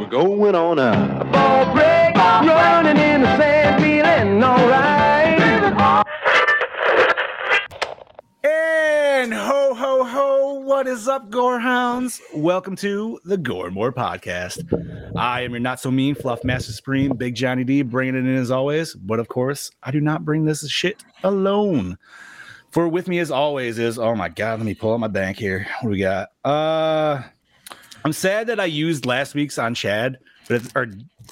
We're going on now. Ball break, running in the sand, feeling alright. And ho ho ho, what is up, Gorehounds? Welcome to the Gore and More podcast. I am your not so mean fluff master supreme, Big Johnny D, bringing it in as always. But of course, I do not bring this shit alone. For with me as always is oh my god, let me pull out my bank here. What do we got? Uh, I'm sad that I used last week's on Chad, but it, or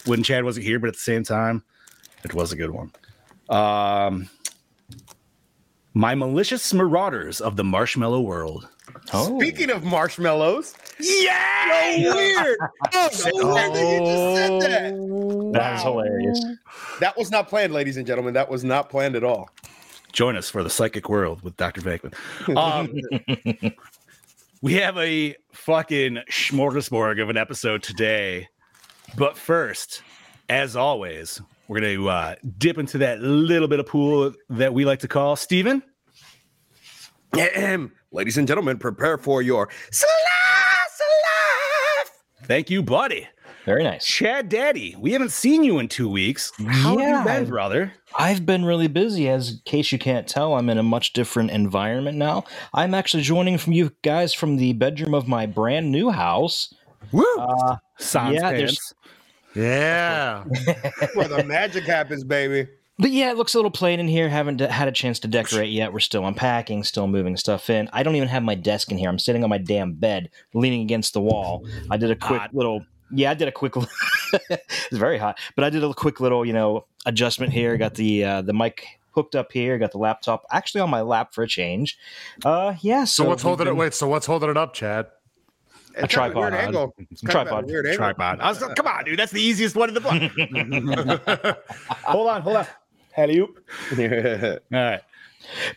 when Chad wasn't here, but at the same time, it was a good one. Um, my malicious marauders of the marshmallow world. Speaking of marshmallows, yeah, so weird. Oh, so weird that you just said that. That's hilarious. That was not planned, ladies and gentlemen. That was not planned at all. Join us for the psychic world with Dr. Vankman. Um, we have a fucking smorgasbord of an episode today. But first, as always, we're going to uh, dip into that little bit of pool that we like to call Steven. Ahem. ladies and gentlemen, prepare for your slash Thank you, buddy. Very nice. Chad Daddy, we haven't seen you in two weeks. How Yeah. have you been, brother? I've been really busy, as in case you can't tell, I'm in a much different environment now. I'm actually joining from you guys from the bedroom of my brand new house. Woo! Uh, Sans yeah, there's- pants. Yeah. where the magic happens, baby. But yeah, it looks a little plain in here. Haven't d- had a chance to decorate yet. We're still unpacking, still moving stuff in. I don't even have my desk in here. I'm sitting on my damn bed, leaning against the wall. I did a quick little. Yeah, I did a quick. it's very hot, but I did a quick little, you know, adjustment here. Got the uh, the mic hooked up here. Got the laptop actually on my lap for a change. Uh, yeah. So, So what's we've holding it? been- Wait, so what's holding it up, Chad? It's kind of tripod, weird huh? angle. It's kind of Tripod. a weird angle. tripod. I was like, come on, dude. That's the easiest one in the book. hold on, hold on. Alley oop. All right.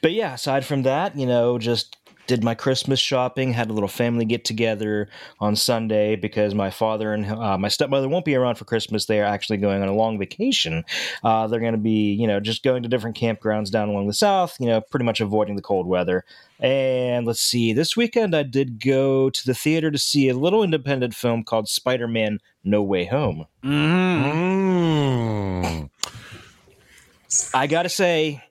But yeah, aside from that, you know, just did my Christmas shopping, had a little family get together on Sunday because my father and uh, my stepmother won't be around for Christmas. They are actually going on a long vacation. Uh, they're going to be, you know, just going to different campgrounds down along the south, you know, pretty much avoiding the cold weather. And let's see, this weekend I did go to the theater to see a little independent film called Spider Man No Way Home. Mm. I gotta say,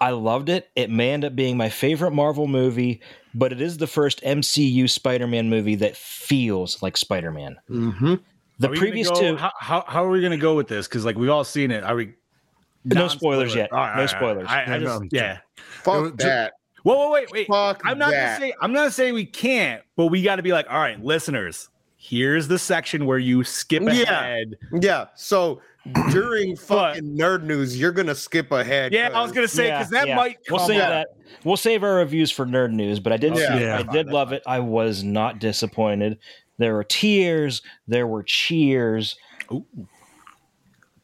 I loved it. It may end up being my favorite Marvel movie, but it is the first MCU Spider-Man movie that feels like Spider-Man. Mm-hmm. The Are we gonna previous go- two, How, how, how are we going to go with this? Because like we've all seen it. Are we? no spoilers yet. All right, no all right, all right. spoilers. I, I Yeah, just, no. yeah. Fuck that. Whoa, whoa, wait, wait. Fuck I'm not that. gonna say I'm not gonna say we can't, but we got to be like, all right, listeners, here's the section where you skip Yeah. ahead. Yeah. So during fucking nerd news, you're gonna skip ahead. Yeah, I was 'cause- gonna say because Yeah, that yeah. might. We'll come save up. that. We'll save our reviews for nerd news, but I did Yeah. see it. Yeah. I did love it. I was not disappointed. There were tears. There were cheers.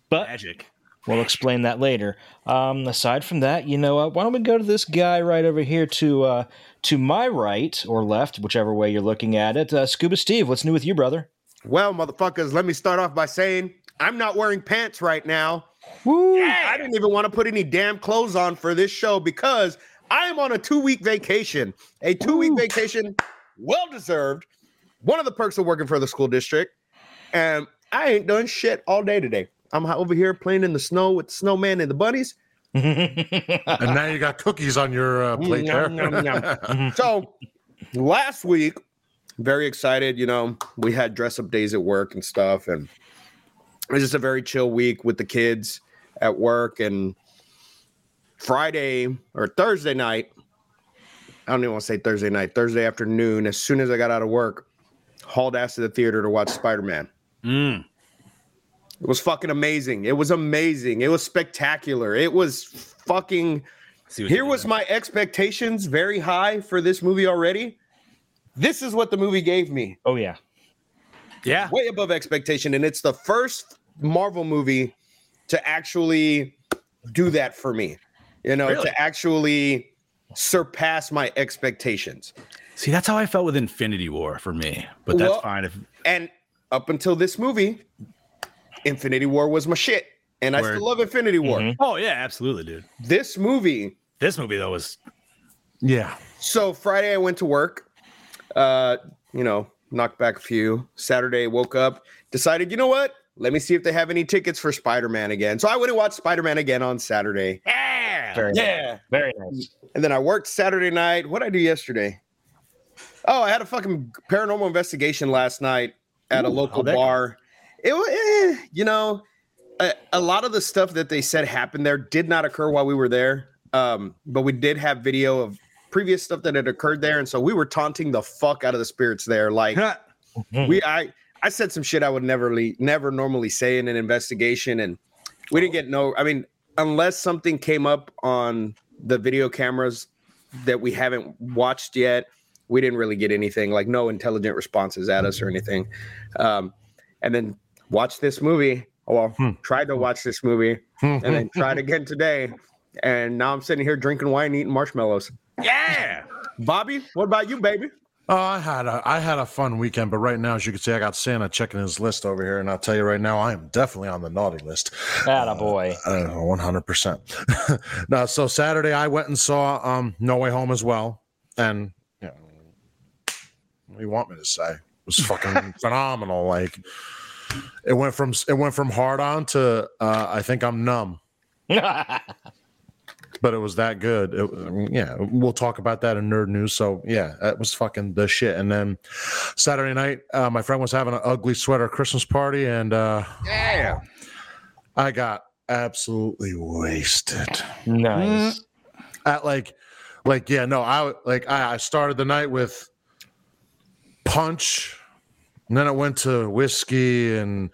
But magic. We'll explain that later. Um, aside from that, you know, uh, why don't we go to this guy right over here to uh, to my right or left, whichever way you're looking at it. Uh, Scuba Steve, what's new with you, brother? Well, motherfuckers, let me start off by saying I'm not wearing pants right now. Woo! I didn't even want to put any damn clothes on for this show because I am on a two week vacation. A two week vacation, well deserved. One of the perks of working for the school district. And I ain't done shit all day today. I'm out over here playing in the snow with the snowman and the bunnies. And now you got cookies on your uh, plate there. Nom, nom, nom. so last week, very excited. You know, we had dress up days at work and stuff, and it was just a very chill week with the kids at work. And Friday or Thursday night, I don't even want to say Thursday night, Thursday afternoon, as soon as I got out of work, hauled ass to the theater to watch Spider Man. It was fucking amazing. It was amazing. It was spectacular. It was fucking See what here you was my expectations very high for this movie already. This is what the movie gave me. oh yeah, Yeah. way above expectation. And it's the first Marvel movie to actually do that for me, you know, Really? to actually surpass my expectations. See, that's how I felt with Infinity War for me, but that's Well- fine. If And up until this movie, Infinity War was my shit. And I Word. still love Infinity War. oh yeah, absolutely, dude. This movie, This movie though was Yeah. so Friday I went to work, uh, you know, knocked back a few. Saturday woke up, decided, you know what? Let me see if they have any tickets for Spider Man again. So I went and watched Spider Man again on Saturday. Very nice. Very nice. And then I worked Saturday night. What would I do yesterday? Oh, I had a fucking paranormal investigation last night at a local how'd that go? bar. It was, eh, you know, a, a lot of the stuff that they said happened there did not occur while we were there. Um, but we did have video of previous stuff that had occurred there, and so we were taunting the fuck out of the spirits there. Like we, I, I said some shit I would never, le- never normally say in an investigation, and we didn't get no. I mean, unless something came up on the video cameras that we haven't watched yet, we didn't really get anything like no intelligent responses at us or anything. Um, and then watch this movie. Oh, well, tried to watch this movie and then tried again today. And now I'm sitting here drinking wine, eating marshmallows. yeah. Bobby, what about you, baby? Oh, I had a I had a fun weekend, but right now, as you can see, I got Santa checking his list over here, and I'll tell you right now, I am definitely on the naughty list. Atta boy. One hundred percent. No, so Saturday I went and saw um, No Way Home as well, and you know, what do you want me to say? It was fucking phenomenal. Like it went from it went from hard on to uh, I think I'm numb, but it was that good. It, I mean, yeah, we'll talk about that in nerd news. So yeah, that was fucking the shit. And then Saturday night, uh, my friend was having an ugly sweater Christmas party, and uh, Yeah. I got absolutely wasted. nice. at like like yeah no i like i, I started the night with punch and then I went to whiskey and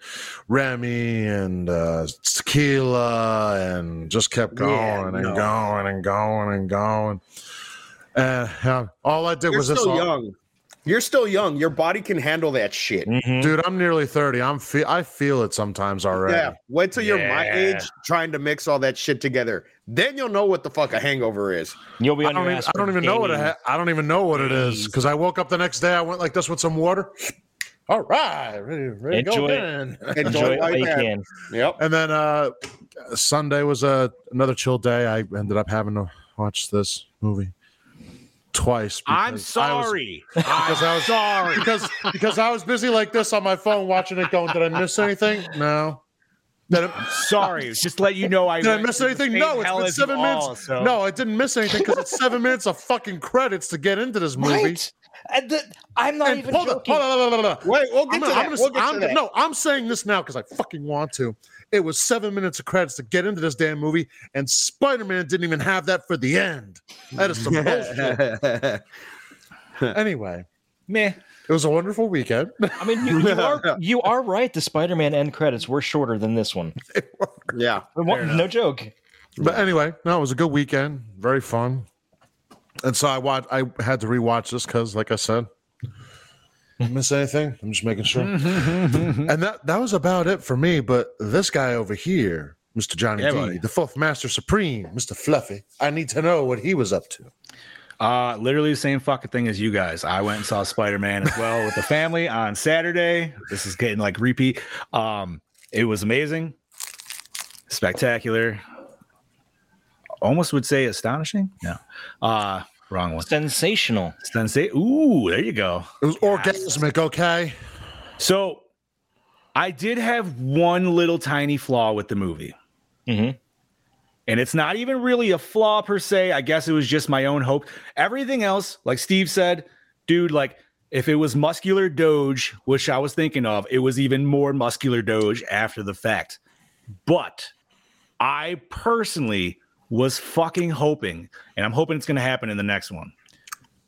Remy and uh, tequila and just kept going Yeah, and no. going and going and going. And uh, all I did You're was this. still all- young. You're still young. Your body can handle that shit. Mhm. Dude, I'm nearly 30. I'm fe- I feel it sometimes already. Yeah. Wait till you're my Yeah. age trying to mix all that shit together. Then you'll know what the fuck a hangover is. You'll be I on don't, your even, ass I don't for even know what it dating. ha- I don't even know what it is because I woke up the next day. I went like this with some water. All right, ready, ready to go Enjoy it. again. Enjoy it while you like that. can. Yep. And then uh, Sunday was uh, another chill day. I ended up having to watch this movie twice. I'm because I was- sorry. because I was sorry. because because I was busy like this on my phone watching it. Going, did I miss anything? No. Did I, sorry. Just let you know I did I went miss through the anything? same No, it's hell been as you seven minutes. all, so- No, I didn't miss anything because it's seven minutes of fucking credits to get into this movie. Right? I, the, I'm not And even hold on, joking. hold on, hold on, hold on. Wait, we'll I'm get gonna, to that. I'm gonna, we'll get I'm to gonna- that. no, I'm saying this now because I fucking want to. It was seven minutes of credits to get into this damn movie, and Spider Man didn't even have that for the end. That is some bullshit. Anyway, Meh. it was a wonderful weekend. I mean, you, you are you are right. The Spider-Man end credits were shorter than this one. yeah. What- no joke. But anyway, no, it was a good weekend, very fun. And so I watched. I had to rewatch this because, like I said, did I miss anything? I'm just making sure. and that that was about it for me. But this guy over here, Mr. Johnny Yeah, D, buddy. the Fourth Master Supreme, Mr. Fluffy, I need to know what he was up to. Uh, literally the same fucking thing as you guys. I went and saw Spider Man as well with the family on Saturday. This is getting like repeat. Um, it was amazing, spectacular. Almost would say astonishing. No, uh, wrong one. Sensational. Sensei. Ooh, there you go. It was orgasmic, okay? So, I did have one little tiny flaw with the movie. Mhm. And it's not even really a flaw per se. I guess it was just my own hope. Everything else, like Steve said, dude, like if it was muscular doge, which I was thinking of, it was even more muscular doge after the fact. But I personally was fucking hoping, and I'm hoping it's going to happen in the next one.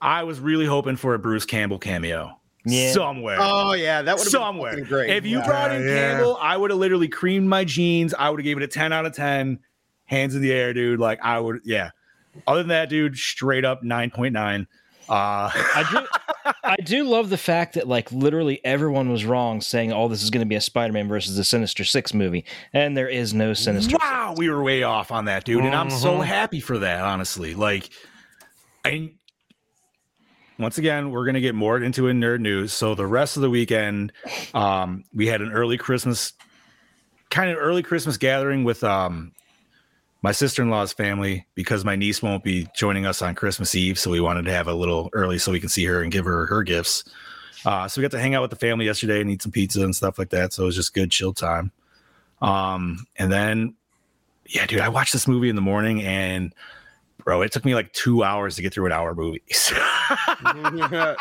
I was really hoping for a Bruce Campbell cameo Yeah. somewhere Oh yeah, that would have somewhere. been fucking great. If you Yeah, brought in yeah. Campbell, I would have literally creamed my jeans. I would have gave it a 10 out of 10. Hands in the air, dude. Like I would, yeah. Other than that, dude, straight up 9.9. Uh I do. I do love the fact that like literally everyone was wrong saying, "Oh, this is going to be a Spider-Man versus the Sinister Six movie," and there is no Sinister. wow, we were way off on that, dude. And I'm so happy for that, honestly. Like, I once again, we're gonna get more into in nerd news. So the rest of the weekend, um, we had an early Christmas, kind of early Christmas gathering with um my sister-in-law's family because my niece won't be joining us on Christmas Eve, so we wanted to have a little early so we can see her and give her her gifts. Uh, so we got to hang out with the family yesterday and eat some pizza and stuff like that. So it was just good chill time. Um, and then, yeah, dude, I watched this movie in the morning and bro, it took me like two hours to get through an hour movie. I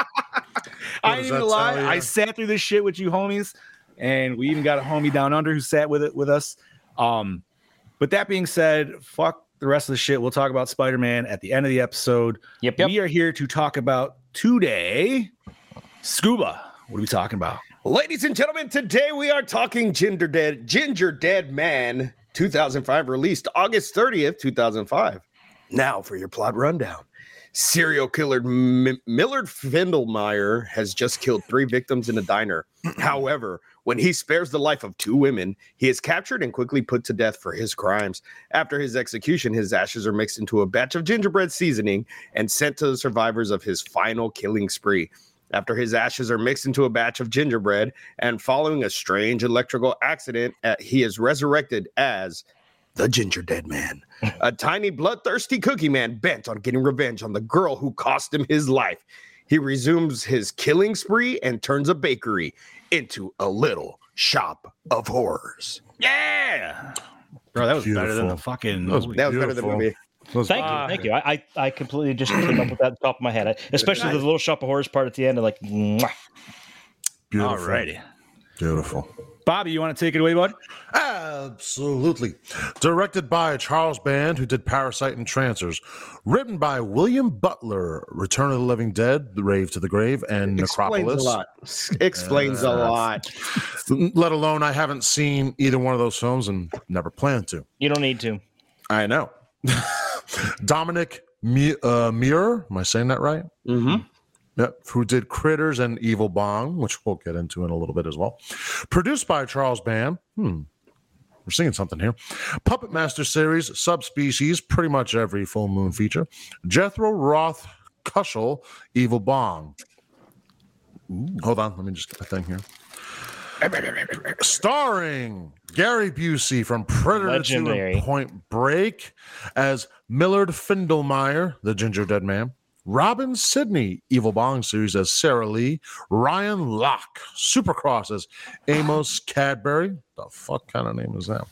ain't does even that lie. tell ya? I sat through this shit with you homies, and we even got a homie down under who sat with it with us. Um, but that being said, fuck the rest of the shit. We'll talk about Spider Man at the end of the episode. Yep, yep. We are here to talk about today scuba. What are we talking about? Ladies and gentlemen, today we are talking Ginger Dead Ginger Dead Man 2005 released August 30th, 2005. Now for your plot rundown. Serial killer M- Millard Findelmeyer has just killed three victims in a diner. However, when he spares the life of two women, he is captured and quickly put to death for his crimes. After his execution, his ashes are mixed into a batch of gingerbread seasoning and sent to the survivors of his final killing spree. After his ashes are mixed into a batch of gingerbread, and following a strange electrical accident, uh, he is resurrected as the Ginger Dead Man, a tiny bloodthirsty cookie man bent on getting revenge on the girl who cost him his life. He resumes his killing spree and turns a bakery into a little shop of horrors. Yeah. Bro, that was better than the Beautiful. fucking That was movie. That was better than the Beautiful. movie. Thank you, thank you. I, I, I completely just came up with that off the top of my head, I, especially the little shop of horrors part at the end. I'm like, mwah. Beautiful. Alrighty. Beautiful. Bobby, you want to take it away, bud? Absolutely. Directed by Charles Band, who did Parasite and Trancers. Written by William Butler, Return of the Living Dead, The Rave to the Grave, and Explains Necropolis. a lot. Explains Uh, a lot. Let alone I haven't seen either one of those films and never plan to. you don't need to. I know. Dominic Mu- uh, Muir, am I saying that right? Mhm. Yep, who did Critters and Evil Bong, which we'll get into in a little bit as well. Produced by Charles Band. Hmm. We're singing something here. Puppet Master series, Subspecies, pretty much every full moon feature. Jethro Roth Cushel, Evil Bong. Hold on, let me just get my thing here. Starring Gary Busey from Predator 2 Legendary. and Point Break as Millard Findelmeyer, the Ginger Dead Man. Robin Sidney, Evil Bong series as Sarah Lee. Ryan Locke, Supercross as Amos Cadbury. The fuck kind of name is that?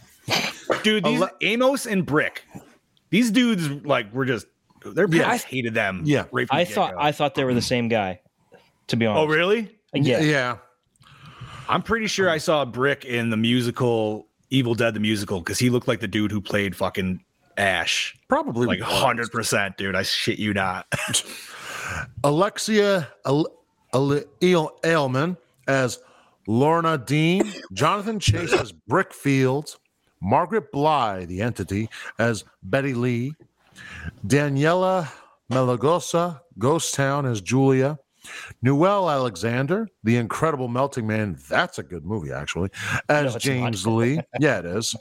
Dude, these Amos and Brick. These dudes like were just their Yeah, parents hated them. yeah. right from I the thought get-go. I thought they were the same guy. To be honest, Oh really? Yeah, Yeah. I'm pretty sure I saw Brick in the musical Evil Dead the musical because he looked like the dude who played fucking Ash. Probably Like hundred percent, dude. I shit you not. Alexia Al- Al- Eel- Ailman as Lorna Dean, Jonathan Chase as Brickfield, Margaret Bly, the entity, as Betty Lee, Daniela Malagosa, Ghost Town, as Julia, Newell Alexander, The Incredible Melting Man, that's a good movie, actually, as it's James Lee. Yeah, it is.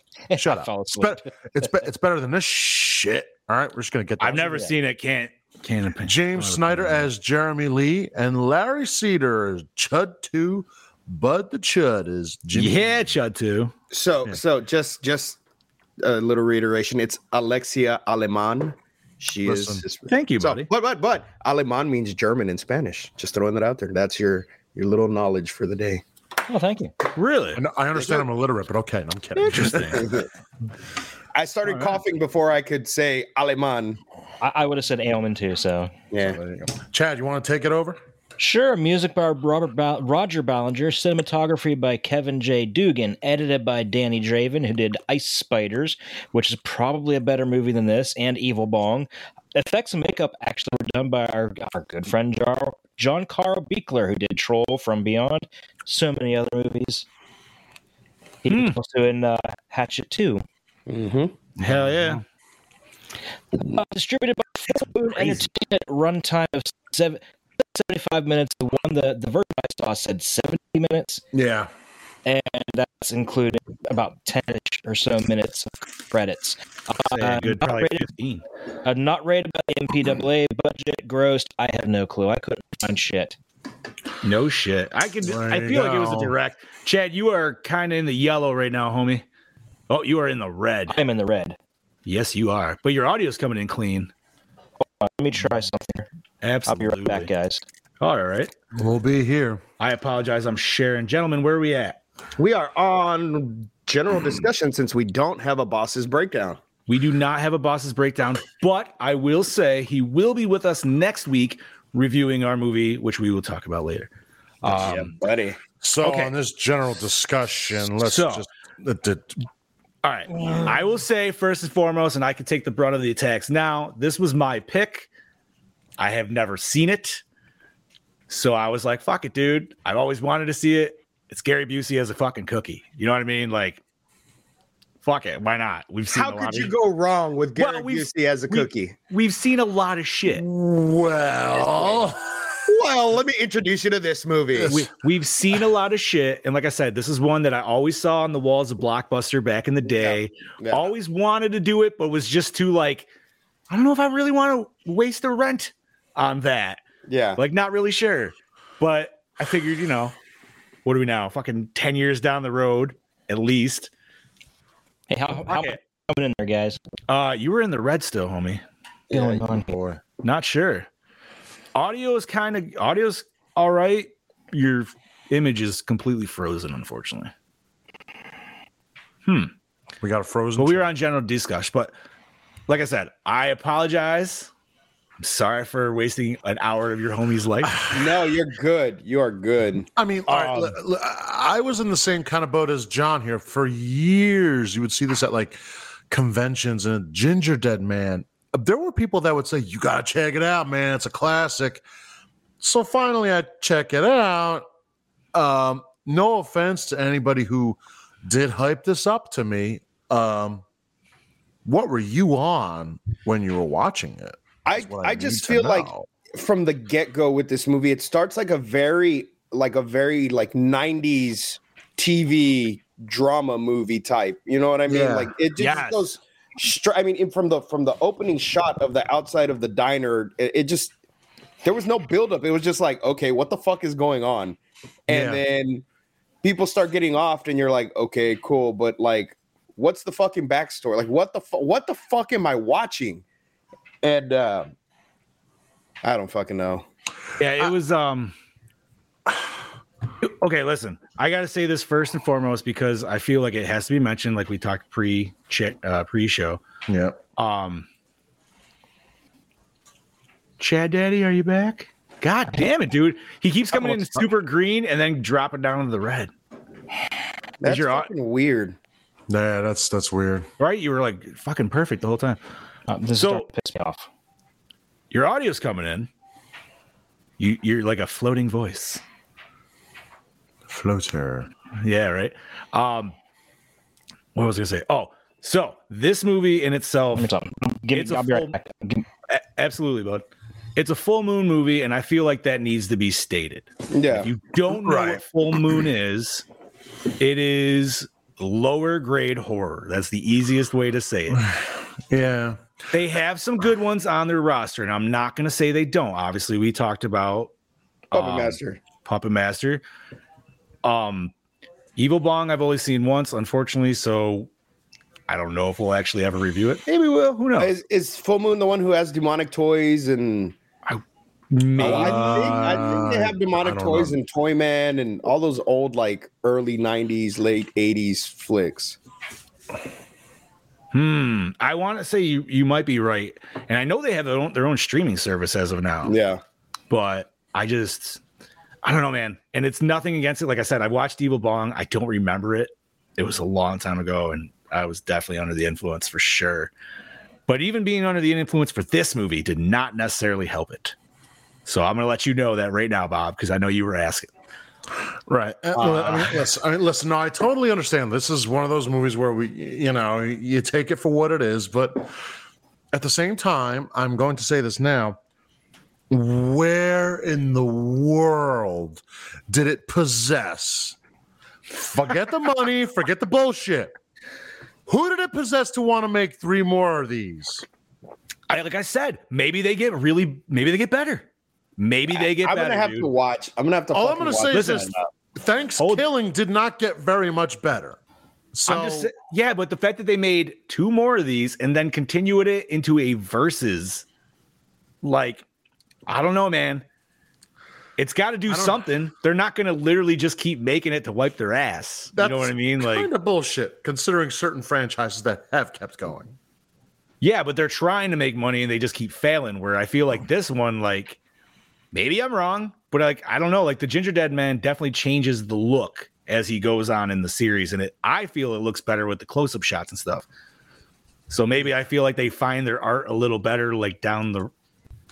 Shut I up. fell It's, bet- it's, bet- it's better than this shit. All right, we're just going to get that. I've never seen it. Can't can't opinion. James Snyder as Jeremy Lee and Larry Cedar as Chud 2. Bud the Chud is Jimmy. Yeah, Chud too. So, so just just a little reiteration. It's Alexia Aleman. She Listen. is his Thank you, So, buddy. but but but Aleman means German in Spanish. Just throwing that out there. That's your your little knowledge for the day. Oh, thank you. Really? I know- I understand I'm illiterate, but okay, no, I'm kidding. Interesting. I started coughing before I could say Aleman. I, I would have said ailment too. So Yeah. Chad, you want to take it over? Sure, music by Robert Bal- Roger Ballinger, cinematography by Kevin J. Dugan, edited by Danny Draven, who did Ice Spiders, which is probably a better movie than this, and Evil Bong. Effects and makeup actually were done by our, our good friend Jar- John Carl Beekler, who did Troll from Beyond, so many other movies. He was also in uh, Hatchet 2. Mm-hmm. Hell yeah. Uh, distributed by Food Entertainment, runtime of seven 75 minutes. The one the the version I saw said 70 minutes, Yeah. and that's including about 10ish or so minutes of credits. Uh, Say a good, not probably rated- 15. Uh, not rated by the MPAA, budget, gross. I have no clue. I couldn't find shit. No shit. I could. There I you feel like it was a go. direct. Chad, you are kind of in the yellow right now, homie. Oh, you are in the red. I'm in the red. Yes, you are. But your audio's coming in clean. Let me try something. I'll be Absolutely. right back, guys. All right. We'll be here. I apologize. I'm sharing. Gentlemen, where are we at? We are on general discussion since we don't have a boss's breakdown. We do not have a boss's breakdown, but I will say he will be with us next week reviewing our movie, which we will talk about later. Um, buddy. So Okay. on this general discussion, let's So- just uh, it, it- All right. I will say first and foremost, and I can take the brunt of the attacks now. This was my pick. I have never seen it. So I was like, fuck it, dude. I've always wanted to see it. It's Gary Busey as a fucking cookie. You know what I mean? Like, fuck it. Why not? We've seen How a lot could of you go wrong with Well, Gary we've- Busey as a we- cookie? We've seen a lot of shit. well, Well, let me introduce you to this movie. we, we've seen a lot of shit and like i said this is one that i always saw on the walls of blockbuster back in the day yeah. always wanted to do it but was just too like i don't know if i really want to waste a rent on that yeah. like not really sure but i figured you know what are we now fucking 10 years down the road at least Hey, how, how Fuck it. coming in there, guys? uh you were in the red still homie What's going on? here? boy. Not sure. Audio is kind of audio's all right. Your image is completely frozen, unfortunately. We got a frozen. But we were on general discuss. But like I said, I apologize. I'm sorry for wasting an hour of your homie's life. No, you're good. You are good. I mean, all right, l- l- I was in the same kind of boat as John here for years. You would see this at like conventions and Ginger Dead Man. There were people that would say, "You gotta check it out, man. It's a classic." So finally, I check it out. Um, no offense to anybody who did hype this up to me. Um, what were you on when you were watching it? I, That's what I, need just to feel like know. from the get go with this movie, it starts like a very like a very like '90s TV drama movie type. You know what I mean? Yeah. Like it just Yes. goes. Str- I mean, in- from the from the opening shot of the outside of the diner, it, it just there was no buildup. It was just like, okay, what the fuck is going on? And Yeah. then people start getting offed, and you're like, okay, cool, but like, what's the fucking backstory? Like, what the fu- what the fuck am I watching? And uh, I don't fucking know. yeah, it was um Okay, listen. I got to say this first and foremost because I feel like it has to be mentioned like we talked pre uh pre-show. yeah. Um, Chad Daddy, are you back? God damn it, dude. He keeps coming in super green and then dropping down to the red. That's your au- fucking weird. Yeah, that's that's weird. Right? You were like fucking perfect the whole time. Uh, this So- is starting to piss me off. Your audio's coming in. You you're like a floating voice. Floater. Yeah, right. Um what was I gonna say? Oh, so this movie in itself Give me something. Give It's me, a I'll be full- right back. Give me- a- absolutely, bud. It's a full moon movie, and I feel like that needs to be stated. Yeah. If you don't know Right. what full moon is, it is lower grade horror. That's the easiest way to say it. Yeah. They have some good ones on their roster, and I'm not going to say they don't. Obviously, we talked about Puppet um, Master. Puppet Master. Um, Evil Bong, I've only seen once, unfortunately, so I don't know if we'll actually ever review it. Maybe we will. Who knows? Is, is Full Moon the one who has demonic toys and Maybe. Oh, Uh, I, think, I think they have demonic I don't toys know. and Toyman and all those old like early '90s, late '80s flicks. Hmm. I want to say you you might be right, and I know they have their own, their own streaming service as of now. Yeah, But I just I don't know, man. And it's nothing against it. Like I said, I watched Evil Bong. I don't remember it. It was a long time ago, and I was definitely under the influence for sure. But even being under the influence for this movie did not necessarily help it. So I'm gonna let you know that right now, Bob, because I know you were asking. Right. Uh, well, I mean, listen, I mean, listen, no, I totally understand. This is one of those movies where we, you know, you take it for what it is. But at the same time, I'm going to say this now. Where in the world did it possess? Forget the money, forget the bullshit. Who did it possess to want to make three more of these? I, like I said, maybe they get really, maybe they get better. Maybe they get I'm better. gonna have dude. to watch. I'm gonna have to. All I'm fucking going to watch say is Listen, uh, this Thanks hold- Killing did not get very much better. So, I'm just sa- yeah, but the fact that they made two more of these and then continued it into a versus, like, I don't know, man. It's got to do don't- something. They're not going to literally just keep making it to wipe their ass. You know what I mean? Like, kind of bullshit considering certain franchises that have kept going. yeah, but they're trying to make money and they just keep failing. Where I feel like this one, like, maybe I'm wrong, but like, I don't know. Like, the Ginger Dead Man definitely changes the look as he goes on in the series, and it I feel it looks better with the close up shots and stuff. So maybe I feel like they find their art a little better, like down the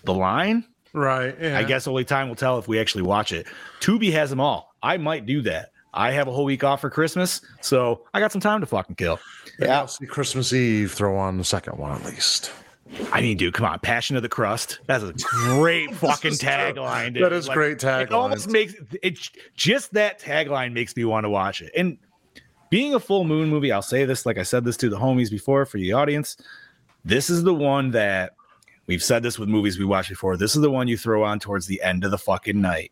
the line. Right. Yeah. I guess only time will tell if we actually watch it. Tubi has them all. I might do that. I have a whole week off for Christmas, so I got some time to fucking kill. Yeah. I'll see Christmas Eve throw on the second one at least. I mean, dude, come on, Passion of the Crust. That's a great fucking is true. tagline. Dude. That is great It almost tagline. makes it just that tagline makes me want to watch it. And being a full moon movie, I'll say this, like I said this to the homies before for the audience. This is the one that we've said this with movies we watched before. This is the one you throw on towards the end of the fucking night.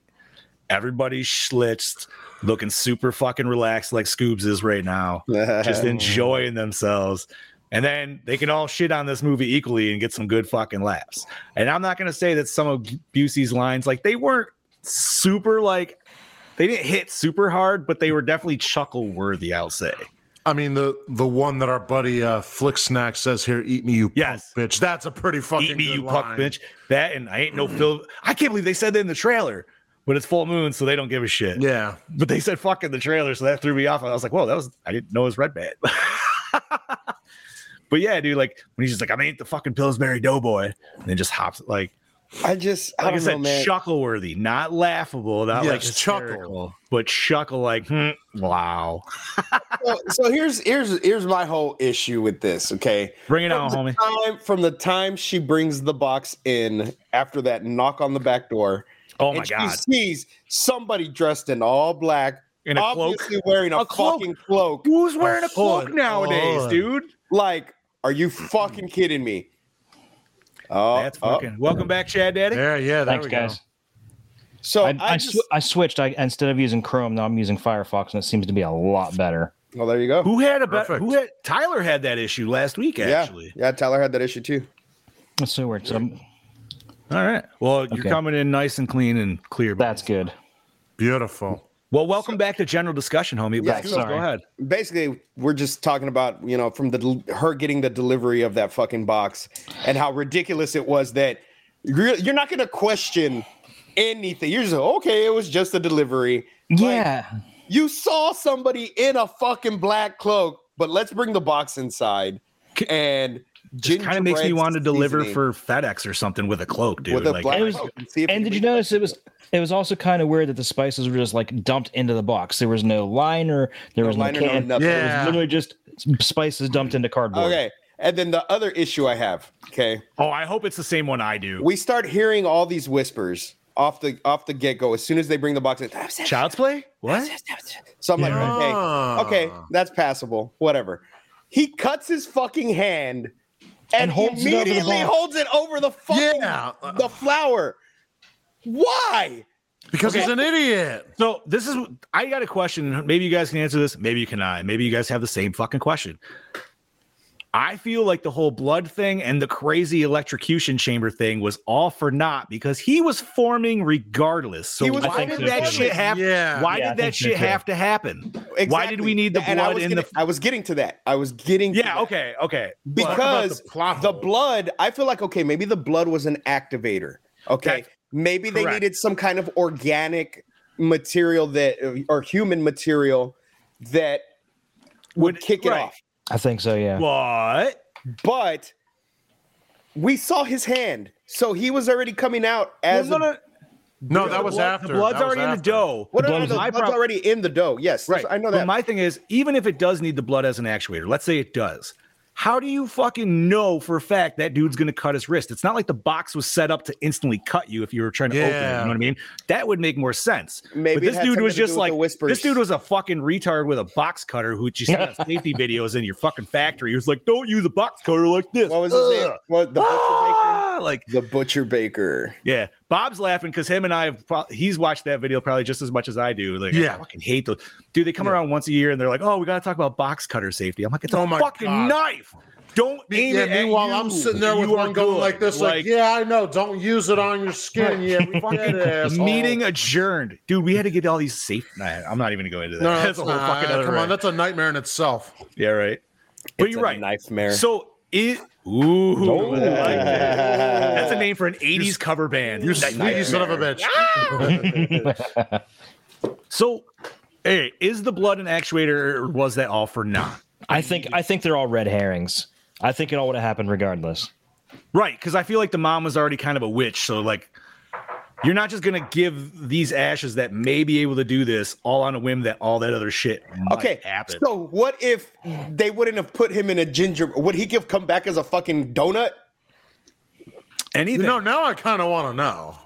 Everybody's schlitzed, looking super fucking relaxed, like Scoobs is right now that. Oh. just enjoying themselves. And then they can all shit on this movie equally and get some good fucking laughs. And I'm not gonna say that some of Busey's lines, like they weren't super like they didn't hit super hard, but they were definitely chuckle worthy, I'll say. I mean the the one that our buddy uh, Flick Snack says here, "Eat me, you punk Yes. bitch." That's a pretty fucking Eat me, good you line. puck bitch. That and I ain't no Phil. I can't believe they said that in the trailer, but it's full moon, so they don't give a shit. Yeah, But they said fuck in the trailer, so that threw me off. I was like, whoa, that was I didn't know it was Red Bat. but yeah, dude, like when he's just like, I'm gonna eat the fucking Pillsbury Doughboy, and then just hops like I just. I like I, don't said, know, man. chuckle worthy, not laughable, not like Yes, chuckle. chuckle, but chuckle like hmm, wow. so, so here's here's here's my whole issue with this. Okay, Bring it From on, the homie. Time, from the time she brings the box in after that knock on the back door, Oh my and god. she sees somebody dressed in all black, In a cloak. obviously wearing a, A cloak. fucking cloak. Who's wearing a Hold cloak nowadays, on. dude? Like, are you fucking kidding me? Oh, That's oh. fucking welcome back, Chad Daddy. yeah, yeah. There Thanks, we go. guys. So I, I, I, just. sw- I switched. I, instead of using Chrome, now I'm using Firefox, and it seems to be a lot better. oh, there you go. Who had a bet? Perfect. Who had Tyler had that issue last week? Actually, Yeah, yeah. Tyler had that issue too. That's so weird. So I'm- all right. Well, you're Okay. coming in nice and clean and clear. that's good. Beautiful. Well, welcome back to general discussion, homie. Yeah, Let's go. sorry. Go ahead. Basically, we're just talking about you know from the del- her getting the delivery of that fucking box and how ridiculous it was that you're, you're not going to question anything. You're just okay. It was just a delivery. Like, Yeah. you saw somebody in a fucking black cloak, but let's bring the box inside and. Kind of makes me gingerbread want to deliver seasoning for FedEx or something with a cloak, dude. with a like, black It was- cloak and see if And it did you can notice it was it was also kind of weird that the spices were just like dumped into the box. There was no liner. There be was no liner, can. nothing. Yeah. It was literally just spices dumped into cardboard. Okay. And then the other issue I have, okay, oh, I hope it's the same one I do. we start hearing all these whispers off the off the get go as soon as they bring the box in. Child's play? What? So I'm Yeah. like, okay, okay, that's passable, whatever. He cuts his fucking hand and, And holds it over the immediately box. holds it over the fucking Yeah. the flower. Why? Because he's an idiot. So this is I got a question. Maybe you guys can answer this. Maybe you cannot. Maybe you guys have the same fucking question. I feel like the whole blood thing and the crazy electrocution chamber thing was all for naught because he was forming regardless. So He was why forming did that regardless. shit happen? Yeah. Why Yeah, I did that think so shit too. have to happen? Why did we Exactly. need the And I blood was in getting- the? I was getting to that. I was getting to Yeah. that. Okay. Okay. Talk about because the plot the hole. blood i feel like okay maybe the blood was an activator okay That's maybe they correct. needed some kind of organic material that uh, or human material that would Would- kick it right. off I think so. Yeah. What? but we saw his hand so he was already coming out as Well, no, a- no, No, the that was blood- after. The blood's That was already in the after. dough. what The no, no, blood- the my blood's prob- already in the dough yes Right. i know But that my thing is, even if it does need the blood as an actuator, let's say it does, How do you fucking know for a fact that dude's gonna cut his wrist? It's not like the box was set up to instantly cut you if you were trying to open it. You Yeah. know what I mean? That would make more sense. Maybe but it this had dude something was to do just with like the whispers. this dude was a fucking retard with a box cutter who you see on safety videos in your fucking factory. He was like, "Don't use a box cutter like this." What was his name? Ugh. What the butcher Ah! Like baker? The butcher baker. yeah, Bob's laughing because him and I have pro- he's watched that video probably just as much as I do. Like, I Yeah. fucking hate those. Dude, they come around once a year and they're like, "Oh, we got to talk about box cutter safety." I'm like, "It's a Oh my fucking God. knife. Don't aim Yeah, it at meanwhile, you. I'm sitting there with You one are going good." like this, like, yeah, I know. Don't use it on your skin. Yeah, we get it, asshole." meeting adjourned, dude. We had to get all these safe. Nah, I'm not even going to go into that. No, that's a whole not- fucking other. Come on, rant. that's a nightmare in itself. yeah, right. But you're right. Knife mare. So it. Ooh, I like that. that's a that's name for an '80s cover band. You sneaky son of a bitch. So, hey, is the blood an actuator, or was that all for naught? I think I think they're all red herrings. I think it all would have happened regardless. Right, because I feel like the mom was already kind of a witch. So like, you're not just gonna give these ashes that may be able to do this all on a whim that all that other shit. Might Okay, happen. so what if they wouldn't have put him in a ginger? Would he give come back as a fucking donut? You anything? know, now I kind of want to know.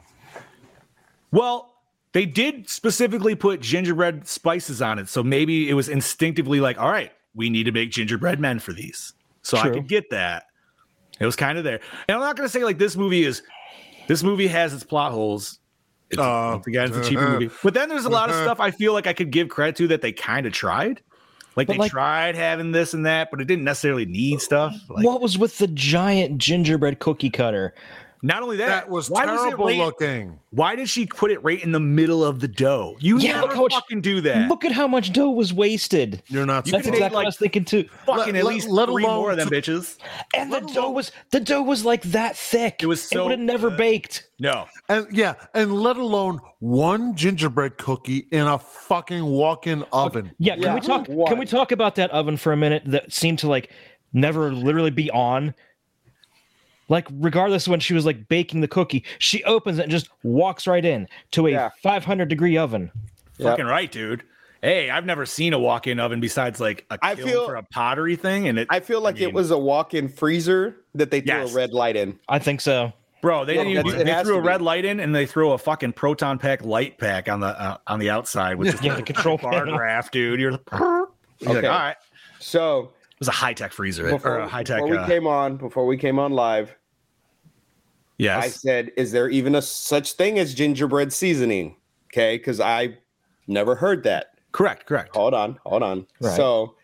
Well, they did specifically put gingerbread spices on it, so maybe it was instinctively like, all right, we need to make gingerbread men for these. So I True. could get that. It was kind of there, and I'm not gonna say like this movie is. This movie has its plot holes. It's, Uh, once again, it's a cheaper movie, but then there's a lot of stuff I feel like I could give credit to that they kind of tried. Like But, they like- tried having this and that, but it didn't necessarily need stuff. Like what was with the giant gingerbread cookie cutter? not only that, That was why terrible was it right- looking. Why did she put it right in the middle of the dough? You Yeah, never look how much- fucking do that. Look at how much dough was wasted. You're not. You That's could've supposed- made, exactly what I was like, thinking too. fucking Let- at let- least let three alone more of them two- bitches. And the let dough alone- was the dough was like that thick. It was it so would have never baked. No, And yeah, and let alone one gingerbread cookie in a fucking walk-in oven. Yeah, can we talk can we talk about that oven for a minute that seemed to like never literally be on? Like regardless when she was like baking the cookie, she opens it and just walks right in to a Yeah. 500 degree oven. fucking right, dude. Hey, I've never seen a walk-in oven besides like a I kiln feel- for a pottery thing, and it, I feel like mean- it was a walk-in freezer that they threw Yes. a red light in. I think so. bro, they didn't Well, even, that's- it they has threw to a red be. light in, and they threw a fucking proton pack light pack on the uh, on the outside, which is Yeah, the control bar panel. graph, dude. You're like, You're like, Okay. all right. So It was a high tech freezer or before, a high tech. before we Uh, came on, before we came on live, I yes, said, "Is there even a such thing as gingerbread seasoning?" Okay, because I never heard that. correct, correct. Hold on, hold on. Right. So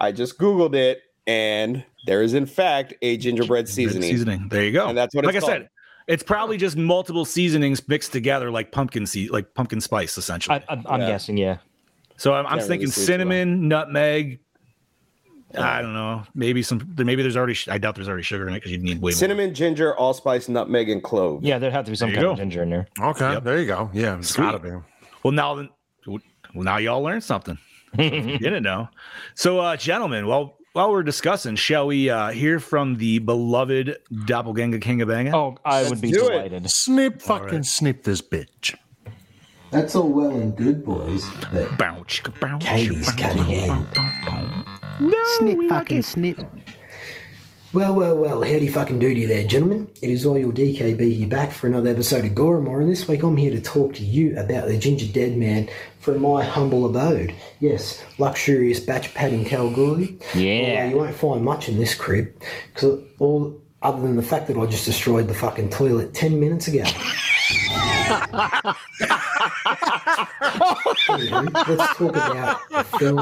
I just googled it, and there is in fact a gingerbread seasoning. Seasoning. There you go. And that's what like it's I called. said. It's probably just multiple seasonings mixed together, like pumpkin seed, like pumpkin spice, essentially. I, I, I'm Yeah. guessing, yeah. So I'm, I'm Can't really thinking see too cinnamon, nutmeg. I don't know. Maybe some. Maybe there's already. I doubt there's already sugar in it because you need way more. Cinnamon, ginger, allspice, nutmeg, and clove. Yeah, there'd have to be some There you kind of go. ginger in there. Okay, there you go. Yeah, it's gotta be. Well, now then, well now y'all learned something. you didn't know. So, uh, gentlemen, while while we're discussing, shall we uh, hear from the beloved doppelganger King of Banga? Oh, I would be do it. delighted. Snip, fucking snip this bitch. That's all well and good, boys, but bounce, bounce, Katie's cutting in. Snip fucking snip. Well, well, well, howdy fucking doody there, gentlemen. It is all your DKB here back for another episode of Goramore, and this week I'm here to talk to you about the Ginger Dead Man from my humble abode. Yes, luxurious batch pad in Kalgoorlie. Yeah. Although you won't find much in this crib, because all other than the fact that I just destroyed the fucking toilet 10 minutes ago. Anywho, let's talk about the film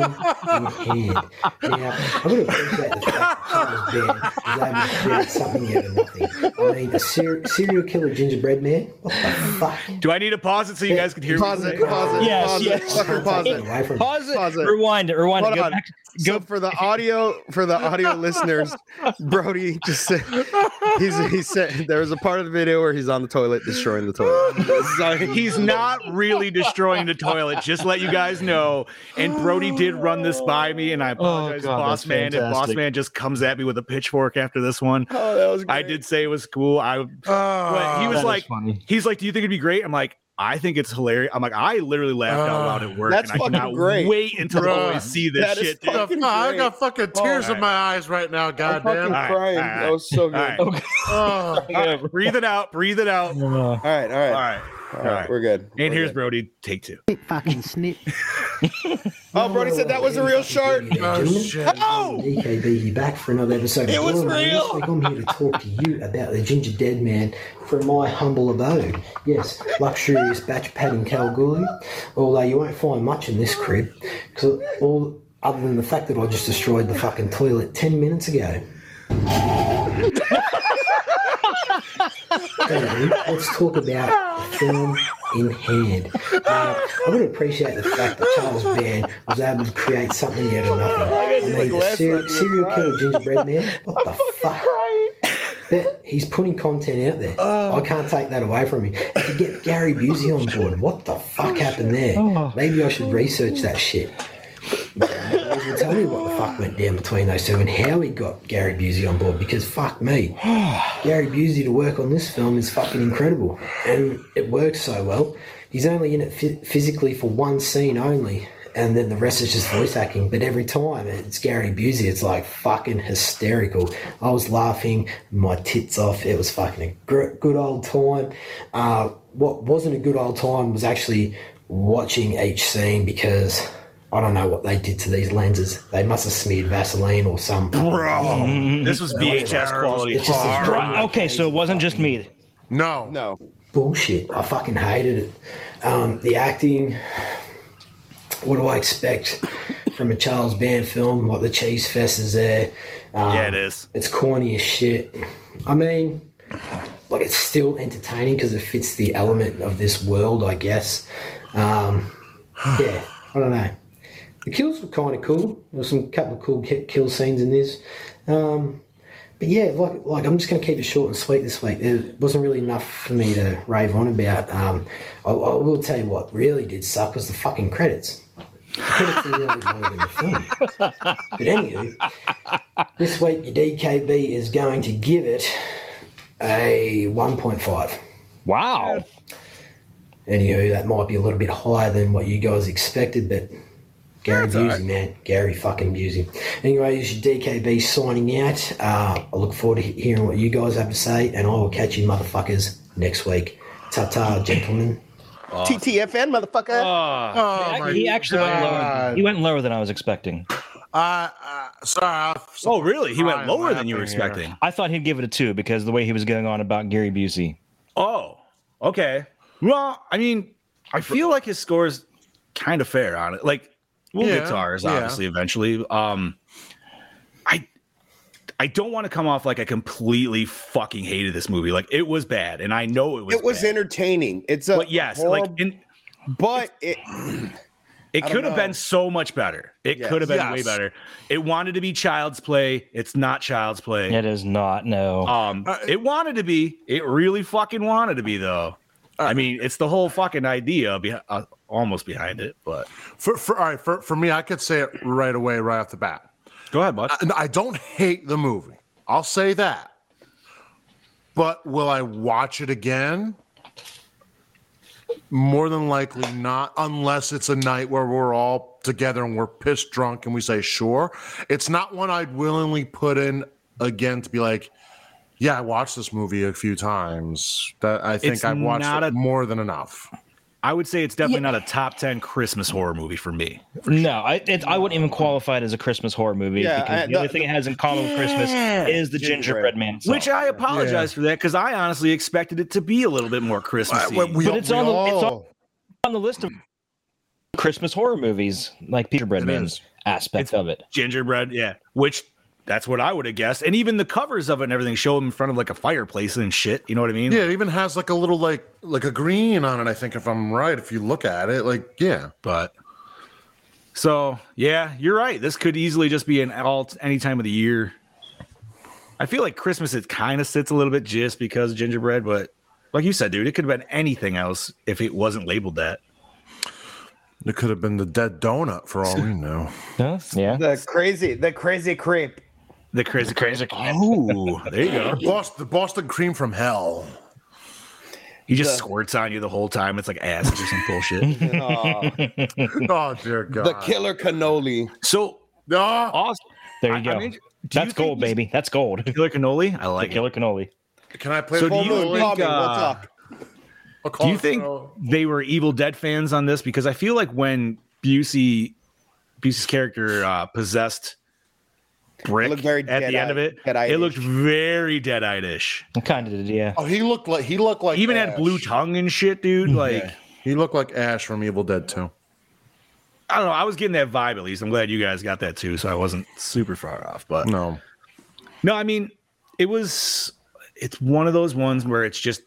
in hand. Now, I'm going to appreciate the fact that Charles Band was able to create something out of nothing. I mean, a ser- serial killer gingerbread man? What the fuck? Do I need to pause it so you guys can hear? Pause me? it. Pause it. Yes, pause yes. It, fucking pause it. Away from Pause it. Pause it. Rewind it. Rewind it. Hold Go on. back. So for the audio for the audio listeners, Brody just said he's he said there was a part of the video where he's on the toilet destroying the toilet. Sorry, he's not really destroying the toilet. Just let you guys know. And Brody did run this by me, and I apologize, Oh, God, Boss that's Man. If Boss fantastic. Man just comes at me with a pitchfork after this one, Oh, that was I did say it was cool. I Oh, but he that was is like, funny. he's like, do you think it'd be great? I'm like, I think it's hilarious. I'm like, I literally laughed out Ah, loud at work. that's and I fucking cannot great. Wait until the Bruh, boys see this that is shit. dude. fucking No, I got fucking tears Alright. in my eyes right now. I'm fucking Goddamn. All right, crying. all right. That was so All good. right. All Oh, All right, breathe it out. Breathe it out. All right, all right, all right. right. All right. We're good. And here's Brody. Take two. Snip fucking snip. Oh, Brody said that was a real shark. oh shit. Oh! DKB here back for another episode It of was Gorman. This real. week I'm here to talk to you about the Ginger Dead Man from my humble abode. Yes, luxurious batch pad in Kalgoorlie. Although you won't find much in this crib, because all other than the fact that I just destroyed the fucking toilet ten minutes ago. Anyway, let's talk about the film in hand. Now, I would appreciate the fact that Charles Band was able to create something out of nothing. I mean, the ser- serial killer gingerbread man. What the fuck? But he's putting content out there. I can't take that away from him. And to get Gary Busey on board, what the fuck happened there? Maybe I should research that shit. I can tell you what the fuck went down between those two and how he got Gary Busey on board because fuck me. Gary Busey to work on this film is fucking incredible, and it works so well. He's only in it phy- physically for one scene only, and then the rest is just voice acting. But every time it's Gary Busey, it's like fucking hysterical. I was laughing my tits off. It was fucking a gr- good old time. Uh, what wasn't a good old time was actually watching each scene because. I don't know what they did to these lenses. They must have smeared Vaseline or some. This was VHS quality. It's just a hard. drama. Okay, so it wasn't just me. No. No. bullshit. I fucking hated it. Um, the acting, what do I expect from a Charles Band film? What the Cheese Fest is there. Um, Yeah, it is. It's corny as shit. I mean, like it's still entertaining because it fits the element of this world, I guess. Um, yeah, I don't know. The kills were kind of cool. There was some couple of cool ki- kill scenes in this. Um, but yeah, like like I'm just going to keep it short and sweet this week. There wasn't really enough for me to rave on about. Um, I, I will tell you what really did suck was the fucking credits. The credits are really longer than the film. But anywho, this week your DKB is going to give it a 1.5. Wow. Anywho, that might be a little bit higher than what you guys expected, but Gary Busey, man. Gary fucking Busey. Anyway, this is your DKB signing out. Uh, I look forward to he- hearing what you guys have to say, and I will catch you motherfuckers next week. Ta ta, gentlemen. TTFN, motherfucker. Oh, my he actually went lower. God. He went lower than I was expecting. Uh, uh, sorry. I've- Oh, really? He went I'm lower than you were laughing here. expecting. I thought he'd give it a two because the way he was going on about Gary Busey. Oh, okay. Well, I mean, I feel like his score is kind of fair on it. Like, we'll Yeah, get to ours, yeah. obviously, eventually. Um, I I don't want to come off like I completely fucking hated this movie. Like, it was bad, and I know it was. It was bad. entertaining. It's a but yes, like, horrible- in, but it it I don't could have know. been so much better. It Yes. could have been way Yes. better. It wanted to be child's play. It's not child's play. It is not. No. Um, Uh, it wanted to be. It really fucking wanted to be, though. I mean, it's the whole fucking idea be- uh, almost behind it. But For, for, all right, for, for me, I could say it right away, right off the bat. go ahead, bud. And I don't hate the movie. I'll say that. But will I watch it again? More than likely not, unless it's a night where we're all together and we're pissed drunk and we say, sure. It's not one I'd willingly put in again to be like, yeah, I watched this movie a few times. That I think It's I've watched not it a- more than enough. I would say it's definitely not a top ten Christmas horror movie for me. no, I it, I wouldn't even qualify it as a Christmas horror movie Yeah, because I- the, the- only thing it has in common with Christmas is the gingerbread, Gingerbread. man. itself. Which I apologize for that because I honestly expected it to be a little bit more Christmassy. Uh, we- But it's on the- it's on- all- on the list of Christmas horror movies, like Peter Breadman's is. aspect of it. gingerbread, yeah. Which that's what I would have guessed. And even the covers of it and everything show him in front of like a fireplace and shit. You know what I mean? Yeah, it even has like a little like like a green on it. I think if I'm right, if you look at it, like yeah, but so yeah you're right this could easily just be an all any time of the year i feel like christmas it kind of sits a little bit just because of gingerbread but like you said dude it could have been anything else if it wasn't labeled that it could have been the dead donut for all we know. Huh? Yeah. the crazy the crazy creep. the crazy crazy oh there you go Boston, the Boston cream from hell. He just squirts on you the whole time. It's like acid or some bullshit. Oh, Oh dear God. the killer cannoli. So No. awesome. There you go. do you That's think gold, he's baby. That's gold. Killer cannoli. I The like it. killer cannoli. Can I play So the do full you movie? think, We'll uh, talk. Do I'll call you it- think they were Evil Dead fans on this? Because I feel like when Busey, Busey's character uh, possessed Brick looked very at the end Dead-eyed- of it, Dead-eyed-ish. it looked very dead-eyed-ish. Kind of did, yeah. Oh, he looked like he looked like He even Ash. had blue tongue and shit, dude. Like He looked like Ash from Evil Dead 2. I don't know. I was getting that vibe at least. I'm glad you guys got that too, so I wasn't super far off. But No. No, I mean, it was. It's one of those ones where it's just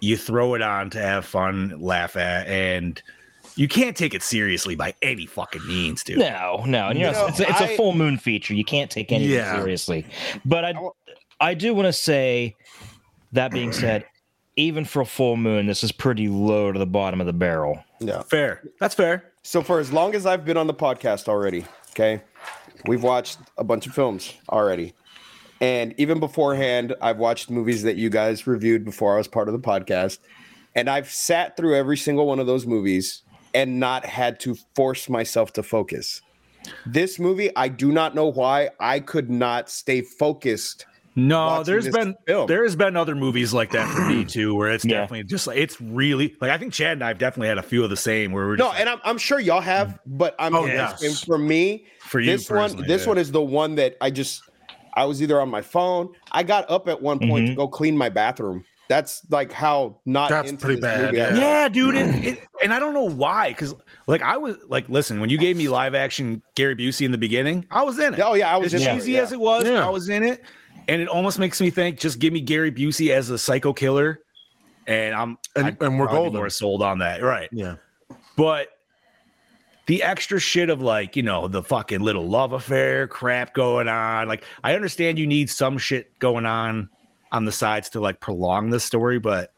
you throw it on to have fun, laugh at, and you can't take it seriously by any fucking means, dude. No, no, and you're No, not, it's, it's a I- full moon feature. You can't take anything Yeah. seriously. But I, I do want to say, that being said, even for a full moon, this is pretty low to the bottom of the barrel. Yeah. Fair. That's fair. So for as long as I've been on the podcast already, okay, we've watched a bunch of films already. And even beforehand, I've watched movies that you guys reviewed before I was part of the podcast. And I've sat through every single one of those movies and not had to force myself to focus. This movie, I do not know why I could not stay focused. No, Watching there's this been film. there has been other movies like that for me too, where it's Yeah. definitely just like it's really like I think Chad and I have definitely had a few of the same where we're No, just like, and I'm, I'm sure y'all have, but I'm Oh, just- yes. for me, Mm-hmm. For you this one, personally, this yeah. one is the one that I just, I was either on my phone. I got up at one point to Mm-hmm. go clean my bathroom. That's like how not. That's into pretty this bad, movie I yeah. was. Yeah, dude, it, it, and I don't know why, because like I was like, listen, when you gave me live action Gary Busey in the beginning, I was in it. Oh, yeah, I was as in it, cheesy yeah. as it was. Yeah. I was in it, and it almost makes me think, just give me Gary Busey as a psycho killer, and I'm And- I'd and we're probably be golden. more sold on that, right? Yeah. But the extra shit of like you know the fucking little love affair crap going on, like I understand you need some shit going on on the sides to like prolong the story, but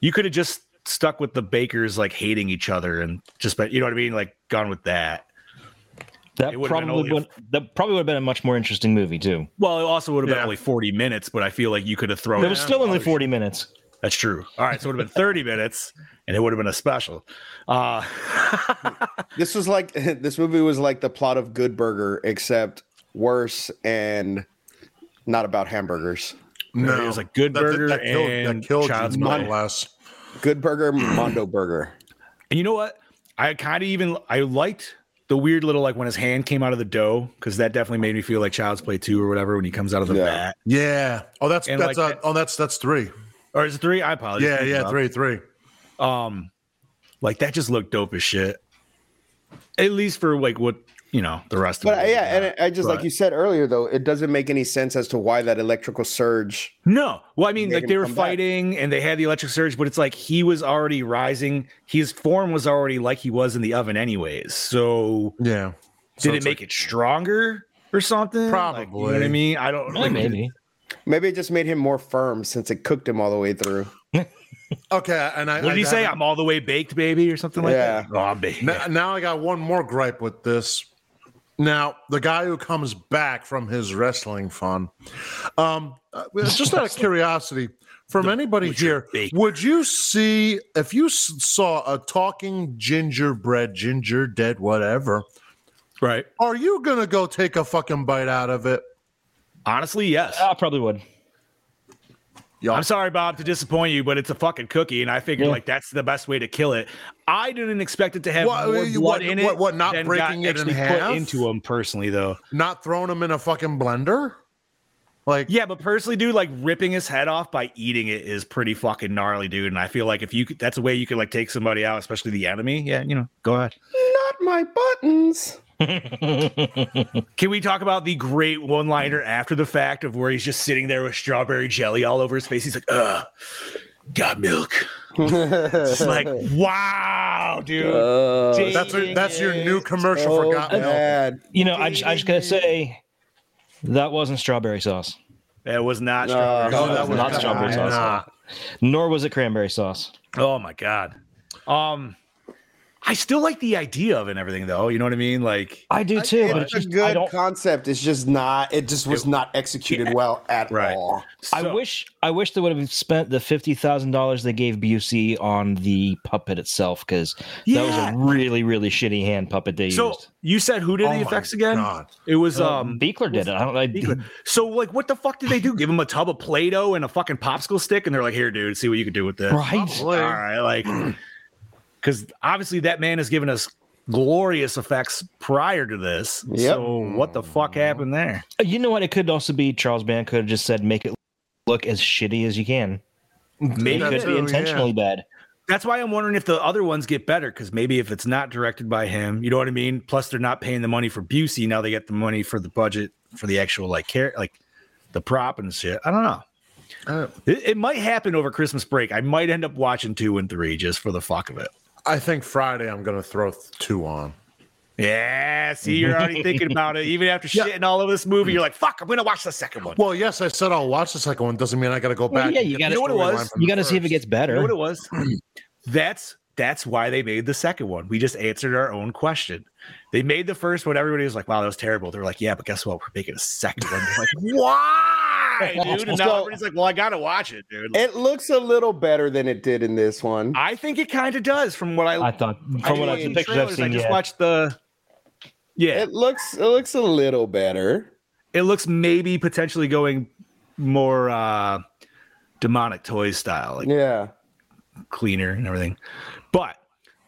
you could have just stuck with the bakers like hating each other and just but you know what I mean, like gone with that. That It would've been probably only- would that probably would have been a much more interesting movie too. Well, it also would have been Yeah. only 40 minutes, but I feel like you could have thrown It was still only forty minutes. That's true. All right, so it would have been 30 minutes and it would have been a special. Uh This was like this movie was like the plot of Good Burger, except worse and not about hamburgers. No. It was a good burger and child's you, more or play. less. Good Burger, Mondo Burger. and you know what? I kind of even I liked the weird little like when his hand came out of the dough cuz that definitely made me feel like Child's Play 2 or whatever when he comes out of the Yeah. bat. Yeah. Oh, that's And that's like uh, that- oh that's that's three. Or is it 3? I apologize. Yeah, yeah, three, three. Um like that just looked dope as shit. At least for like what, you know, the rest of But it. I- yeah, and I just like But- you said earlier, though, it doesn't make any sense as to why that electrical surge No. Well, I mean, Made like him they were come back. fighting and they had the electric surge, but it's like he was already rising. His form was already like he was in the oven, anyways. So Yeah. So did it it's make it stronger or something? Like, you know what I Probably. mean? I don't like, Maybe. Maybe it just made him more firm since it cooked him all the way through. like- okay, and I What did I he say? haven't- I'm all the way baked, baby, or something like Yeah. that. Oh, I'm baked. now, now I got one more gripe with this. Now, the guy who comes back from his wrestling fun. Um uh, just out of curiosity, from anybody here, Baker. would you see if you s- saw a talking gingerbread, ginger dead, whatever, Right. are you gonna go take a fucking bite out of it? Honestly, yes. Oh. I probably would. I'm sorry, Bob, to disappoint you, but it's a fucking cookie, and I figured Yeah. like that's the best way to kill it. I didn't expect it to have What- more you- blood what- in it. what- what, not than breaking got it in actually half? Put into him personally, though. Not throwing him in a fucking blender? Like Yeah, but personally, dude, like ripping his head off by eating it is pretty fucking gnarly, dude. And I feel like if you could, that's a way you could like take somebody out, especially the enemy. Yeah, you know, go ahead. Not my buttons. Can we talk about the great one liner after the fact of where he's just sitting there with strawberry jelly all over his face? He's like, uh, got milk. it's like, wow, dude. Uh, that's your, that's your new commercial Oh, for Got Milk. bad. You know, I, just- I just gotta say, that wasn't strawberry sauce, That was not No, no, strawberry. jelly. that was not strawberry sauce. Nah. nor was it cranberry sauce. Oh my god. Oh, Um I still like the idea of it and everything, though. You know what I mean? Like, I do too, but it's It's a just, I good don't. concept. It's just not. It just was not executed well at Right. all. I So- wish I wish they would have spent the fifty thousand dollars they gave Busey on the puppet itself because that was Yeah. a really really shitty hand puppet they So used. Oh, you said who did the effects again? Oh God. It was Um, um. Beekler did it. I don't. I, Beekler. So like, what the fuck did they do? Give him a tub of Play-Doh and a fucking popsicle stick, and they're like, "Here, dude, see what you can do with this." right. All right, like, because obviously that man has given us glorious effects prior to this. So what the fuck happened there? You know what? It could also be Charles Band could have just said make it look as shitty as you can. Maybe it That could too, be yeah. intentionally bad. That's why I'm wondering if the other ones get better because maybe if it's not directed by him, you know what I mean. Plus, they're not paying the money for Busey now; they get the money for the budget for the actual like care, like the prop and shit. I don't know. It, it might happen over Christmas break. I might end up watching two and three just for the fuck of it. I think Friday I'm gonna throw th- two on. Yeah, see, you're already thinking about it. Even after shitting all over this movie, you're like, "Fuck, I'm gonna watch the second one." Well, yes, I said I'll watch the second one. Doesn't mean I got to go back. Well, yeah, and you got get the to. know what it storyline was? from You the got to see if it first. gets You better. know what it was? that's that's why they made the second one. We just answered our own question. They made the first one. Everybody was like, "Wow, that was terrible." They're like, "Yeah, but guess what? We're making a second one." They're like, why, dude? And now So- everybody's like, "Well, I gotta watch it, dude." Like, It looks a little better than it did in this one. I think it kind of does, from what I, I thought I from what I, mean, the pictures I've trailers, I seen. just Yeah. watched the. Yeah, It looks. It looks a little better. it looks maybe potentially going more uh demonic toy style, like Yeah. cleaner and everything. But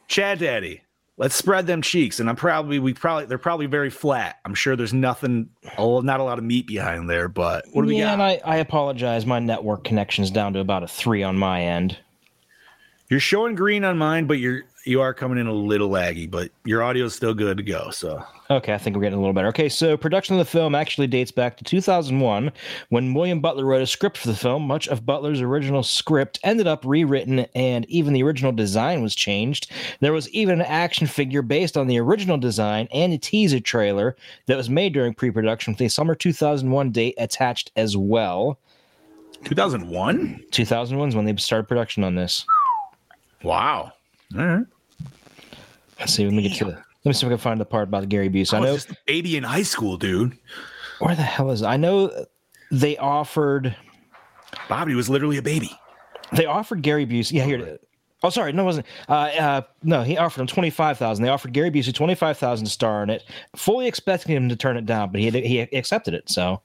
Chad Daddy, let's spread them cheeks. And I'm probably we probably they're probably very flat. I'm sure there's nothing oh, not a lot of meat behind there, but what do we yeah, got? and I, I apologize. My network connection's down to about a three on my end. You're showing green on mine, but you're you are coming in a little laggy, but your audio's still good to go. So Okay, I think we're getting a little better. Okay, so production of the film actually dates back to 2001 when William Butler wrote a script for the film. Much of Butler's original script ended up rewritten, and even the original design was changed. There was even an action figure based on the original design and a teaser trailer that was made during pre production with a summer 2001 date attached as well. 2001? 2001 is when they started production on this. Wow. All right. Let's see, let me get to the. Let me see if I can find the part about Gary Busey. I I know was just a baby in high school, dude. where the hell is I know they offered Bobby was literally a baby. They offered Gary Busey. Yeah, here it is. Oh, sorry, no, it wasn't. Uh, uh, no, he offered him twenty five thousand. They offered Gary Busey twenty five thousand to star in it, fully expecting him to turn it down, but he he accepted it. So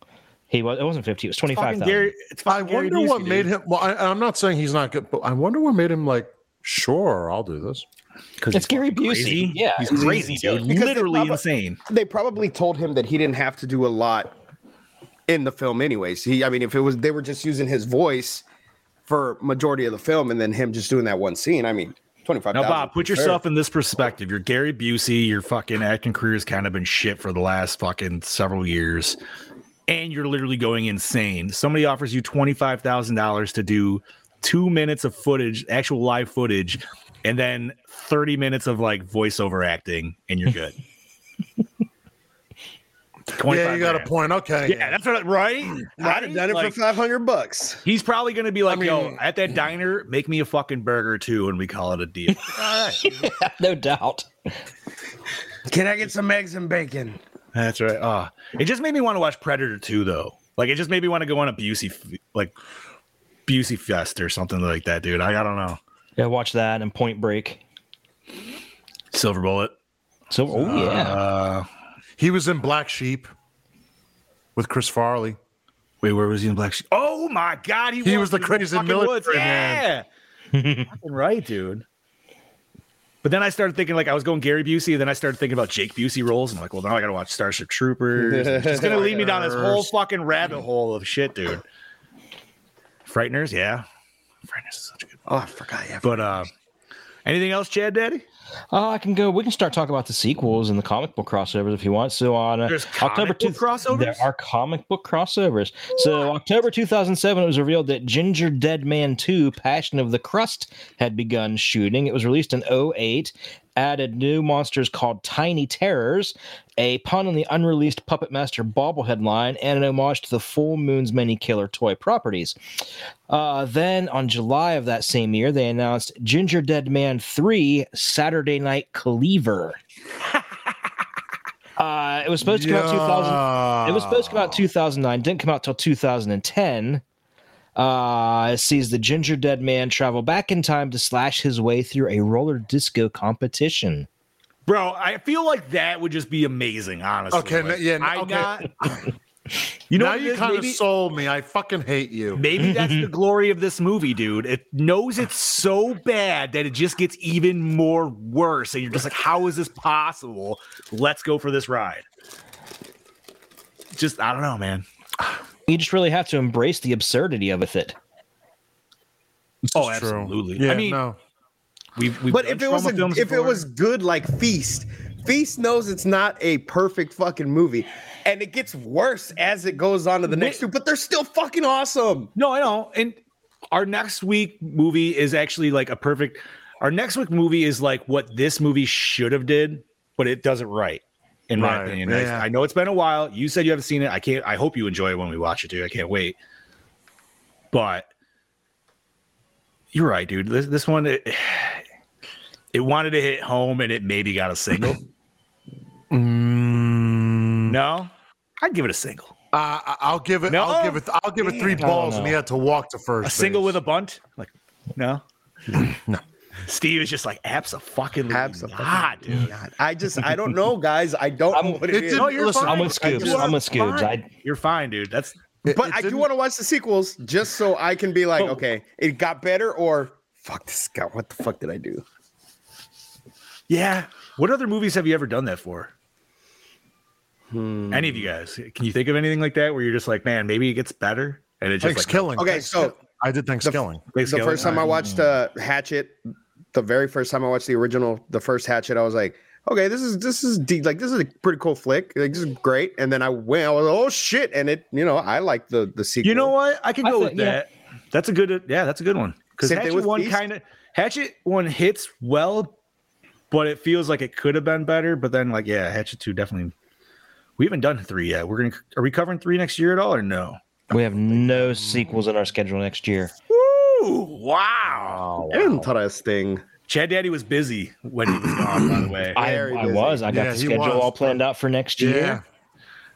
he was it wasn't fifty, it was twenty five Fucking thousand. Gary, it's I fucking Gary wonder what Busey, made dude. him. Well, I, I'm not saying he's not good, but I wonder what made him like. Sure, I'll do this. 'Cause It's he's Gary Busey. crazy. Yeah, he's crazy, dude. Because Literally they prob- insane. They probably told him that he didn't have to do a lot in the film, anyways. He. I mean, if it was, they were just using his voice for majority of the film, and then him just doing that one scene. I mean, twenty five. Now, Bob, put yourself in this perspective. You're Gary Busey. Your fucking acting career has kind of been shit for the last fucking several years, and you're literally going insane. Somebody offers you twenty five thousand dollars to do two minutes of footage, actual live footage, and then thirty minutes of like voiceover acting, and you're good. Yeah, 25 you got a grand. point. Okay. Yeah, that's what, right? I'd have done it Like- for five hundred bucks. He's probably going to be like, yo, at that diner, make me a fucking burger too, and we call it a deal. no doubt. Can I get some eggs and bacon? That's right. Ah, it just made me want to watch Predator 2, though. Like, it just made me want to go on a Busey, f- like, Busey Fest or something like that, dude. I, I don't know. Yeah, watch that and Point Break. Silver Bullet. So, oh yeah, Uh, He was in Black Sheep with Chris Farley. wait, where was he in Black Sheep? Oh my God, he, He walked was the through crazy fucking military woods. man. Yeah, Fucking right, dude. But then I started thinking, like, I was going Gary Busey, then I started thinking about Jake Busey roles. and I'm like, well, now I got to watch Starship Troopers. It's going to lead me down this whole fucking rabbit hole of shit, dude. Frighteners, yeah. Frighteners is such a good Oh, I forgot. Yeah. But uh, anything else, Chad Daddy? oh, I can go. We can start talking about the sequels and the comic book crossovers if you want. So on uh, There's comic October book two crossovers? there are comic book crossovers. So October 2007, it was revealed that Ginger Dead Man 2: Passion of the Crust had begun shooting. It was released in 08 added new monsters called Tiny Terrors, a pun on the unreleased Puppet Master bobblehead line, and an homage to the Full Moon's many killer toy properties. Uh, then on July of that same year, they announced Ginger Dead Man 3 Saturday Night Cleaver. Uh, it was supposed to come out 2000. It was supposed to come out 2009. Didn't come out till 2010. Uh, it sees the ginger dead man travel back in time to slash his way through a roller disco competition. Bro, I feel like that would just be amazing, honestly. Okay, Like, yeah, no, I okay. got. You know, now what it you is? kind of Maybe- sold me. I fucking hate you. Maybe that's the glory of this movie, dude. It knows it's so bad that it just gets even more worse. And you're just like, how is this possible? Let's go for this ride. Just, I don't know, man. You just really have to embrace the absurdity of it. Oh, It's true. absolutely. Yeah, I mean, no. we've, we've But done if it was trauma a, films if it before. was good like Feast, Feast knows it's not a perfect fucking movie, and it gets worse as it goes on to the next two. But they're still fucking awesome. No, I know. And our next week movie is actually like a perfect. Our next week movie is like what this movie should have did, but it does it right, in my Right, opinion. yeah. I, I know it's been a while. You said you haven't seen it. I can't. I hope you enjoy it when we watch it, dude. I can't wait. But you're right, dude. This this one, it, it wanted to hit home, and it maybe got a single. Mm. No, I'd give it a single. Uh, I- I'll give it. No. I'll give it. I'll give it three balls, and he had to walk to first. a single base. with a bunt? Like, no. Steve is just like abs a fucking God, dude. I just I don't know, guys. I don't know what it it is. didn't- you're listen, fine. I'm with I Scoobs. just- I'm with Scoobs. Fine. I, You're fine, dude. That's It- But it I do didn't- want to watch the sequels just so I can be like, okay, it got better, or fuck this guy. What the fuck did I do? yeah. What other movies have you ever done that for? Any of you guys? Can you think of anything like that where you're just like, man, maybe it gets better and it just Thanks like, killing. Okay, Thanks so- Kill- I did thanks the- killing. Thanks the killing. first time I watched uh, Hatchet, the very first time I watched the original, the first Hatchet, I was like, okay, this is this is deep, like this is a pretty cool flick, like this is great. And then I went, I was like, oh shit, and it, you know, I like the the sequel. You know what? I can I go think- with that. That's a good. Yeah, that's a good one. Because Same thing Hatchet with one Beast. kind of Hatchet one hits well, but it feels like it could have been better. But then, like, yeah, Hatchet two definitely. We haven't done three yet. We're gonna are we covering three next year at all or no? we have no sequels in our schedule next year. Woo! Wow. Interesting. Chad Daddy was busy when he was gone. By the way, I, Very I busy. was. I got Yeah, the he schedule was. all planned out for next Yeah. year.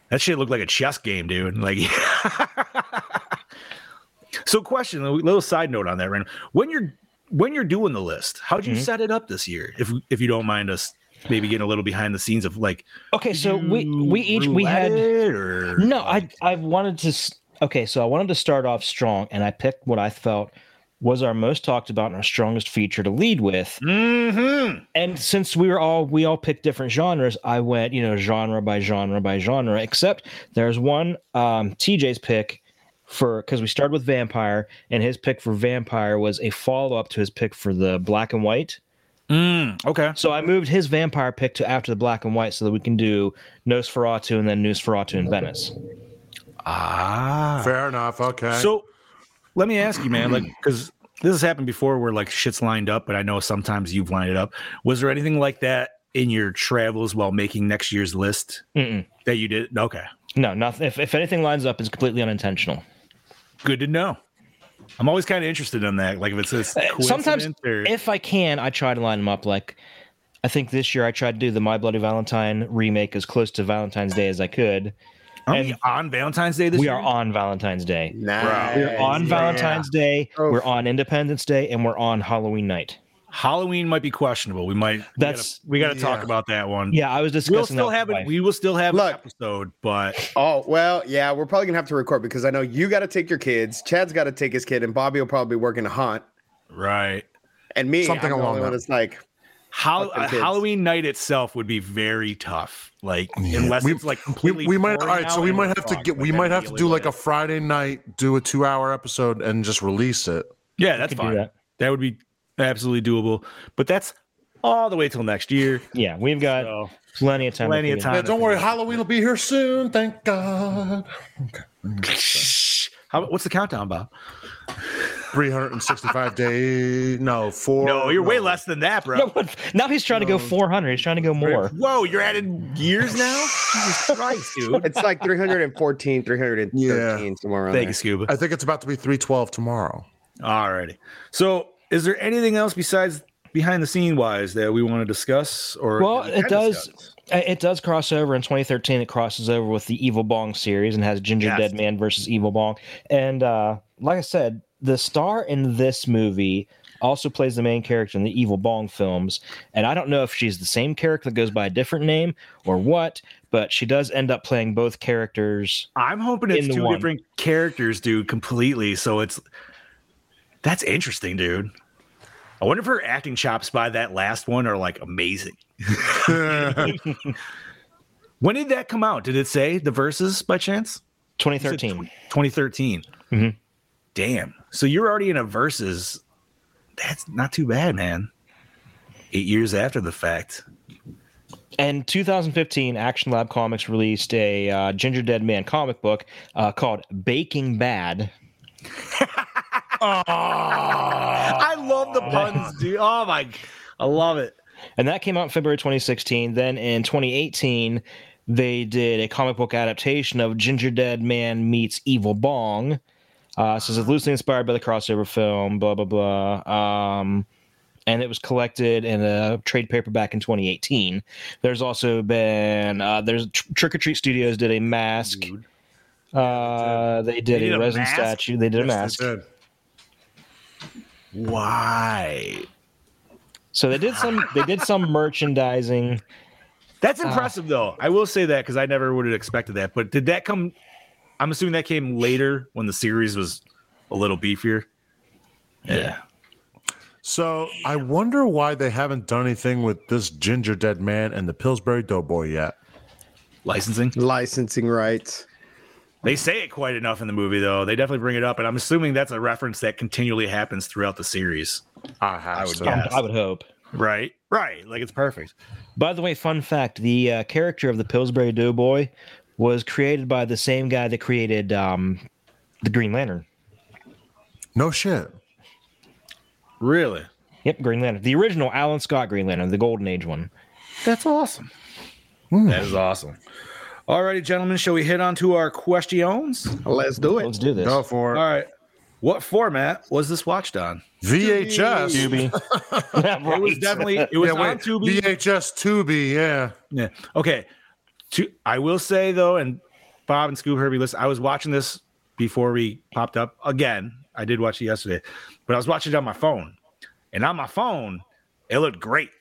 That shit looked like a chess game, dude. Like, so question. A little side note on that, random. When you're when you're doing the list, how'd Mm-hmm. you set it up this year? If if you don't mind us, maybe getting a little behind the scenes of like. Okay, so we we each we had. roulette it or No, I I wanted to. s- Okay, so I wanted to start off strong, and I picked what I felt was our most talked about and our strongest feature to lead with. Mm-hmm. And since we were all we all picked different genres, I went you know genre by genre by genre. Except there's one um, TJ's pick for because we started with vampire, and his pick for vampire was a follow up to his pick for the black and white. Mm, okay. So I moved his vampire pick to after the black and white so that we can do Nosferatu and then Nosferatu in Venice. Ah. Fair enough. Okay. So let me ask you, man, like, because this has happened before where like shit's lined up, but I know sometimes you've lined it up. Was there anything like that in your travels while making next year's list Mm-mm. that you did? Okay. No, nothing. If, if anything lines up, it's completely unintentional. Good to know. I'm always kind of interested in that. Like, if it's this Uh, Sometimes, coincidence or- if I can, I try to line them up. Like, I think this year I tried to do the My Bloody Valentine remake as close to Valentine's Day as I could. Aren't we on Valentine's Day this We year? are on Valentine's Day. Nah. We're on Valentine's Day. Oh. We're on Independence Day, and we're on Halloween night. Halloween might be questionable. We might. That's- we got to talk about that one. Yeah, I was We'll discussing. still that have with my it. wife. We will still have an Look. episode, but Oh well, yeah, we're probably gonna have to record because I know you got to take your kids, Chad's got to take his kid, and Bobby will probably be working a hunt, right. and me. Something I'm the along only one that. that's like, Hall- Fucking uh, kids. Halloween night itself would be very tough. Like unless We- it's like we, completely. we might. All pouring right. So out we and might we're have to fucked, get. like, We that'd might be have to really do like bad. a Friday night, do a two-hour episode, and just release it. Yeah, that's could do fine. That. that. would be absolutely doable. But that's all the way till next year. yeah, we've got So plenty of time. plenty if of we- time. Yeah, don't worry. Halloween will be here soon. Thank God. How, what's the countdown, Bob? 365 days. No, four. No, you're way less than that, bro. No, what- now he's trying to Um, go 400. He's trying to go more. Whoa, you're adding years now? Jesus Christ, dude. It's like 314, 313, Yeah. somewhere around Thank there. you, Scuba. I think it's about to be 312 tomorrow. Alrighty. So, is there anything else besides behind the scene wise that we want to discuss? Or Well, that we it can does- discuss? Uh, It does cross over in 2013. It crosses over with the Evil Bong series and has Ginger Yes. Dead Man versus Evil Bong. And uh, like I said, the star in this movie also plays the main character in the Evil Bong films. And I don't know if she's the same character that goes by a different name or what, but she does end up playing both characters. I'm hoping in it's the two one. different characters, dude, completely. So it's that's interesting, dude. I wonder if her acting chops by that last one are like amazing. when did that come out? Did it say the verses by chance? 2013. 2013. Mhm. Damn. So you're already in a versus. That's not too bad, man. Eight years after the fact. In 2015, Action Lab Comics released a uh, Ginger Dead Man comic book uh, called Baking Bad. I love the puns, dude. Oh my, I love it. And that came out in February 2016. Then in 2018, they did a comic book adaptation of Ginger Dead Man Meets Evil Bong. Uh, so it's loosely inspired by the crossover film, blah, blah, blah. Um, and it was collected in a trade paperback in 2018. There's also been, uh, there's Tr- Trick or Treat Studios did a mask. Uh, they did, They did a, a resin mask? statue. They did a mask. Yes, they did. Why? So they did some. They did some merchandising. That's impressive, though. I will say that because I never would have expected that. But did that come? I'm assuming that came later when the series was a little beefier. Yeah. So I wonder why they haven't done anything with this ginger dead man and the Pillsbury Doughboy yet. Licensing. Licensing rights. They say it quite enough in the movie, though. They definitely bring it up, and I'm assuming that's a reference that continually happens throughout the series, I have would to. guess. I would hope. right? Right. Like it's perfect. By the way, fun fact: the uh, character of the Pillsbury Doughboy was created by the same guy that created um, the Green Lantern. No shit. Really? Yep, Green Lantern. The original Alan Scott Green Lantern, the Golden Age one. That's awesome. That is awesome. All righty, gentlemen, shall we hit on to our questions? Let's do it. Let's do this. Go for All it. right. What format was this watched on? VHS. Tubi. Yeah, It was right. definitely it was Yeah, on wait. Tubi. VHS Tubi. Yeah. Yeah. Okay. To, I will say though, and Bob and Scoob Herbie, listen, I was watching this before we popped up again. I did watch it yesterday, but I was watching it on my phone, and on my phone, it looked great.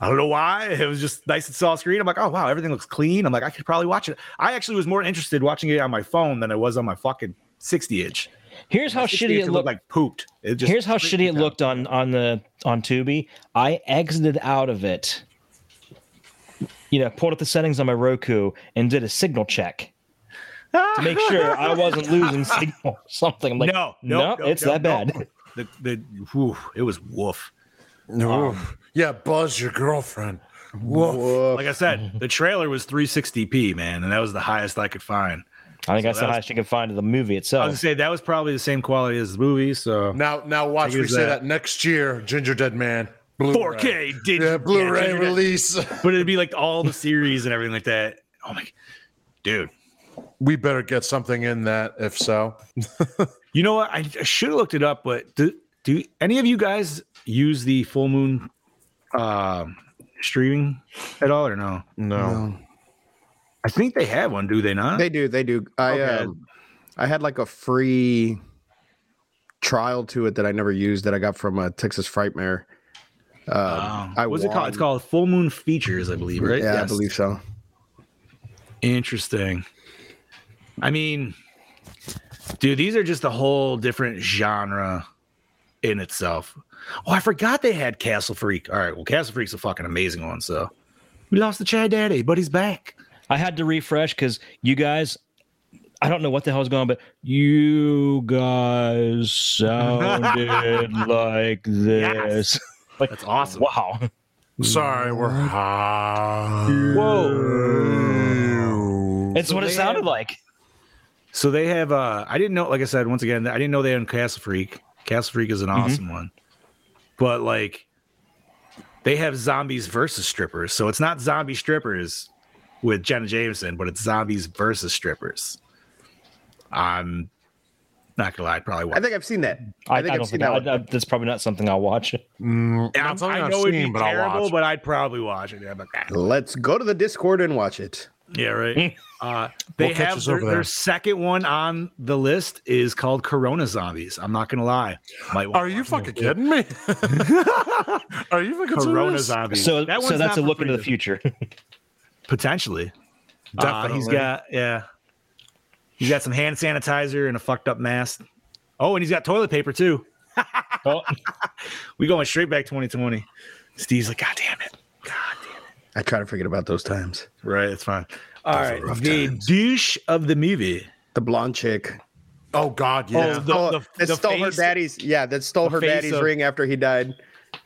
I don't know why. It was just nice and soft screen. I'm like, oh wow, everything looks clean. I'm like, I could probably watch it. I actually was more interested watching it on my phone than I was on my fucking 60 inch. Here's how 60 shitty inch it looked. like pooped. It just Here's how shitty it looked on on the on Tubi. I exited out of it. You know, pulled up the settings on my Roku and did a signal check to make sure I wasn't losing signal or something. I'm like, no, no, no, no, it's no, that no. bad. The the whew, it was woof. Oof. yeah. Buzz your girlfriend. Like I said, the trailer was 360p, man, and that was the highest I could find. I think that's the that was- highest you can find of the movie I was gonna itself. say that was probably the same quality as the movie, so Now, now watch. Think We it's say that. that next year. Ginger Dead Man. Blu-ray. 4K did Yeah, yeah, Blu-ray did- release. but it'd be like all the series and everything like that. Oh my, dude, we better get something in that. If so, you know what? I, I should have looked it up, but do do any of you guys use the Full Moon um, streaming at all or no? no. I think they have one, do they not? They do. They do. I Okay. um, I had like a free trial to it that I never used that I got from a Texas Frightmare. Um, Oh. I What's it called? It's won. called Full Moon Features, I believe, right? Yeah, I Yes. believe so. Interesting. I mean, dude, these are just a whole different genre in itself. Oh, I forgot they had Castle Freak. All right, well, Castle Freak's a fucking amazing one. So we lost the Chad Daddy, but he's back. I had to refresh because you guys, I don't know what the hell was going on, but you guys sounded like this. Like, That's awesome. Wow. Sorry, we're high. Whoa. It's what it they sounded had- like. So they have. uh I didn't know. Like I said, once again, I didn't know they had Castle Freak. Castle Freak is an Mm-hmm. awesome one, but like they have zombies versus strippers. So it's not zombie strippers with Jenna Jameson, but it's zombies versus strippers. I'm not gonna lie, I probably I watch. think I've seen that. I, I think I've don't seen think that I, one. I, that's probably not something I'll watch. I'm- Mm, not something I I've know it'd be seen, but I'll terrible, watch. but I'd probably watch it. Yeah, but, ah. Let's go to the Discord and watch it. Yeah, right. Uh, they We'll catch have us their, over their there. second one on the list is called Corona Zombies. I'm not gonna lie. Might wanna Are you watch it. fucking kidding me? Are you fucking Corona serious? Zombies? So, That so one's that's not a for look free, into the though. future. potentially. Uh, he's Definitely. got yeah. He's got some hand sanitizer and a fucked up mask. Oh, and he's got toilet paper too. Oh. We going straight back 2020. Steve's like, God damn it. God damn it. I try to forget about those times. Right, it's fine. All Those right, were rough the times. douche of the movie. The blonde chick. Oh God, yeah, the- Oh, the- that the stole face- her daddy's. Yeah, that stole the her face daddy's of- ring after he died.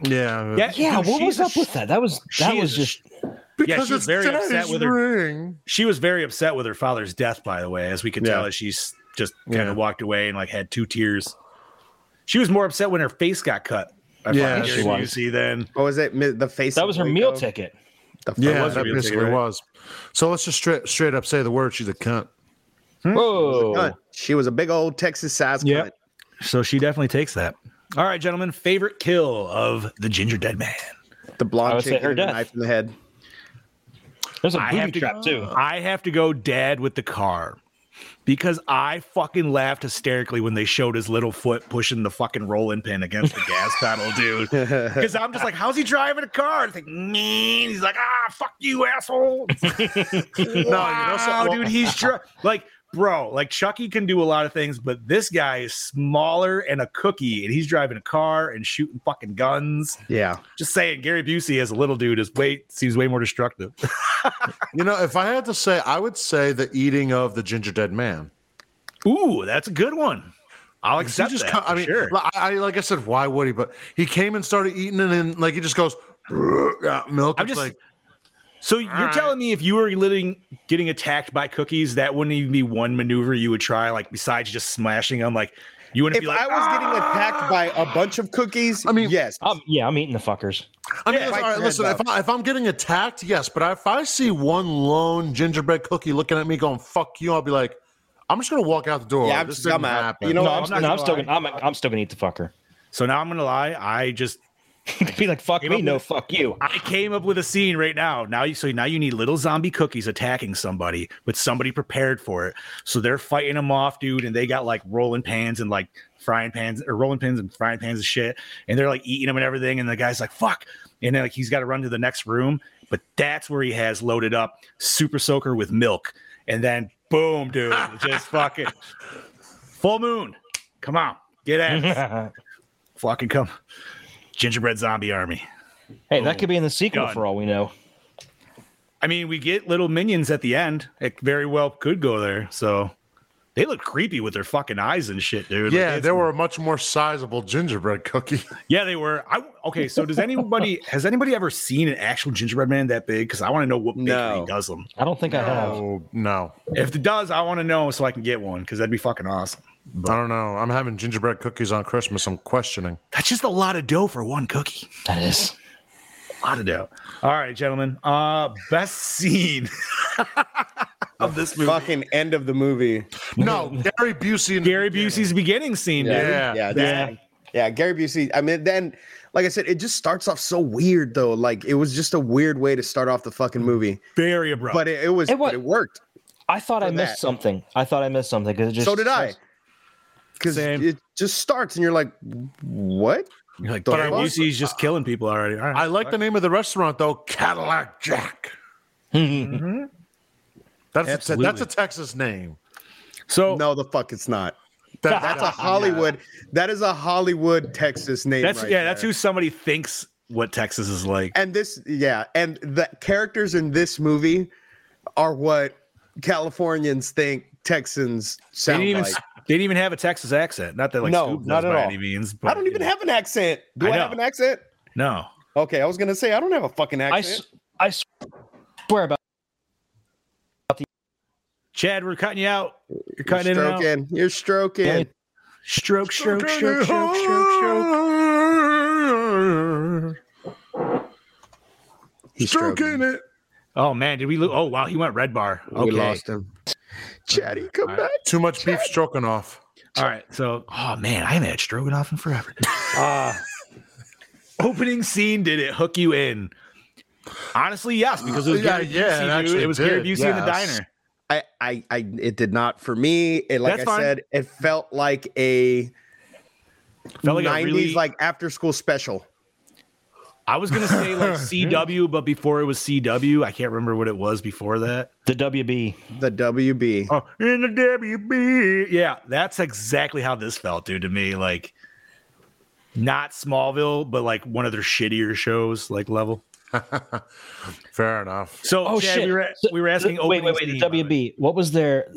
yeah, That- Yeah, dude, Oh, what she's was a up with that? That was that she was is a just yeah, Because she was it's very upset Daddy's with her- ring. she was very upset with her father's death, by the way, as we could Yeah. tell as she's just kind Yeah. of walked away and like had two tears. She was more upset when her face got cut. I Yeah, find she she was. see then. What was it? Mi- The face. that of was her Waco? meal ticket. The Yeah, was a that real ticket, basically right? was. So let's just straight straight up say the word. She's a cunt. Hmm? Whoa, cunt. She was a big old Texas size Yep. cunt. So she definitely takes that. All right, gentlemen, favorite kill of the ginger dead man. The I blonde would say chick her with the death. knife in the head. there's a I have booby to- trap too. I have to go dad with the car because I fucking laughed hysterically when they showed his little foot pushing the fucking rolling pin against the gas pedal, dude. Because I'm just like, how's he driving a car? It's like, man, he's like, ah, fuck you, asshole. wow, dude, he's dri- like, bro, like Chucky can do a lot of things, but this guy is smaller and a cookie, and he's driving a car and shooting fucking guns. Yeah. Just saying, Gary Busey as a little dude is way seems way more destructive. You know, if I had to say, I would say the eating of the ginger dead man. Ooh, that's a good one. I'll Like, he accept just that. co- I for mean, sure. li- I, I- like I said, why would he? But he came and started eating, and then like he just goes "Ugh," milk. I'm It's just like so you're telling me if you were living, getting attacked by cookies, that wouldn't even be one maneuver you would try, like besides just smashing them. Like you wouldn't If be like, "Ah." I was getting attacked by a bunch of cookies, I I mean- mean, yes. Um, yeah, I'm eating the fuckers. I mean, Yeah, bite listen, all right, your listen. heads If, I, if I'm getting attacked, yes, but if I see one lone gingerbread cookie looking at me going "fuck you," I'll be like, I'm just gonna walk out the door. Yeah, I'm This just- I'm didn't out. happen. You know No, No, I'm, I'm not no, I'm gonna still lie. gonna I'm, I'm still gonna eat the fucker. so now I'm gonna lie. I just Be like, fuck Came me, up no, with- fuck you. I came up with a scene right now. Now you so now you need little zombie cookies attacking somebody, but somebody prepared for it. So they're fighting them off, dude, and they got like rolling pans and like frying pans or rolling pins and frying pans and shit. And they're like eating them and everything. And the guy's like, fuck. And then like he's got to run to the next room. But that's where he has loaded up super soaker with milk. And then boom, dude. Just fucking full moon. Come on. Get at it. hey, fucking come. Gingerbread zombie army. that could be in the sequel God. for all we know. I mean, we get little minions at the end. It very well could go there. So they look creepy with their fucking eyes and shit, dude. Like, yeah, it's- they were a much more sizable gingerbread cookie. Yeah, they were. I, okay, so does anybody has anybody ever seen an actual gingerbread man that big? Because I want to know what bakery No. does them. I don't think I have. Oh no, If it does, I want to know so I can get one because that'd be fucking awesome. I don't know. I'm having gingerbread cookies on Christmas. I'm questioning. That's just a lot of dough for one cookie. That is. A lot of dough. All right, gentlemen. Uh, best scene of this movie. Fucking end of the movie. No, Gary Busey. And Gary Busey's beginning scene, dude. Yeah. Yeah. that's- Yeah. Yeah. Gary Busey. I mean, then, like I said, it just starts off so weird, though. Like, it was just a weird way to start off the fucking movie, Very abrupt. but it, it was, It wa- but it worked. I thought I For missed that. something. I thought I missed something because just So did I. Because Same. it just starts and you're like, what? You're like, The Gary fuck? Busey's just killing people already. All right. I like the name of the restaurant though, Cadillac Jack. Mm-hmm. That's a te- that's a Absolutely. Texas name. so No, the fuck, it's not. That- That's a Hollywood. That is a Hollywood, Texas name. that's right yeah, that's there. who somebody thinks what Texas is like. And this, yeah, and the characters in this movie are what Californians think Texans They sound didn't even like. they didn't even have a Texas accent. Not that like No, Scoop does not at by all. any means. But, I don't even have an accent. Do I I, know. have an accent? no. Okay, I was gonna say I don't have a fucking I, accent. s- I swear about about the Chad, we're cutting you out. You're cutting in and out. stroking. You're stroking. Yeah. Stroke, stroke, stroke, stroke, stroke, stroke. He's stroking. it. Oh man, did we lose? Oh wow, he went red bar. Oh, Okay. We lost him. Chatty, come All right. back. Too much beef stroking off. All right, so oh man, I haven't had stroganoff in forever. Uh, opening scene did it hook you in? Honestly, yes, because it was Yeah, Gary yeah, it Busey, dude. actually it was Gary did, Busey in the yes. diner. I, I, I, it did not for me. It, like That's I fine. said, it felt like a Felt like 90s, a really, like after school special. I was gonna say like CW, but before it was CW, I can't remember what it was before that. The WB. The WB. Oh, in the WB. Yeah, that's exactly how this felt, dude, to me. Like not Smallville, but like one of their shittier shows, like level. Fair enough. So Oh Chad, shit. we were So- we were asking Wait, wait, opening wait. The scene. WB. What was their?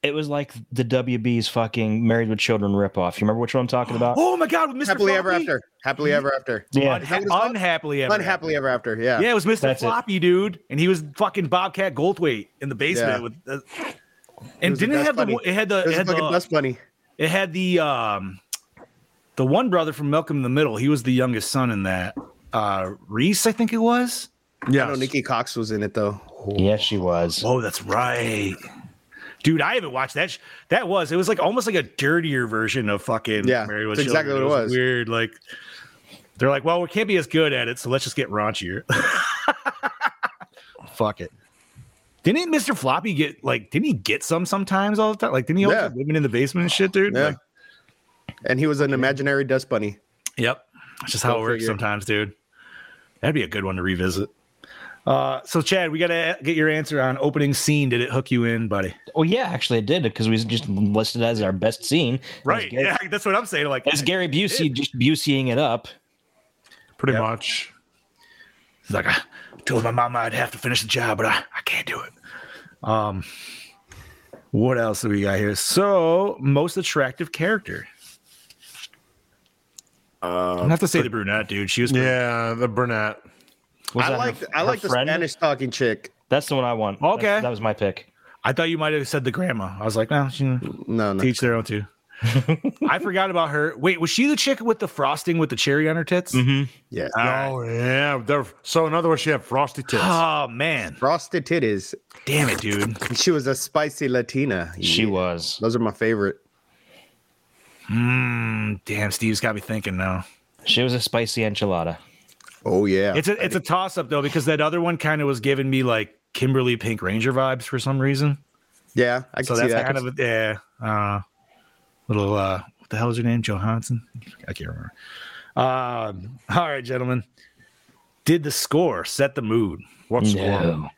It was like the WB's fucking Married with Children ripoff. You remember which one I'm talking about? Oh my god, with Mr. Happily ever Floppy? after. Happily ever after. yeah. Unha- called? unhappily ever. Unhappily ever after. Yeah. After. Yeah, it was Mr. That's it. Floppy, dude, and he was fucking Bobcat Goldthwait in the Yeah. basement with. The, and was a didn't it dust have the bunny. one- it had the It it was a had fucking the, dust bunny. it had the um the one brother from Malcolm in the Middle. He was the youngest son in that. Uh Reese, I think it was. I know Yes. Nikki Cox was in it though. Yes, she was. Oh, that's right. Dude, I haven't watched that. Sh- that was it was like almost like a dirtier version of fucking Yeah, Married with that's exactly Children. what it was. Weird, like they're like, well, we can't be as good at it, so let's just get raunchier. Fuck it. Didn't Mr. Floppy get like? Didn't he get some sometimes all the time? Like, didn't he always Yeah. have women in the basement and shit, dude? Yeah. Like, And he was an imaginary dust bunny. Yep. That's just how Go it works figure. sometimes, dude. That'd be a good one to revisit. Uh, so Chad, we gotta get your answer on opening scene. Did it hook you in, buddy? Well, Oh, yeah, actually, it did because we just listed it as our best scene. It was Right. Gary- Yeah, that's what I'm saying. Like It's Gary Busey just Buseying it up. Pretty Yep. much. He's like, I told my mama I'd have to finish the job, but I, I can't do it. Um what else do we got here? So most attractive character. Uh, I have to say the brunette, dude. She was pretty- Yeah, the brunette. Was I that her- like I her like the friend? Spanish talking chick. That's the one I want. That's- Okay. that was my pick. I thought you might have said the grandma. I was like, no, she, No, no. Teach their own too. I forgot about her. Wait, was she the chick with the frosting with the cherry on her tits? Yeah. All right. Oh yeah. They're, so in other words, she had frosty tits. Oh man, Frosted titties. damn it, dude. She was a spicy Latina. She Yeah. was. Those are my favorite. Mm, damn, Steve's got me thinking now. She was a spicy enchilada. Oh yeah. It's a it's a toss up though because that other one kind of was giving me like Kimberly Pink Ranger vibes for some reason. yeah, I can So see that's that. kind of a, yeah, uh, little uh, what the hell is her name? Johansson? I can't remember. Um, all right, gentlemen. Did the score set the mood? What's wrong? No.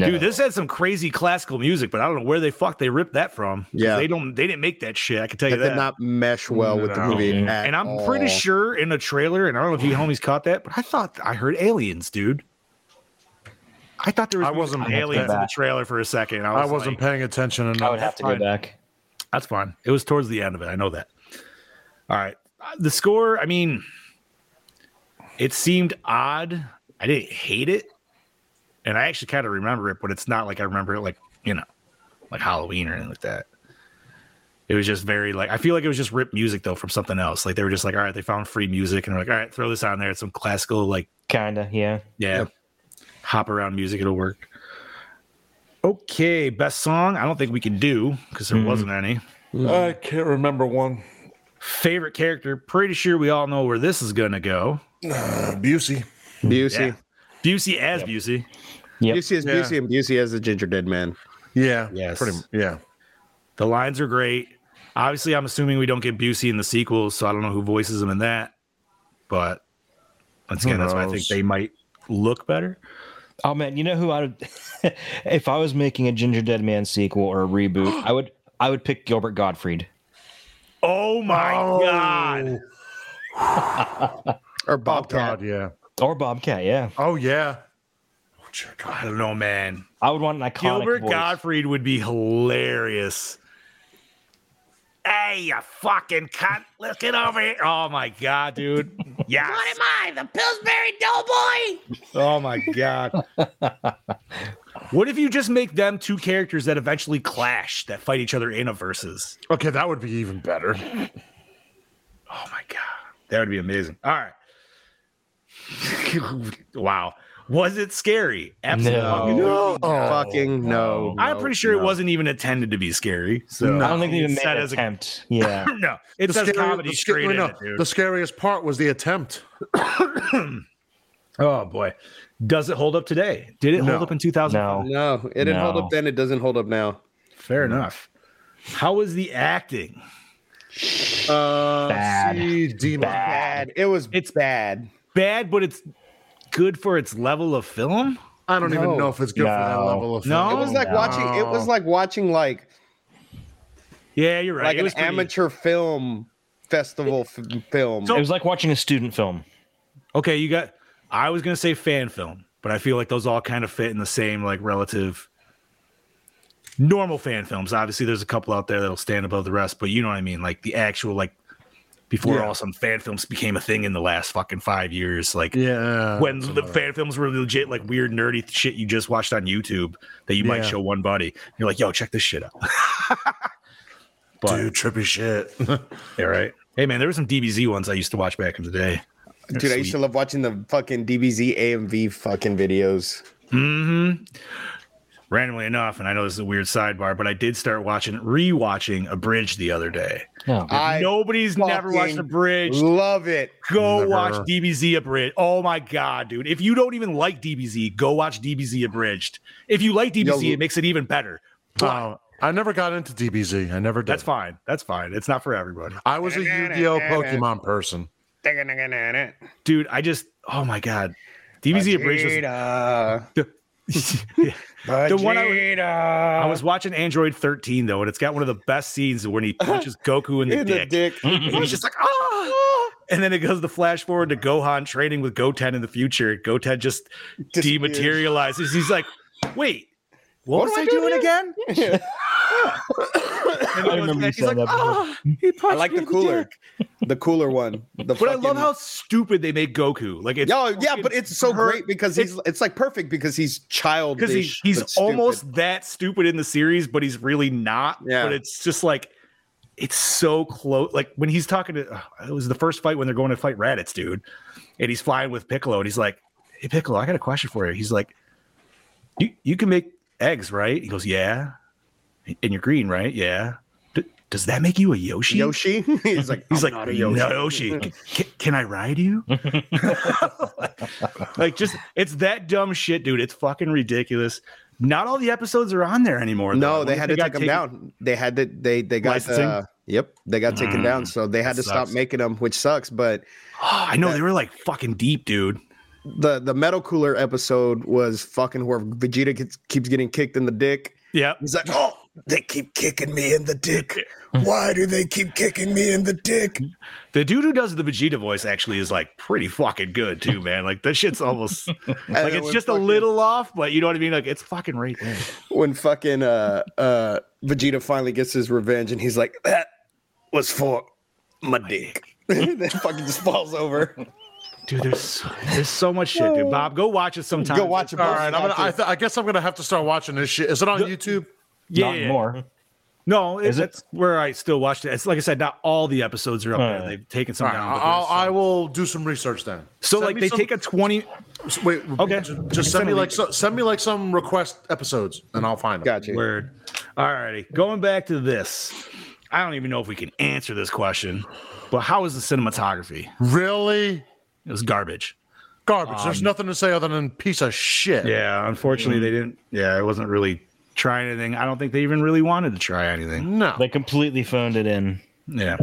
No. Dude, this had some crazy classical music, but I don't know where they fuck they ripped that from. 'Cause Yeah. they don't. They didn't make that shit. I can tell that you that. did not mesh well with the No. movie. Mhm. at and I'm pretty all. sure in a trailer, and I don't know if you homies caught that, but I thought I heard aliens, dude. I thought there was I wasn't gonna be paying aliens in the back. trailer for a second. I, I was wasn't like, paying attention enough. I would have to go fine. back. That's fine. It was towards the end of it. I know that. All right. Uh, The score, I mean, it seemed odd. I didn't hate it. And I actually kind of remember it, but it's not like I remember it like, you know, like Halloween or anything like that. It was just very like I feel like it was just ripped music though from something else. Like they were just like, all right, they found free music and they're like, all right, throw this on there. It's some classical like Kinda, yeah. yeah. Hop around music, it'll work. Okay, best song. I don't think we can do because there wasn't any. I can't remember one. Favorite character. Pretty sure we all know where this is gonna go. Busey. Busey. Yeah. Busey as Busey. Yep. Busey is Yeah. Busey, and Busey as the ginger dead man. Yeah. Yes. Pretty. Yeah. The lines are great. Obviously, I'm assuming we don't get Busey in the sequel, so I don't know who voices him in that. But once Who again, that's why I think knows? they might look better. Oh man, you know who I would if I was making a Ginger Dead Man sequel or a reboot, I would I would pick Gilbert Gottfried. Oh my god. Or Oh Bobcat. God. Yeah. Or Bobcat, yeah. Oh yeah. I don't know, man. I would want an iconic Gilbert voice. Gottfried would be hilarious. Hey, you fucking cunt. Let's get over here. Oh my god, dude. Yeah. what am I? The Pillsbury Doughboy? Oh my god. What if you just make them two characters that eventually clash, that fight each other in a versus? Okay, that would be even better. Oh my god, that would be amazing. All right. wow. Was it scary? Absolutely. No. Fucking no. I'm pretty sure it wasn't even intended to be scary. So I don't think they even It's made set an as a- attempt. Yeah. no, it says scary- comedy the sca- straight in no, it, dude. The scariest part was the attempt. Oh boy, does it hold up today? Did it No. hold up in 2000? No. No, it didn't hold No. up then. It doesn't hold up now. Fair enough. How was the acting? Uh, Bad. see, Dima- Ah. Bad. bad. It was It's- it's bad. Bad, but it's good for its level of film. I don't even No. know if it's good for that No. level of No? It film. was like watching. It was like watching like Yeah, you're right. like It an was pretty- amateur film festival f- film. So- It was like watching a student film. Okay, you got. I was gonna say fan film, but I feel like those all kind of fit in the same like relative. Normal fan films. Obviously, there's a couple out there that'll stand above the rest, but you know what I mean. Like the actual like before all of a sudden fan films became a thing in the last fucking five years. Like yeah. when the fan films were legit like weird nerdy shit you just watched on YouTube that you might Yeah. show one buddy. You're like, yo, check this shit out. but dude, trippy shit. yeah, right. Hey man, there were some DBZ ones I used to watch back in the day. Dude, I used sweet. to love watching the fucking DBZ AMV fucking videos. Randomly enough, and I know this is a weird sidebar, but I did start watching rewatching a bridge the other day. No. I Nobody's never watched a fucking bridge. love it. Go Never. watch DBZ abridged. Oh my god, dude! If you don't even like DBZ, go watch DBZ abridged. If you like DBZ, Yo- it makes it even better. Um, I never got into DBZ. I never did. That's fine. That's fine. It's not for everybody. I was a Yu-Gi-Oh Pokemon person. dude i just oh my god dbz abridged was Vegeta. the one I, was- Vegeta. I was watching android 13 though and it's got one of the best scenes when he punches goku in the in dick, the dick. And he's just like ah and then it goes the flash forward to gohan training with goten in the future goten just Disappears. dematerializes he's like wait what, was do I, I do doing here?" again? And he I goes remember you back, he's saying like, that before. "Ah, he I punched like me the in cooler, dick." the cooler one. The but I love fucking- how stupid they make Goku. Like it's Yo, yeah, but it's so her- great because he's it's like perfect because he's childish. because he, but he's stupid. almost that stupid in the series, but he's really not. Yeah. But it's just like it's so close. Like when he's talking to uh, it was the first fight when they're going to fight Raditz, dude, and he's flying with Piccolo, and he's like, "Hey, Piccolo, I got a question for you." He's like, "You you can make eggs, right?" He goes, "Yeah," and you're green, right? Yeah. D- does that make you a Yoshi? Yoshi. he's like He's "I'm like, no, Yoshi, c- c- can I ride you? like, just it's that dumb shit, dude. It's fucking ridiculous. Not all the episodes are on there anymore. though. I No, wonder they if had to got take them taken- down. They had to. They they got. Licensing? Uh, yep, they got taken down. So they had Mm. that to stop sucks. making them, which sucks. But Oh, I know they were like fucking deep, dude. the the metal cooler episode was fucking where Vegeta gets, keeps getting kicked in the dick. Yeah, He's like, oh, they keep kicking me in the dick. Why do they keep kicking me in the dick? the dude who does the Vegeta voice actually is like pretty fucking good too, man. Like that shit's almost like it it's was just a fucking- little off, but you know what I mean. Like it's fucking right there. When fucking uh uh Vegeta finally gets his revenge, and he's like, that was for my dick. then fucking just falls over. Dude, there's so, there's so much shit, dude. Bob, go watch it sometime. Go watch it. All right, I'm gonna, I, th- I guess I'm gonna have to start watching this shit. Is it on YouTube? Yeah, Not yeah, yeah. more. No, Is it? it, that's where I still watched it. It's like I said, not all the episodes are up there. Alright. They've taken some All right, down. but I'll, there's some. I will do some research then. so Send like me they some- take a twenty. Wait, Okay. Just, just send me like so, send me like some request episodes, and I'll find them. Got you. Word. All righty. Going back to this, I don't even know if we can answer this question, but how was the cinematography? Really It was garbage. garbage. There's nothing to say other than piece of shit. Um, Yeah, unfortunately they didn't. Yeah, it wasn't really trying anything. I don't think they even really wanted to try anything. No. They completely phoned it in. Yeah.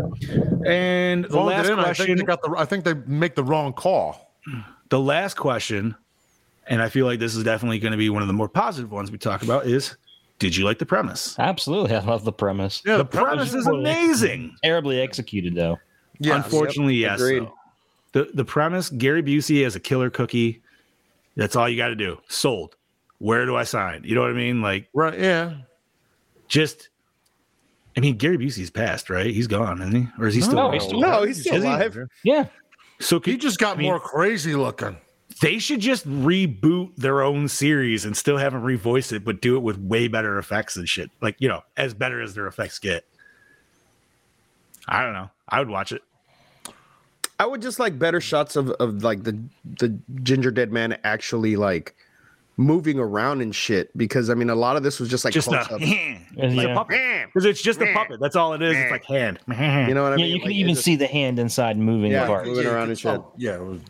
And the Phoned it last in, I think question. they got the. I think they make the wrong call. the last question, and I feel like this is definitely going to be one of the more positive ones we talk about is. Did you like the premise? Absolutely. I love the premise. Yeah, the premise is poorly- amazing. Terribly executed, though. Yeah. Unfortunately, yes. agreed. though. The the premise: Gary Busey as a killer cookie. That's all you got to do. Sold. Where do I sign? You know what I mean? Like Right. Yeah. just. I mean, Gary Busey's passed, right? He's gone, isn't he? Or is he still? No, alive? he's still- No, he's still Is he? alive. Yeah. So could, He just got mean- more crazy looking. They should just reboot their own series and still haven't revoiced it, but do it with way better effects and shit. Like, you know, as better as their effects get. I don't know. I would watch it. I would just like better shots of, of like the the ginger dead man actually like moving around and shit because I mean a lot of this was just like Just uh, close a, up. it's a Yeah. puppet. Because it's just a puppet. That's all it is. It's like hand. You know what I Yeah, mean? you can Like, even it's just see the hand inside moving Yeah. apart. moving around and shit. Yeah, it was-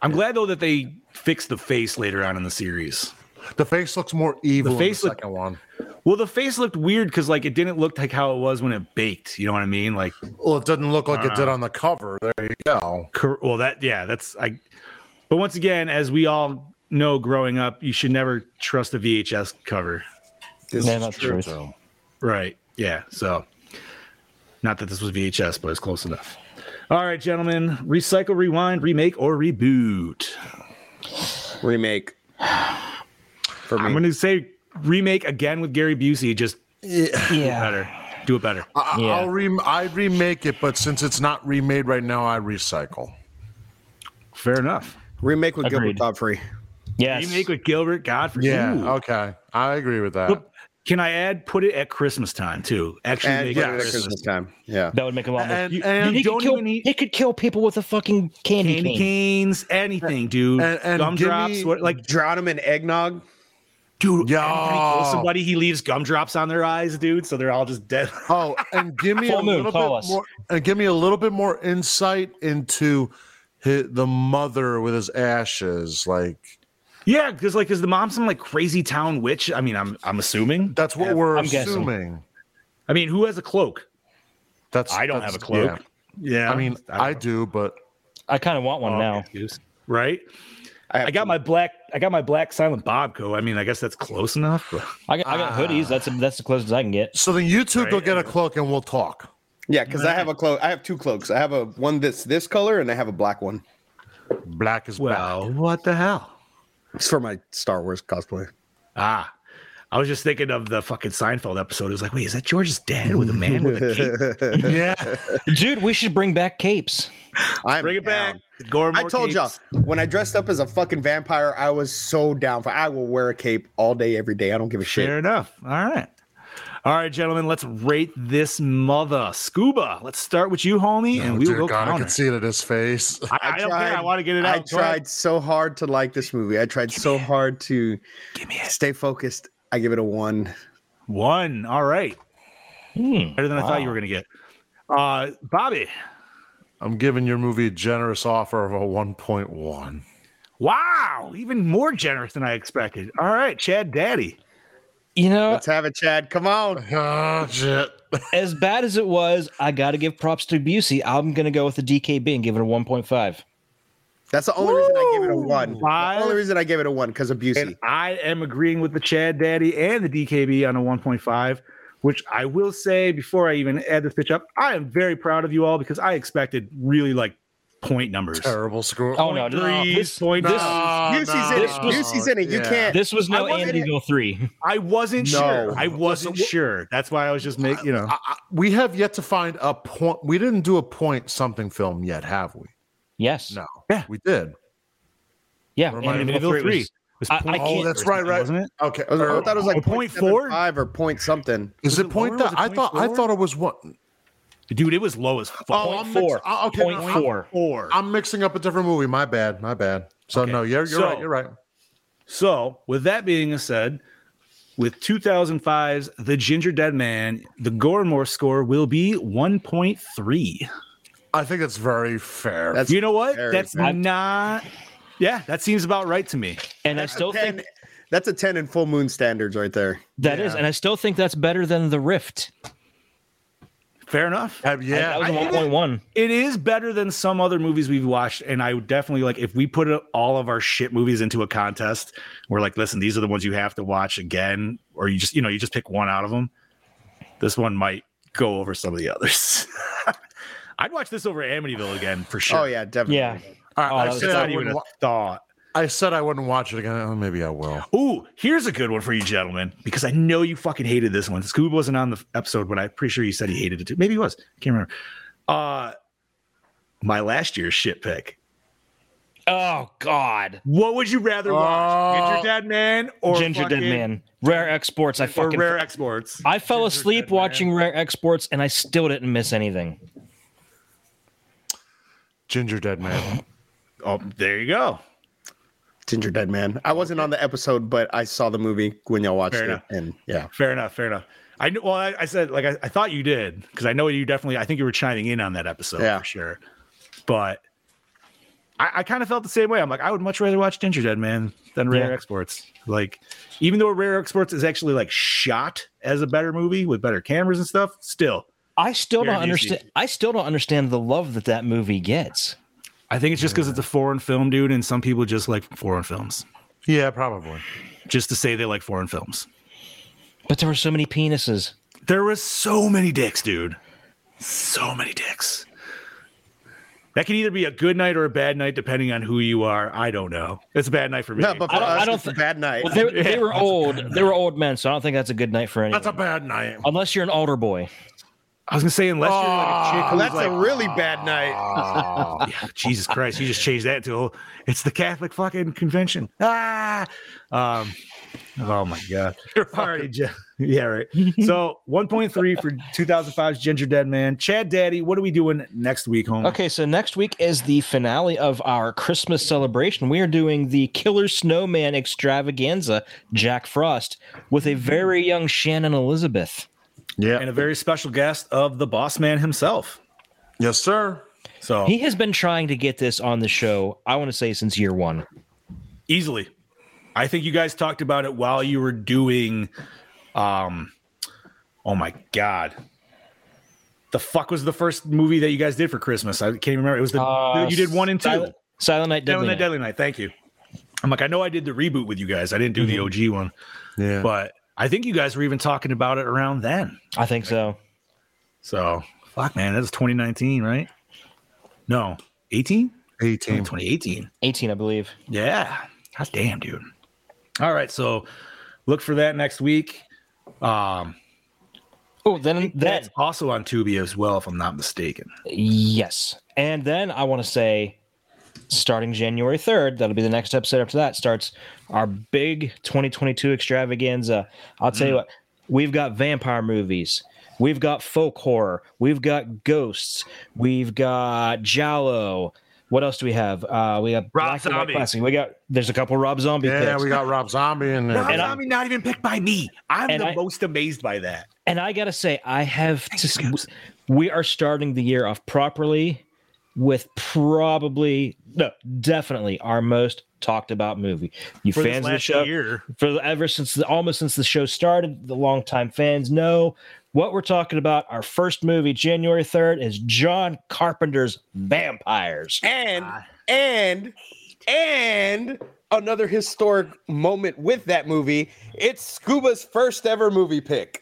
I'm glad though that they fixed the face later on in the series. the face looks more evil. The face face in the look- second one. Well, the face looked weird because like it didn't look like how it was when it baked. You know what I mean? Like, Well, it doesn't look like it did on the cover. There you go. cor- well, that yeah, that's I. But once again, as we all know, growing up, you should never trust a VHS cover, this Yeah, is that's true. true. right? Yeah. So, not that this was VHS, but it's close enough. All right, gentlemen, recycle, rewind, remake, or reboot. remake. For me. I'm going to say remake again with Gary Busey. Just Yeah. better, do it better. I, Yeah. I'll re- I remake it, but since it's not remade right now, I recycle. Fair enough. remake with Agreed. Gilbert Godfrey. Yes. Remake with Gilbert Godfrey. Yeah. Ooh. Okay. I agree with that. But Can I add? Put it at Christmas time too. Actually, And make put it it at Christmas. Christmas time. Yeah. That would make a lot more. And- You- and he, could don't kill, even eat he could kill people with a fucking candy, candy cane. canes, anything, dude. And- and gumdrops, give me- what, like, Drown him in eggnog. dude. Yo. anytime he kills somebody, he leaves gumdrops on their eyes, dude. So they're all just dead. Oh, and give me a Full moon, little call bit us. more. And give me a little bit more insight into hi the mother with his ashes. Like yeah, because like, is the mom some like crazy town witch? I mean, I'm I'm assuming. that's what we're I'm guessing. assuming. I mean, who has a cloak? That's I don't that's- have a cloak. yeah. Yeah, I mean, don't I, know. do, but I kind of want one Oh, now. excuse. Right, have I got to- my black. I got my black silent bob coat. I mean, I guess that's close enough. but- I got, I Ah. got hoodies. That's that's the closest I can get. so then you two go Right. get a cloak and we'll talk. Yeah, because I have a cloak. I have two cloaks. I have a one that's this color, and I have a black one. Black is black. Well, what the hell? It's for my Star Wars cosplay. Ah, I was just thinking of the fucking Seinfeld episode. It was like, wait, is that George's dad with a man with a cape? Yeah. Dude, we should bring back capes. I'm Bring it back. down. Gore I told y'all when I dressed up as a fucking vampire, I was so down for. I will wear a cape all day, every day. I don't give a shit. Fair enough. All right. All right, gentlemen, let's rate this mother. Scuba, let's start with you, homie, and Oh, we dear will go God, I counter. can see it in his face. I, I don't care. I want to get it out. I Go ahead. tried so hard to like this movie. I tried so hard to stay focused. I give it a one. Uh. One. All right. Hmm. Better than I thought you were going to get. Uh, Bobby. I'm giving your movie a generous offer of a 1.1. Wow. Even more generous than I expected. All right, Chad Daddy. You know, Let's have it, Chad. Come on. Oh, shit. as bad as it was, I got to give props to Busey. I'm going to go with the DKB and give it a 1.5. That's the only reason I give it a one. Five. The only reason I gave it a one because of Busey. And I am agreeing with the Chad Daddy and the DKB on a 1.5, which I will say before I even add this pitch up, I am very proud of you all because I expected really like point numbers. Terrible screw. Oh, no. no. This This, point, No, this, Busey's no, in it. this was- Busey's in it. You yeah. can't. this was no I wasn't- Amityville 3. I wasn't No. sure. I wasn't sure. That's why I was just making, you know. I, I, we have yet to find a point. We didn't do a point something film yet, have we? Yes. No. Yeah. We did. Yeah. Remind me Amityville of Amityville 3 3. was- was I- I point- Oh, can't- that's right, right. Wasn't it? Okay. I, was, I thought it was like A point four? five or point something. Is was it it point lower? Was that it I thought I 0.4? thought it was one. Dude, it was low as fuck. Oh, I'm mix- four. oh, okay, Point no, I'm- four. Four. I'm mixing up a different movie. My bad. My bad. So no, you're you're So- right. You're right. So, with that being said, with 2005's The Ginger Dead Man, the Gormore score will be 1.3. I think that's very fair. That's You know what? Very That's bad. not. Yeah, that seems about right to me. And I still think Ten- that's a ten in full moon standards right there. that is, and I still think that's better than the Rift. Fair enough. Uh, yeah. that was I- a 1.1. It is better than some other movies we've watched, and I would definitely like if we put uh, all of our shit movies into a contest. We're like, listen, these are the ones you have to watch again, or you just you know you just pick one out of them. This one might go over some of the others. I'd watch this over Amityville again for sure. Oh yeah, definitely. Yeah. all right, Oh, I, that was- said it's I not even wouldn't a wa- thought. I said I wouldn't watch it again. Oh, maybe I will. Ooh, here's a good one for you, gentlemen, because I know you fucking hated this one. Scoob wasn't on the episode, but I'm pretty sure you said he hated it too. Maybe he was. I can't remember. Uh, my last year's shit pick, Oh God, What would you rather watch? Ginger Dead Man or Oh. Ginger Dead fucking- Man, Rare Exports. I or fucking Rare Exports? I fell asleep watching Rare Exports, and I still didn't miss anything. Ginger Dead Man. Oh, there you go. Ginger Dead Man. I wasn't on the episode, but I saw the movie when y'all watched Fair it, enough. and yeah, Fair enough. Fair enough. I kn- well, I, I said like I, I thought you did because I know you definitely. I think you were chiming in on that episode Yeah. for sure. But I, I kind of felt the same way. I'm like, I would much rather watch Ginger Dead Man than Rare Yeah. Exports. Like, even though Rare Exports is actually like shot as a better movie with better cameras and stuff, still, I still Fair don't and easy. understand. I still don't understand the love that that movie gets. I think it's just because it's a foreign film, dude, and some people just like foreign films Yeah, probably. just to say they like foreign films. But there were so many penises. There was so many dicks, dude. So many dicks. That can either be a good night or a bad night, depending on who you are. I don't know. It's a bad night for me. no, but for I don't- us, I don't it's a thi- bad night. Well, they, they were old. They were old men, so I don't think that's a good night for anyone. That's a bad night. Unless you're an altar boy. I was gonna say unless you're like a chick Ah. Well, who's that's like, a really bad night. yeah, Jesus Christ, you just changed that to a, it's the Catholic fucking convention. Ah, um, oh my god. All right, Jeff. yeah, right. So 1.3 for 2005's Ginger Dead Man. Chad Daddy, what are we doing next week, home? Okay, so next week is the finale of our Christmas celebration. We are doing the Killer Snowman extravaganza, Jack Frost, with a very young Shannon Elizabeth. And Yeah. a very special guest of the Boss Man himself. Yes, sir. So He has been trying to get this on the show, I want to say, since year one. easily. I think you guys talked about it while you were doing um oh my god. The fuck was the first movie that you guys did for Christmas? I can't remember. It was the Uh, you did one and two. Silent, Silent, Silent Night, Deadly Night, Night. Deadly Night. Thank you. I'm like, I know I did the reboot with you guys. I didn't do the OG one, Yeah. but I think you guys were even talking about it around then. I think so. So fuck man, that was 2019, right? No, 18? 18. 2018. 18, I believe. Yeah. God damn, dude. All right. So look for that next week. Um, Oh, then, then that's also on Tubi as well, if I'm not mistaken. Yes. And then I want to say, starting January 3rd, that'll be the next episode after that, starts our big 2022 extravaganza. I'll tell you what, we've got vampire movies. We've got folk horror. We've got ghosts. We've got Jallo. What else do we have? Uh, we have Rob Zombie. We got there's a couple Rob Zombie. Yeah, picks. we got Rob Zombie in there. And I- mean, not even picked by me. I'm And the I- most amazed by that. And I gotta say, I have to. s- We are starting the year off properly with probably no, definitely our most talked about movie. You For fans of this the last show year, for the- ever since the, almost since the show started, the longtime fans know what we're talking about. Our first movie, January third, is John Carpenter's Vampires. And "Ah." and and another historic moment with that movie. It's Scuba's first ever movie pick.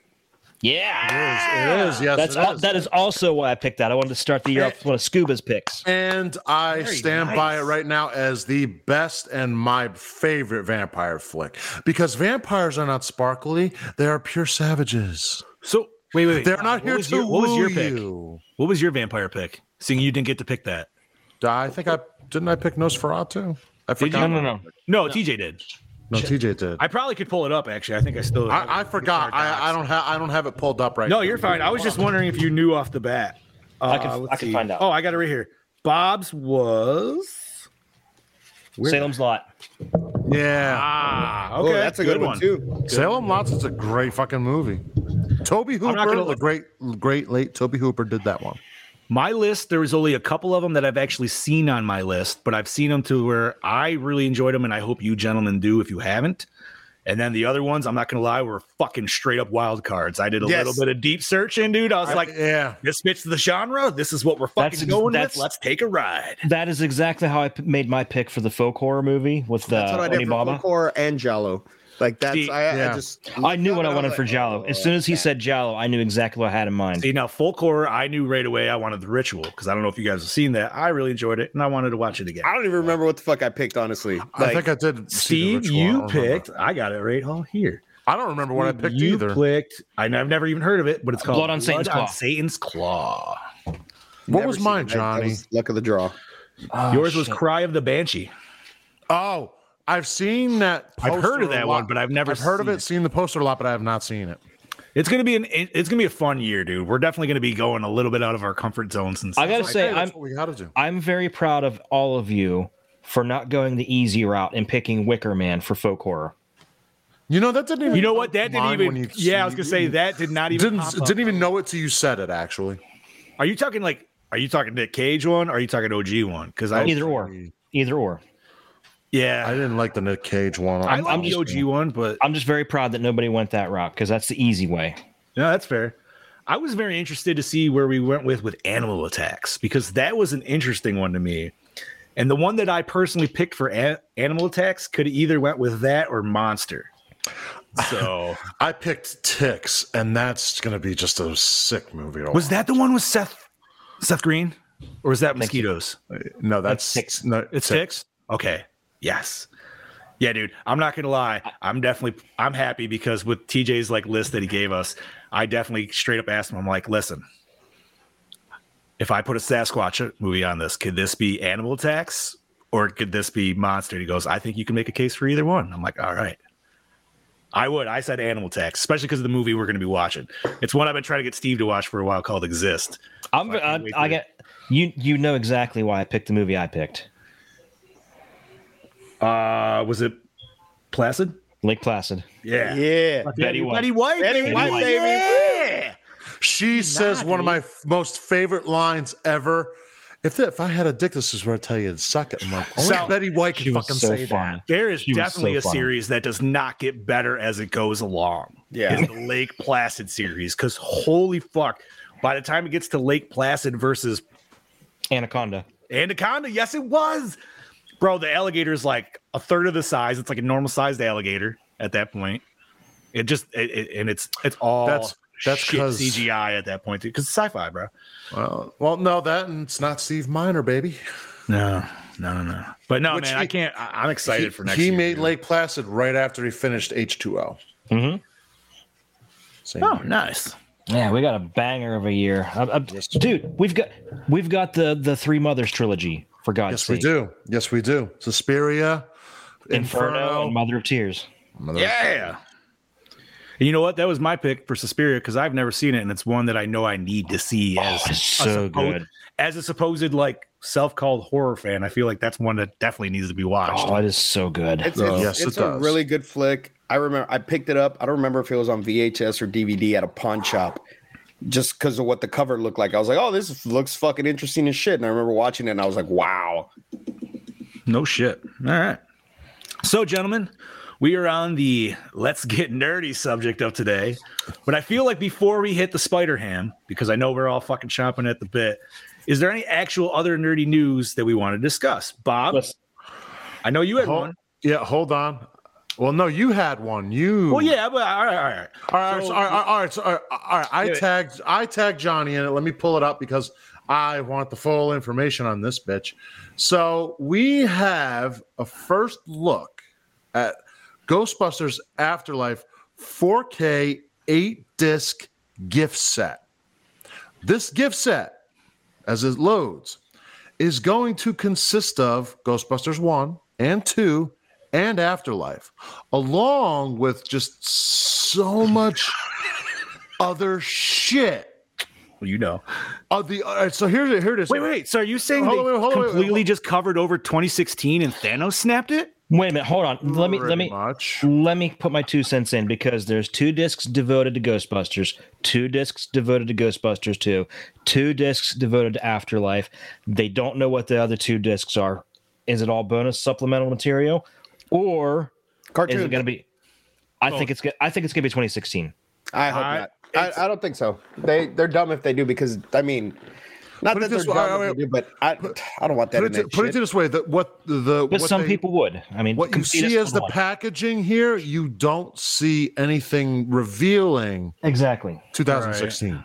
Yeah, It is, it is, yes, That's it al- is. that is also why I picked that. I wanted to start the year off with one of Scuba's picks. And I stand by it right now as the best and my favorite vampire flick because vampires are not sparkly; they are pure savages. so wait, wait, wait. They're not What here was to your- What was your woo pick? you. What was your vampire pick? Seeing you didn't get to pick that. I think I didn't. I pick Nosferatu. I forgot. No, no, no. No, TJ did. No, TJ did. I probably could pull it up. Actually, I think I still. have it. I, I forgot. I, I don't have. I don't have it pulled up right. No, now. you're fine. I was just wondering if you knew off the bat. Uh, I can- let's I can see. find out. Oh, I got it right here. Bob's was Salem's Lot. Yeah, ah Oh, that's a good, one, too. Salem Lots is a great fucking movie. Toby Hooper, not gonna- the great, great late Toby Hooper, did that one. My list, there was only a couple of them that I've actually seen on my list, but I've seen them to where I really enjoyed them, and I hope you gentlemen do if you haven't. And then the other ones, I'm not gonna lie, were fucking straight up wild cards. I did a Yes. little bit of deep searching, dude. I was like, yeah, this fits the genre. This is what we're fucking That's ex- going that's- with. Let's take a ride. That is exactly how I p- made my pick for the folk horror movie with the That's what I Oni did for Baba. Core and Jalo. Like that's See, I, yeah. I just I knew what I was wanted for like, Jallo. As soon as he said Jallo, I knew exactly what I had in mind. See now, folk horror. I knew right away I wanted the ritual because I don't know if you guys have seen that. I really enjoyed it, and I wanted to watch it again. I don't even remember what the fuck I picked, honestly. Like, I think I did. see the Steve, ritual. I you don't remember. picked. I got it right all here. I don't remember what I picked you either. picked. I, have never even heard of it, but it's called Blood on Satan's Claw. Satan's Claw. what never was seen mine, it. That- that Johnny? was luck of the draw. Oh, Yours was shit. Cry of the Banshee. Oh, I've seen that. I've heard poster of a that lot. one, but I've never I've heard of seen it, seen the poster a lot, but I have not seen it. It's gonna be an it- it's gonna be a fun year, dude. We're definitely gonna be going a little bit out of our comfort zone since I gotta Like, say, hey, I'm that's what we got to do. I'm very proud of all of you for not going the easy route and picking Wicker Man for folk horror. You know that didn't even. you know what that didn't mine even when you- yeah I was gonna say that did not even Didn't pop up. didn't even know it till you said it. Actually, are you talking like are you talking Nick Cage one or are you talking OG one because I Either or, either or. I yeah didn't like the Nick Cage one. I, I, like the OG one but I'm just very proud that nobody went that route because that's the easy way. No, that's fair. I was very interested to see where we went with with animal attacks because that was an interesting one to me. And the one that I personally picked for a- animal attacks could have either went with that or monster. So I picked Ticks, and that's gonna be just a sick movie. to was watch. that the one with Seth Seth Green or was that mosquitoes? no? That's, Ticks. No, It's ticks. Okay. Yes. Yeah, dude. I'm not gonna lie. I'm definitely I'm happy because with TJ's like list that he gave us, I definitely straight up asked him. I'm like, listen, if I put a Sasquatch movie on this, could this be Animal Attacks or could this be Monster? And he goes, I think you can make a case for either one. I'm like, all right. I would. I said Animal Attacks, especially because of the movie we're going to be watching. It's one I've been trying to get Steve to watch for a while called Exist. I'm I I, can't wait I for it. get you. You know exactly why I picked the movie I picked. Uh, was it Placid? Lake Placid. Yeah. Yeah. Betty White. White. Betty baby. White, baby. Yeah. She says one of my f- most favorite lines ever. If that, if I had a dick, this is where I tell you to suck it. I'm like, only So- Betty White She can was fucking so say that. fun. There is She was definitely so a fun. series that does not get better as it goes along. Yeah. Is the Lake Placid series. Because holy fuck, by the time it gets to Lake Placid versus Anaconda. Anaconda, yes, it was. Bro, the alligator is like a third of the size. It's like a normal sized alligator at that point. It just it, it- and it's it's all That's- that's shit 'cause- CGI at that point because sci-fi, bro. Well, well, no, that and it's not Steve Miner, baby. No, no, no. But no, Which man, he- I can't. I, am excited He, for next. he year, made dude. Lake Placid right after he finished H2O. Mm-hmm. hmm Same Oh, year. nice. Yeah, we got a banger of a year, I, I- dude. We've got we've got the the Three Mothers trilogy for God's Yes, sake. we do. Yes, we do. Suspiria, Inferno, and Mother of Tears. Yeah. And you know what? That was my pick for Suspiria because I've never seen it, and it's one that I know I need to see as it's so suppo- good. As a supposed like self-called horror fan, I feel like that's one that definitely needs to be watched. Oh, it is so good. It's, Uh, it's, yes, it's it a does. really good flick. I remember I picked it up. I don't remember if it was on VHS or DVD at a pawn shop just because of what the cover looked like. I was like, oh, this looks fucking interesting as shit. And I remember watching it and I was like, wow. No shit. All right. So, gentlemen, we are on the let's get nerdy subject of today. But I feel like before we hit the Spider Ham, because I know we're all fucking chomping at the bit, is there any actual other nerdy news that we want to discuss? Bob, Let's- I know you had Hold- one. Yeah, hold on. Well, no, you had one. You. Well, yeah, but all right, all right. All right, so, all right, all right, so, all right, all right. I Yeah. tagged, I tagged Johnny in it. Let me pull it up because I want the full information on this bitch. So we have a first look at Ghostbusters Afterlife 4K 8 disc gift set. This gift set, as it loads, is going to consist of Ghostbusters 1 and 2 and Afterlife, along with just so much other shit. Well, you know. Uh, the, all right, so here, here it is. Wait, wait. So are you saying Hold they on, wait, hold on, wait, wait, completely hold on. just covered over 2016 and Thanos snapped it? Wait a minute, hold on. Let me let Pretty me much. let me put my two cents in because there's two discs devoted to Ghostbusters, two discs devoted to Ghostbusters 2, two discs devoted to Afterlife. They don't know what the other two discs are. Is it all bonus supplemental material or is it Cartoon. going to be I think it's go- I think it's going to be 2016. I hope I- not. I, I don't think so. They they're dumb if they do because I mean, not Put that it they're this dumb, way, if wait, they do, but I I don't want that. Put in it, to, that put it shit. to this way: that what the But what some they- people would. I mean, what you concede see us as the one. packaging here, you don't see anything revealing Exactly. 2016.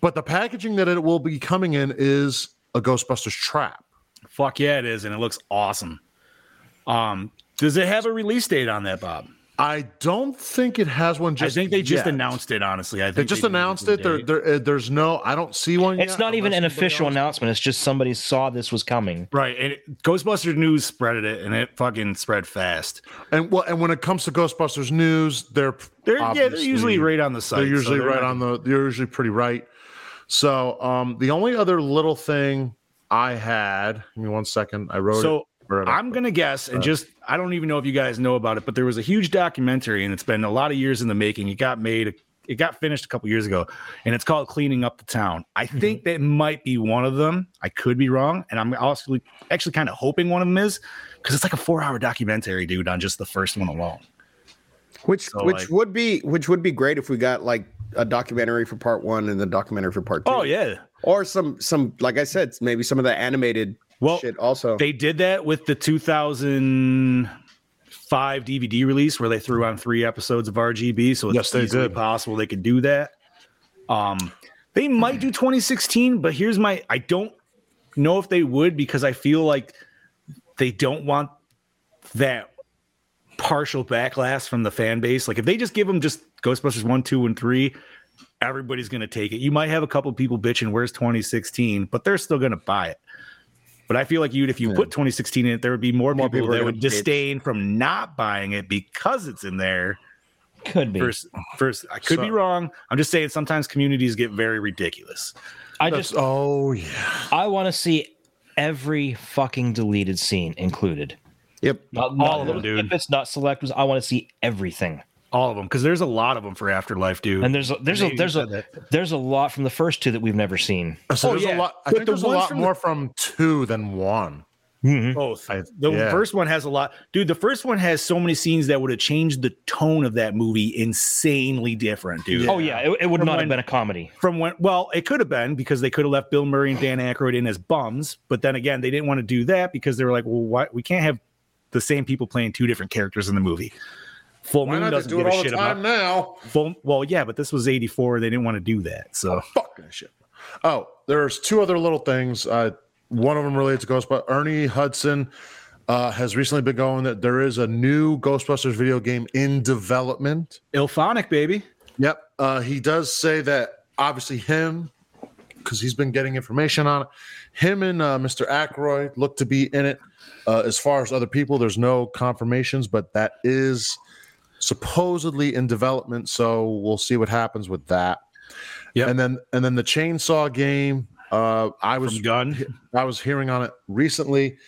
But the packaging that it will be coming in is a Ghostbusters trap. Fuck yeah, it is, and it looks awesome. Um, does it have a release date on that, Bob? I don't think it has one. I Just think they just yet. announced it. Honestly, I think They just did announced the it. There, date. there, uh, there's no. I don't see one. It's yet, not even unless an somebody official else- announcement. It's just somebody saw this was coming. right? And it, Ghostbuster News spreaded it, and it fucking spread fast. And well, and when it comes to Ghostbusters news, they're They're yeah, they're obviously- usually right on the site. They're so usually they're right not- on the. They're usually pretty right. So um, the only other little thing I had. Give me one second. I wrote. So it, wrote it up. I'm gonna guess, and just I don't even know if you guys know about it, but there was a huge documentary, and it's been a lot of years in the making. It got made, it got finished a couple years ago, and it's called "Cleaning Up the Town." I think that might be one of them. I could be wrong, and I'm also actually kind of hoping one of them is because it's like a four-hour documentary, dude, on just the first one alone. Which So, which like- would be which would be great if we got like a documentary for part one and the documentary for part two. Oh yeah, Or some some like I said, maybe some of the animated Well, shit also. they did that with the 2005 DVD release where they threw on three episodes of RGB. So it's Yes, they easily did. possible they could do that. Um, they might do 2016, but here's my I don't know if they would because I feel like they don't want that partial backlash from the fan base. Like if they just give them just Ghostbusters one, two, and three, everybody's gonna take it. You might have a couple people bitching, "Where's 2016?" But they're still gonna buy it. But I feel like you, if you put 2016 in it, there would be more and more People people, are that gonna would bitch. disdain from not buying it because it's in there. Could be. First, first, I could be So- wrong. I'm just saying sometimes communities get very ridiculous. I That's- just oh yeah. I want to see every fucking deleted scene included. Yep. Not, All of them, dude. If it's not select was I want to see everything. All of them, because there's a lot of them for Afterlife, dude. And there's a, there's a Maybe there's you a said there's a lot from the first two that we've never seen. So Oh, there's yeah. a lot. But I think the there's a ones lot from the- more from two than one. Mhm. both. I- the yeah. first one has a lot, dude. The first one has so many scenes that would have changed the tone of that movie insanely different, dude. Oh yeah, it, it would From not when- have been a comedy. From when, well, it could have been because they could have left Bill Murray and Dan Aykroyd in as bums, but then again, they didn't want to do that because they were like, well, why we can't have the same people playing two different characters in the movie. Full Why Moon not just doesn't do give it a all the shit about time now? Full, well, yeah, but this was '84. They didn't want to do that, so Fuck that shit. Oh, there's two other little things. Uh, one of them relates to Ghostbusters. Ernie Hudson uh, has recently been going that there is a new Ghostbusters video game in development. Ilphonic, baby. Yep. Uh, he does say that obviously him, because he's been getting information on it. Him and uh, Mr. Aykroyd look to be in it. Uh, as far as other people, there's no confirmations, but that is supposedly in development. So we'll see what happens with that. Yep. And then and then the chainsaw game. Uh, I was From Gun. I was hearing on it recently.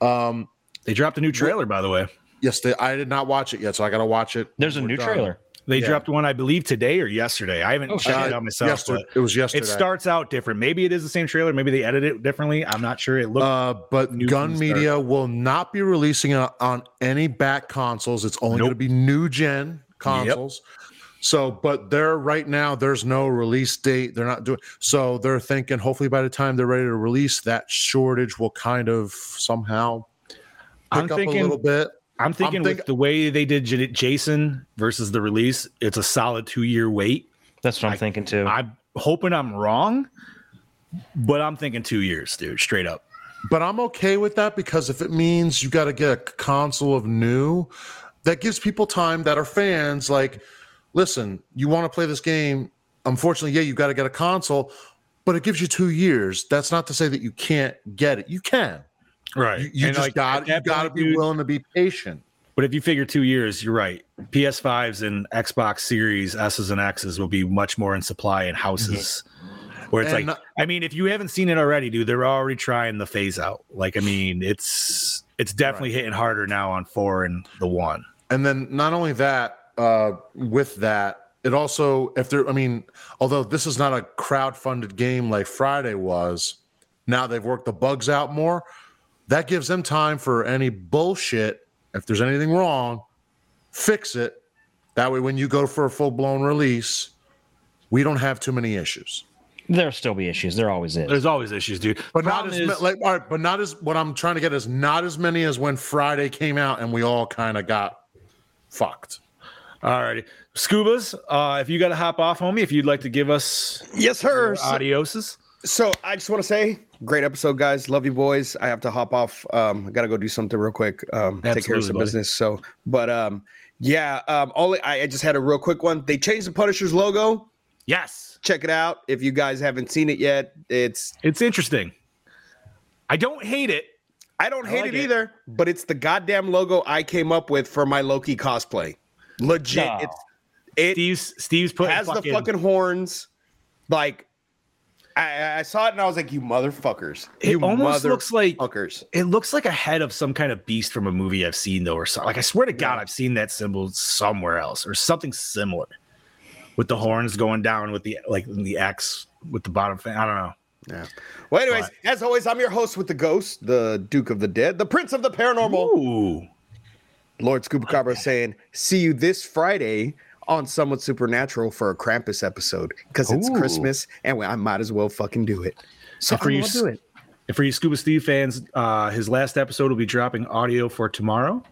Um, They dropped a new trailer, by the way. yes, they, I did not watch it yet, so I got to watch it. There's a We're new done. trailer. They Yeah. dropped one, I believe, today or yesterday. I haven't checked it Uh, out myself. yester- but it was yesterday. it starts out different. Maybe it is the same trailer. Maybe they edit it differently. I'm not sure. It looked. Uh, but New Gun from the start. Media will not be releasing it on any back consoles. It's only Nope. going to be new gen consoles. So, but they're right now, there's no release date. They're not doing so. They're thinking hopefully by the time they're ready to release, that shortage will kind of somehow pick I'm up thinking. a little bit. I'm thinking I'm with think- the way they did J- Jason versus the release, it's a solid two year wait. That's what I'm I- thinking too. I'm hoping I'm wrong, but I'm thinking two years, dude. Straight up. But I'm okay with that because if it means you got to get a console of new, that gives people time that are fans. Like, listen, you want to play this game. Unfortunately, yeah, you got to get a console, but it gives you two years. That's not to say that you can't get it. You can. Right. You, you just got you got to be willing to be patient. But if you figure two years, you're right. PS5s and Xbox Series S's and X's will be much more in supply in houses. Where it's Mm-hmm. like, And not- I mean, if you haven't seen it already, dude, they're already trying the phase out. Like, I mean, it's it's definitely hitting harder now on four and the one. And then not only that, uh, with that, it also if there, I mean, although this is not a crowdfunded game like Friday was, now they've worked the bugs out more. That gives them time for any bullshit. If there's anything wrong, fix it. That way, when you go for a full blown release, we don't have too many issues. There'll still be issues. There always is. There's always issues, dude. But not Problem as is- ma- like all right, but not as what I'm trying to get is not as many as when Friday came out and we all kind of got fucked. all righty. Scubas, uh, if you got to hop off, homie, if you'd like to give us yes, sir. your adioses. So I just want to say, great episode, guys. Love you, boys. I have to hop off. Um, I gotta go do something real quick. Um, take care Absolutely, of some buddy. business. So, but um, Yeah, um, all I, I just had a real quick one. They changed the Punisher's logo. Yes, Check it out if you guys haven't seen it yet. It's it's interesting. I don't hate it. I don't hate like it, it. either, but it's the goddamn logo I came up with for my Loki cosplay. Legit, No. it's it Steve's Steve's putting has the fucking horns. Like I, I saw it and I was like, you motherfuckers! It you almost looks like motherfuckers! it looks like a head of some kind of beast from a movie I've seen though, or something. Like I swear to God, I've seen that symbol somewhere else or something similar, with the horns going down with the like the X with the bottom fin. I don't know. Well, anyways, as always, I'm your host with the ghost, the Duke of the Dead, the Prince of the Paranormal. Ooh, Lord Scuba Cabra saying, "See you this Friday on Somewhat Supernatural for a Krampus episode because it's Ooh. Christmas and we- I might as well fucking do it." So And for I'm you gonna s- do it. And for you Scuba Steve fans, uh, his last episode will be dropping audio for tomorrow.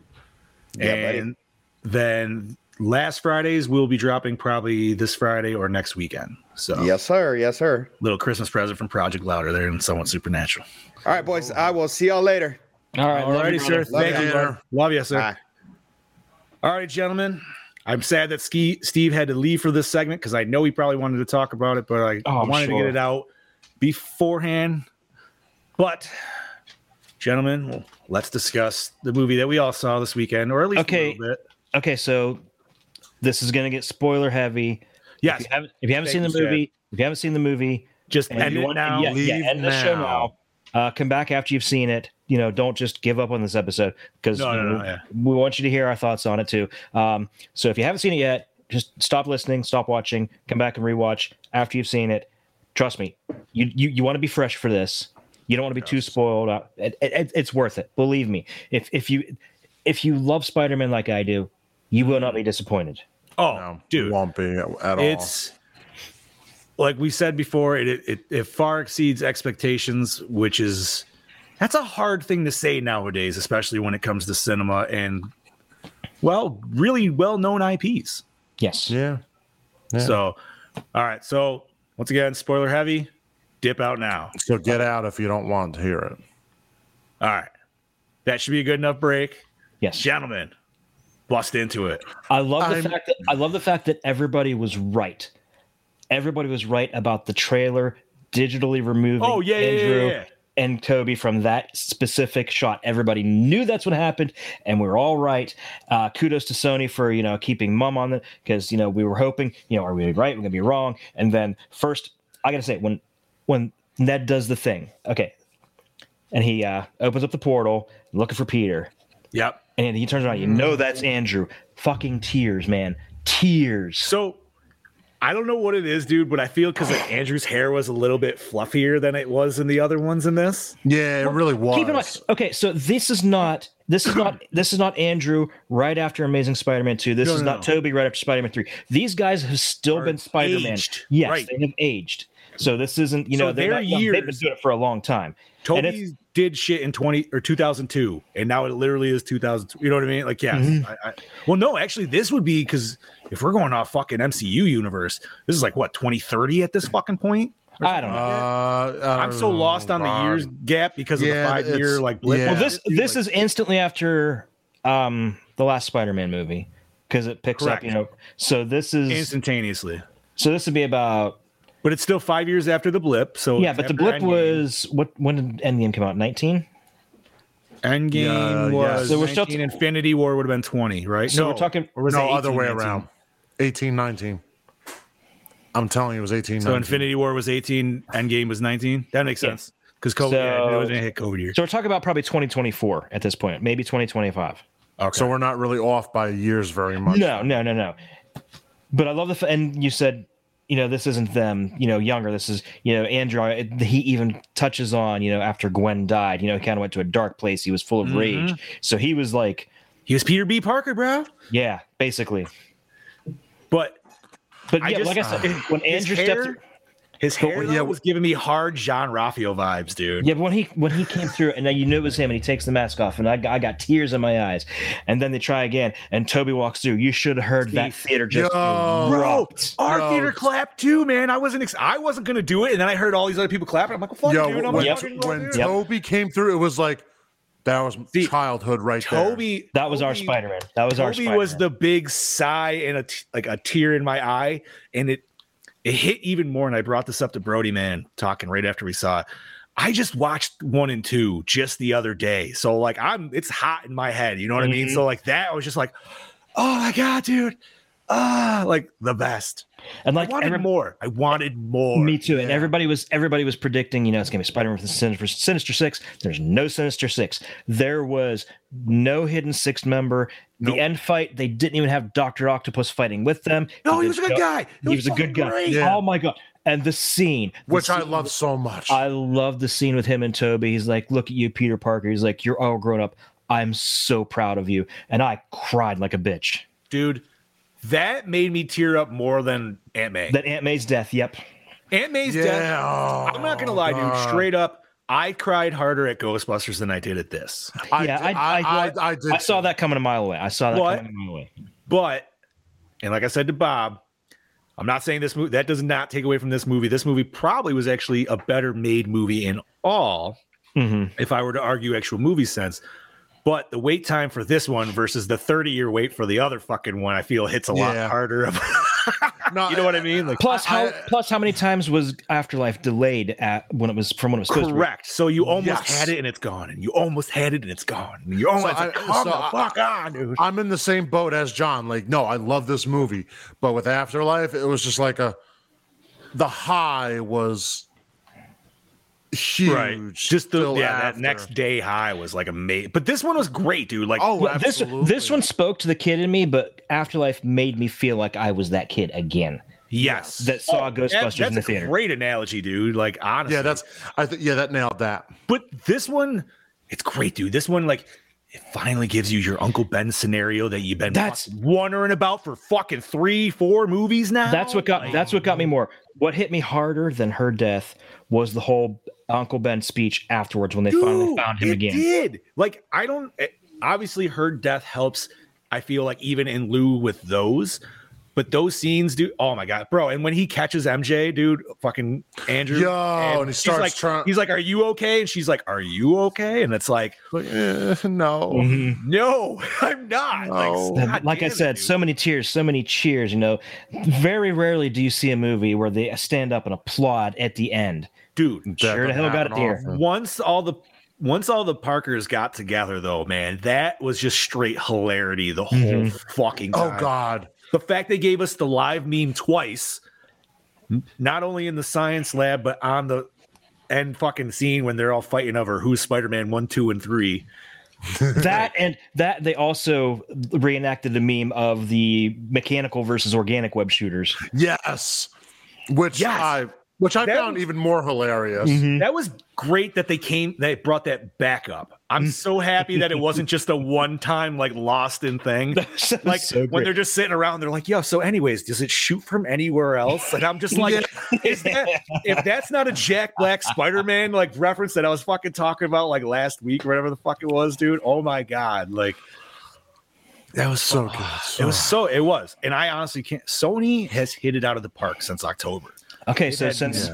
buddy. and then last Fridays we'll be dropping probably this Friday or next weekend. So Yes, sir. Yes, sir. little Christmas present from Project Louder there and somewhat supernatural. All right, boys. I will see y'all later. All right, All love righty, you, brother. sir. Thank you, you, brother. brother. Love you, sir. Bye. All right, gentlemen. I'm sad that Ski Steve had to leave for this segment because I know he probably wanted to talk about it, but I, Oh, I I'm wanted to sure. get it out beforehand. But, gentlemen, let's discuss the movie that we all saw this weekend, or at least Okay. a little bit. Okay, so this is gonna get spoiler heavy. Yes, If you haven't, if you haven't seen the Thank you, Chad. movie, if you haven't seen the movie, just and end you it want now. yeah, yeah, leave end the show now. now. Uh, come back after you've seen it. You know, don't just give up on this episode because No, no, no, yeah. we want you to hear our thoughts on it too. Um, so if you haven't seen it yet, just stop listening, stop watching, come back and rewatch after you've seen it. Trust me, you you, you want to be fresh for this. You don't want to be too spoiled out. It, it- it's worth it. Believe me. If if you if you love Spider Man like I do, you will not be disappointed. Oh, No, dude, won't be at all. it's like we said before it, it it it far exceeds expectations which is that's a hard thing to say nowadays especially when it comes to cinema and well really well-known ips Yes. yeah. so all right so once again spoiler heavy dip out now So get out if you don't want to hear it. all right that should be a good enough break Yes. gentlemen bust into it I love the I'm- fact that I love the fact that everybody was right. Everybody was right about the trailer digitally removing Oh, yeah, yeah, yeah, Andrew yeah. and Kobe from that specific shot. Everybody knew that's what happened, and we were all right. Uh, kudos to Sony for you know keeping mum on it because you know we were hoping you know are we right? We're gonna be wrong, and then first I gotta say when when Ned does the thing, okay, and he uh, opens up the portal looking for Peter. yep And he turns around, you Mm-hmm. know that's Andrew. Fucking tears, man. Tears. So I don't know what it is, dude, but I feel because like Andrew's hair was a little bit fluffier than it was in the other ones in this. Yeah, it really was. Keep in mind. Okay, so this is not this is not this is not Andrew right after Amazing Spider-Man 2. This No, is no, not no. Toby right after Spider-Man 3. These guys have still Are been Spider-Man. aged, Yes, right. they have aged. So this isn't, you So know, they're their not young. they've been years- doing it for a long time. And it's- Toby did shit in 20 or 2002, and now it literally is 2000. You know what I mean? Like, yeah. Mm-hmm. I, I, well, no, actually, this would be because if we're going off fucking MCU universe, this is like what 2030 at this fucking point. I don't Uh, know. oh, I don't I'm so Oh, know, lost on the Ron. years gap because of Yeah, the five year it's- like blip. yeah. well, this this is instantly after um the last Spider-Man movie because it picks Correct. up, you know. So this is instantaneously, so this would be about but it's still five years after the blip. So yeah, but the blip was what? When did Endgame come out? Nineteen. Endgame Yeah, yeah. was So so we're we're still- 19, Infinity War would have been 20, right? So we're talking. or was no it other way 18, around. 18, 19. I'm telling you, it was 18, 19? So 19. Infinity War was 18, Endgame was 19. That makes Yeah. sense. Because COVID, yeah, it was gonna hit COVID year. So we're talking about probably 2024 at this point, maybe 2025. Okay. So we're not really off by years very much. No, no, no, no. But I love the f- and you said, you know, this isn't them, you know, younger. This is, you know, Andrew. it- He even touches on, you know, after Gwen died, you know, he kind of went to a dark place. He was full of Mm-hmm. rage, so he was like, he was Peter B. Parker, bro. yeah, basically. But But I yeah, just, like I said, when his Andrew hair, stepped, his hair yeah, yeah, was giving me hard John Raphael vibes, dude. Yeah, but when he when he came through, and then you knew it was him, and he takes the mask off, and I, got- I got tears in my eyes. And then they try again, and Toby walks through. You should have heard that theater just Yo. Bro, erupt. our Bro. theater clapped too, man. I wasn't, ex- I wasn't gonna do it, and then I heard all these other people clapping. I'm like, well, fuck, Yo, dude, I'm when, like, Yep. fucking when going, dude. Toby came through, it was like, That was See, childhood right Toby. That was our Toby- Spider Man. That was our Toby Spider Man. was the big sigh and a t- like a tear in my eye, and it it hit even more. And I brought this up to Brody, man, talking right after we saw it. I just watched one and two just the other day, so like I'm it's hot in my head. You know what I mean? Mm-hmm. So like that, I was just like, oh my god, dude, ah, like the best. and I like wanted every- more. I wanted more. me too. And everybody was everybody was predicting, you know, it's gonna be Spider-Man with Sinister, Sinister Six. There's no Sinister Six. There was no hidden sixth member. The end fight, they didn't even have Doctor Octopus fighting with them. No, he did was a good show- guy. He was a good fucking guy. great. Yeah. Oh my god! And the scene, there, which I love so much. I love the scene with him and Toby. He's like, "Look at you, Peter Parker." He's like, "You're all grown up. I'm so proud of you." And I cried like a bitch. dude. That made me tear up more than Aunt May. That Aunt May's death. Yep. Aunt May's yeah, death oh, I'm not gonna lie, dude. God. Straight up, I cried harder at Ghostbusters than I did at this. I, Yeah, yeah, I- I, I, I- I, I did. I saw that coming a mile away. I saw that What? coming a mile away. But, and like I said to Bob, I'm not saying this movie that does not take away from this movie. This movie probably was actually a better made movie in all, hmm Mm-hmm. if I were to argue actual movie sense. But the wait time for this one versus the 30 year wait for the other fucking one, I feel hits a lot Yeah. harder. Of, No, you know what I mean? Like, Plus, how I- plus how many times was Afterlife delayed at when it was from when it was supposed correct. So you almost Yes. had it and it's gone, and you almost had it and it's gone. And you're almost I- like, come so the I- fuck on, dude. I'm in the same boat as John. Like, no, I love this movie, but with Afterlife, it was just like a the high was huge. Just the till yeah, that after. next day high was like amazing. But this one was great, dude. Like Oh, to be? Well, this absolutely. this one spoke to the kid in me, but Afterlife made me feel like I was that kid again yes, that saw Oh, that- Ghostbusters in the that's a theater. great analogy, dude. Like honestly, Yeah, that's. I think. Yeah, that nailed that. but this one, it's great, dude. This one, like. It finally gives you your Uncle Ben scenario that you've been That's- fucking wondering about for fucking three, four movies now. That's what got that's what got me more. What hit me harder than her death was the whole Uncle Ben speech afterwards when they finally Dude, found him it again. Did like I don't eh, obviously her death helps. I feel like even in lieu with those, but those scenes, dude. Oh my god, bro! And when he catches MJ, dude, fucking Andrew, Yo, and he she's starts like, trying- He's like, "Are you okay?" And she's like, "Are you okay?" And it's like, Like, eh, no. Mm-hmm. "No, I'm not." No. Like, And God like I damn it, said, dude. so many tears, so many cheers. You know, very rarely do you see a movie where they stand up and applaud at the end. dude, That sure to hell doesn't got it happen there. often. once all the once all the Parkers got together, though, man, that was just straight hilarity the whole Mm-hmm. fucking time. Oh God. the fact they gave us the live meme twice, not only in the science lab, but on the end fucking scene when they're all fighting over who's Spider Man one, two, and three. that and that they also reenacted the meme of the mechanical versus organic web shooters. Yes. Which Yes. I which I That found was- even more hilarious. Mm-hmm. That was great that they came, they brought that back up. I'm so happy that it wasn't just a one time like lost in thing. Like when they're just sitting around, they're like, "Yo, so anyways, does it shoot from anywhere else?" And I'm just like, "Is that if that's not a Jack Black Spider-Man like reference that I was fucking talking about like last week or whatever the fuck it was, dude? Oh my god, like That was so Oh, good. it was so it was, and I honestly can't. Sony has hit it out of the park since October. okay, so since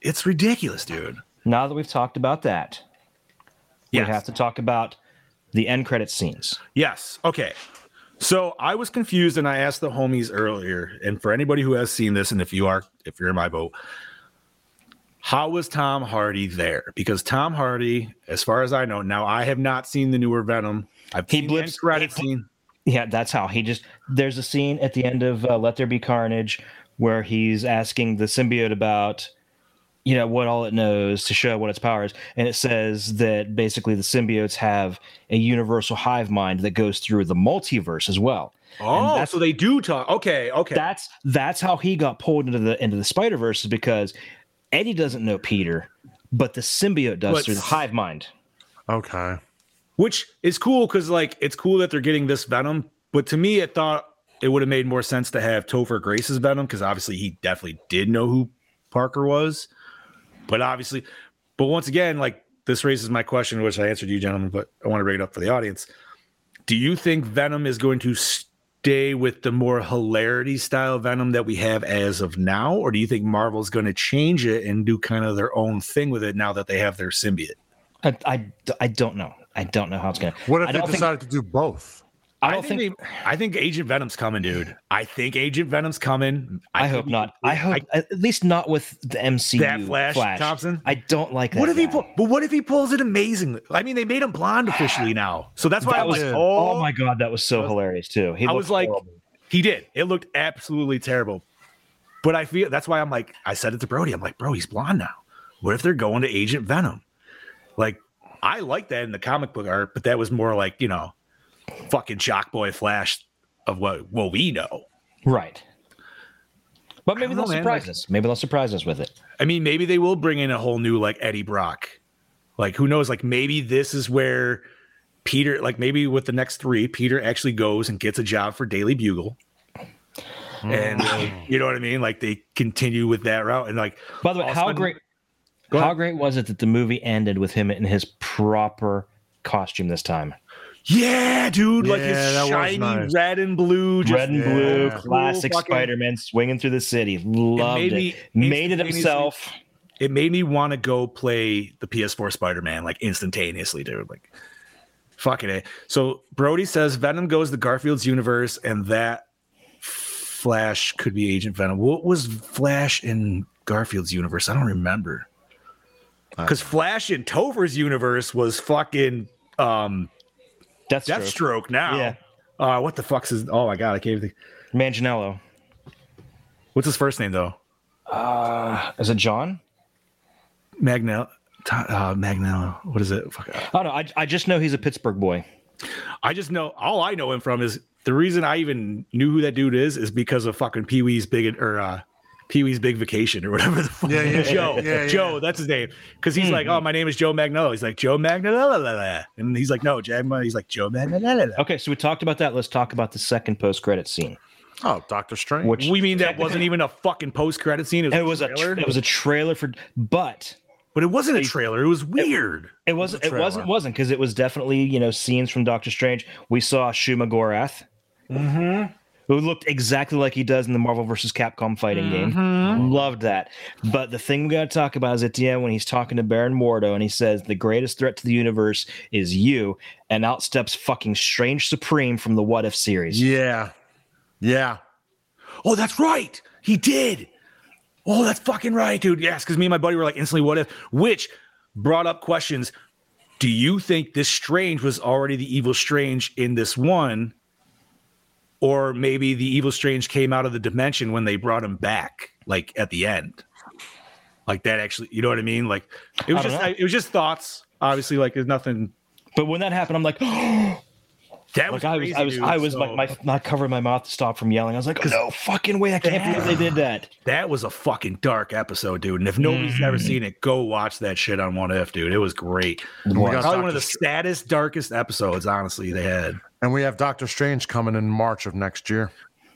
It's ridiculous, dude. now that we've talked about that, we have to talk about the end credit scenes. Yes. Okay. So I was confused and I asked the homies earlier, and for anybody who has seen this, and if you are, if you're in my boat, how was Tom Hardy there? Because Tom Hardy, as far as I know, now I have not seen the newer Venom. I've He seen the blips- end credit he bl- scene. Yeah, that's how he just. There's a scene at the end of uh, Let There Be Carnage where he's asking the symbiote about, you know, what all it knows to show what its power is, and it says that basically the symbiotes have a universal hive mind that goes through the multiverse as well. and Oh, that's- so they do talk. Okay. Okay. that's that's how he got pulled into the into the Spider Verse is because Eddie doesn't know Peter, but the symbiote does But- through the hive mind. okay. which is cool because like it's cool that they're getting this venom but to me it thought it would have made more sense to have topher grace's venom because obviously he definitely did know who parker was but obviously but once again like this raises my question which i answered you gentlemen but i want to bring it up for the audience do you think venom is going to stay with the more hilarity style venom that we have as of now or do you think marvel's going to change it and do kind of their own thing with it now that they have their symbiote I, I, I don't know. I don't know how it's gonna. What if I they don't think- decided to do both? I don't think. they- I think Agent Venom's coming, dude. I think Agent Venom's coming. I, think hope he- not. I hope at least not with the MCU. That Flash Thompson? I don't like that. What if he? guy. Pull, but what if he pulls it amazingly? I mean, they made him blonde officially now, so that's why That I was was- like, Oh, oh, my god, that was so hilarious too. He I looked was like, horrible. he did. It looked absolutely terrible. But I feel that's why I'm like, I said it to Brody. I'm like, bro, he's blonde now. What if they're going to Agent Venom? Like, I like that in the comic book art, but that was more like, you know, fucking shock boy flash of what what we know. right. But maybe don't they'll know, man, surprise like- us. Maybe they'll surprise us with it. I mean, maybe they will bring in a whole new like Eddie Brock. Like who knows? Like maybe this is where Peter, like maybe with the next three, Peter actually goes and gets a job for Daily Bugle. And uh, Hmm. you know what I mean? Like they continue with that route. And like By the way, all of a how sudden- great Go how ahead. great was it that the movie ended with him in his proper costume this time? Yeah, dude. like Yeah, his that was shiny nice. red and blue, just Red and yeah. blue, Cool classic fucking- Spider-Man swinging through the city. Loved it. made me made it instantaneously- himself. it made me want to go play the PS4 Spider Man like instantaneously, dude. Like, fucking it. eh. So Brody says Venom goes to Garfield's universe, and that Flash could be Agent Venom. What was Flash in Garfield's universe? I don't remember. Because Flash in Tover's universe was fucking um, Deathstroke. Deathstroke now. Yeah. Uh, what the fuck's his? Oh my god, I can't even think. Manganiello. What's his first name though? Is it John? Magnell. Uh, Magnello. What is it? Fuck, uh, Oh no, I, I just know he's a Pittsburgh boy. I just know all I know him from is the reason I even knew who that dude is is because of fucking Pee Wee's big or uh, Pee Wee's Big Vacation or whatever the fuck. Yeah, yeah, Joe, yeah, Hmm. yeah. Joe, that's his name. Because he's like, oh, my name is Joe Magnolo. He's like Joe Magnolo, and he's like, no, Jack. Ma-" He's like Joe Magnolo. Okay, so we talked about that. Let's talk about the second post-credit scene, Oh, Doctor Strange. which We mean that wasn't even a fucking post credit scene. It was, it was a trailer, it was a trailer for, but but it wasn't a trailer. It was weird. it wasn't it trailer. wasn't wasn't because it was definitely you know scenes from Doctor Strange. We saw Shuma Gorath, who looked exactly like he does in the Marvel versus Capcom fighting game. Loved that. But the thing we got to talk about is at the end when he's talking to Baron Mordo and he says the greatest threat to the universe is you, and out steps fucking Strange Supreme from the What If series. yeah, yeah. Oh, that's right. He did. Oh, that's fucking right, dude. Yes, because me and my buddy were like instantly what if, which brought up questions. Do you think this strange was already the evil strange in this one? Or maybe the evil strange came out of the dimension when they brought him back, like at the end. Like that actually, you know what I mean? Like it was I don't just know. I, it was just thoughts. Obviously, like there's nothing But when that happened, I'm like, oh, Like that was I was, crazy, I was, dude. I was So- like, my not covering my mouth to stop from yelling. I was like, no fucking way! I can't believe they did that. That was a fucking dark episode, dude. And if nobody's ever seen it, go watch that shit on One F, dude. It was great. Probably one of the saddest, darkest episodes, honestly, they had. And we have Doctor Strange coming in March of next year.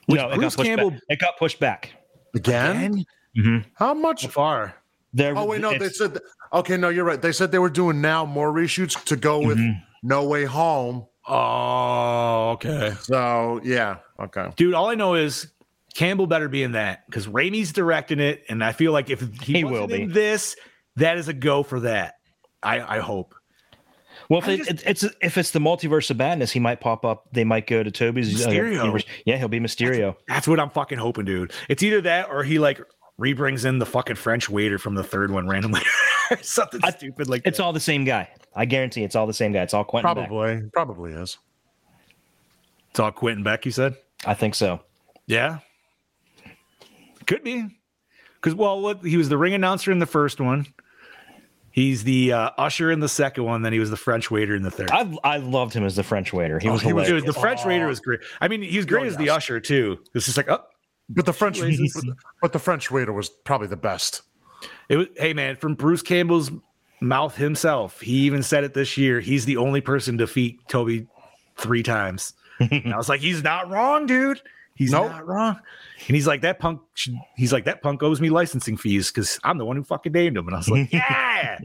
no, it Bruce got pushed Campbell- Back. It got pushed back. Again? Mm-hmm. How much? Far. There, Oh wait, no, they it's- said. Okay, no, you're right. They said they were doing now more reshoots to go with Mm-hmm. No Way Home. Oh, okay. So yeah, okay. Dude, all I know is Campbell better be in that because Raimi's directing it. And I feel like if he, He wasn't will be. in this, that is a go for that. I, I hope. well, if I it, just- it- it's if it's the multiverse of madness, he might pop up. They might go to Toby's uh, Mysterio. universe. Yeah, he'll be Mysterio. That's what I'm fucking hoping, dude. It's either that or he like rebrings in the fucking French waiter from the third one randomly. Something stupid like It's all the same guy. I guarantee it's all the same guy. It's all Quentin. Beck. Probably, probably is. It's all Quentin Beck, you said? I think so. Yeah. Could be. Because, well, what he was the ring announcer in the first one. He's the uh, usher in the second one. Then he was the French waiter in the third. I I loved him as the French waiter. He was Oh, he was, hilarious. the French waiter was great. Oh, I mean, he was great as the usher, too. It's just like, oh, But the French, but, but the French waiter was probably the best. It was, hey man, from Bruce Campbell's mouth himself, he even said it this year. He's the only person to defeat Toby three times. and I was like, he's not wrong, dude. He's Nope. not wrong. And he's like, that punk. should- He's like, that punk owes me licensing fees because I'm the one who fucking named him. And I was like, yeah.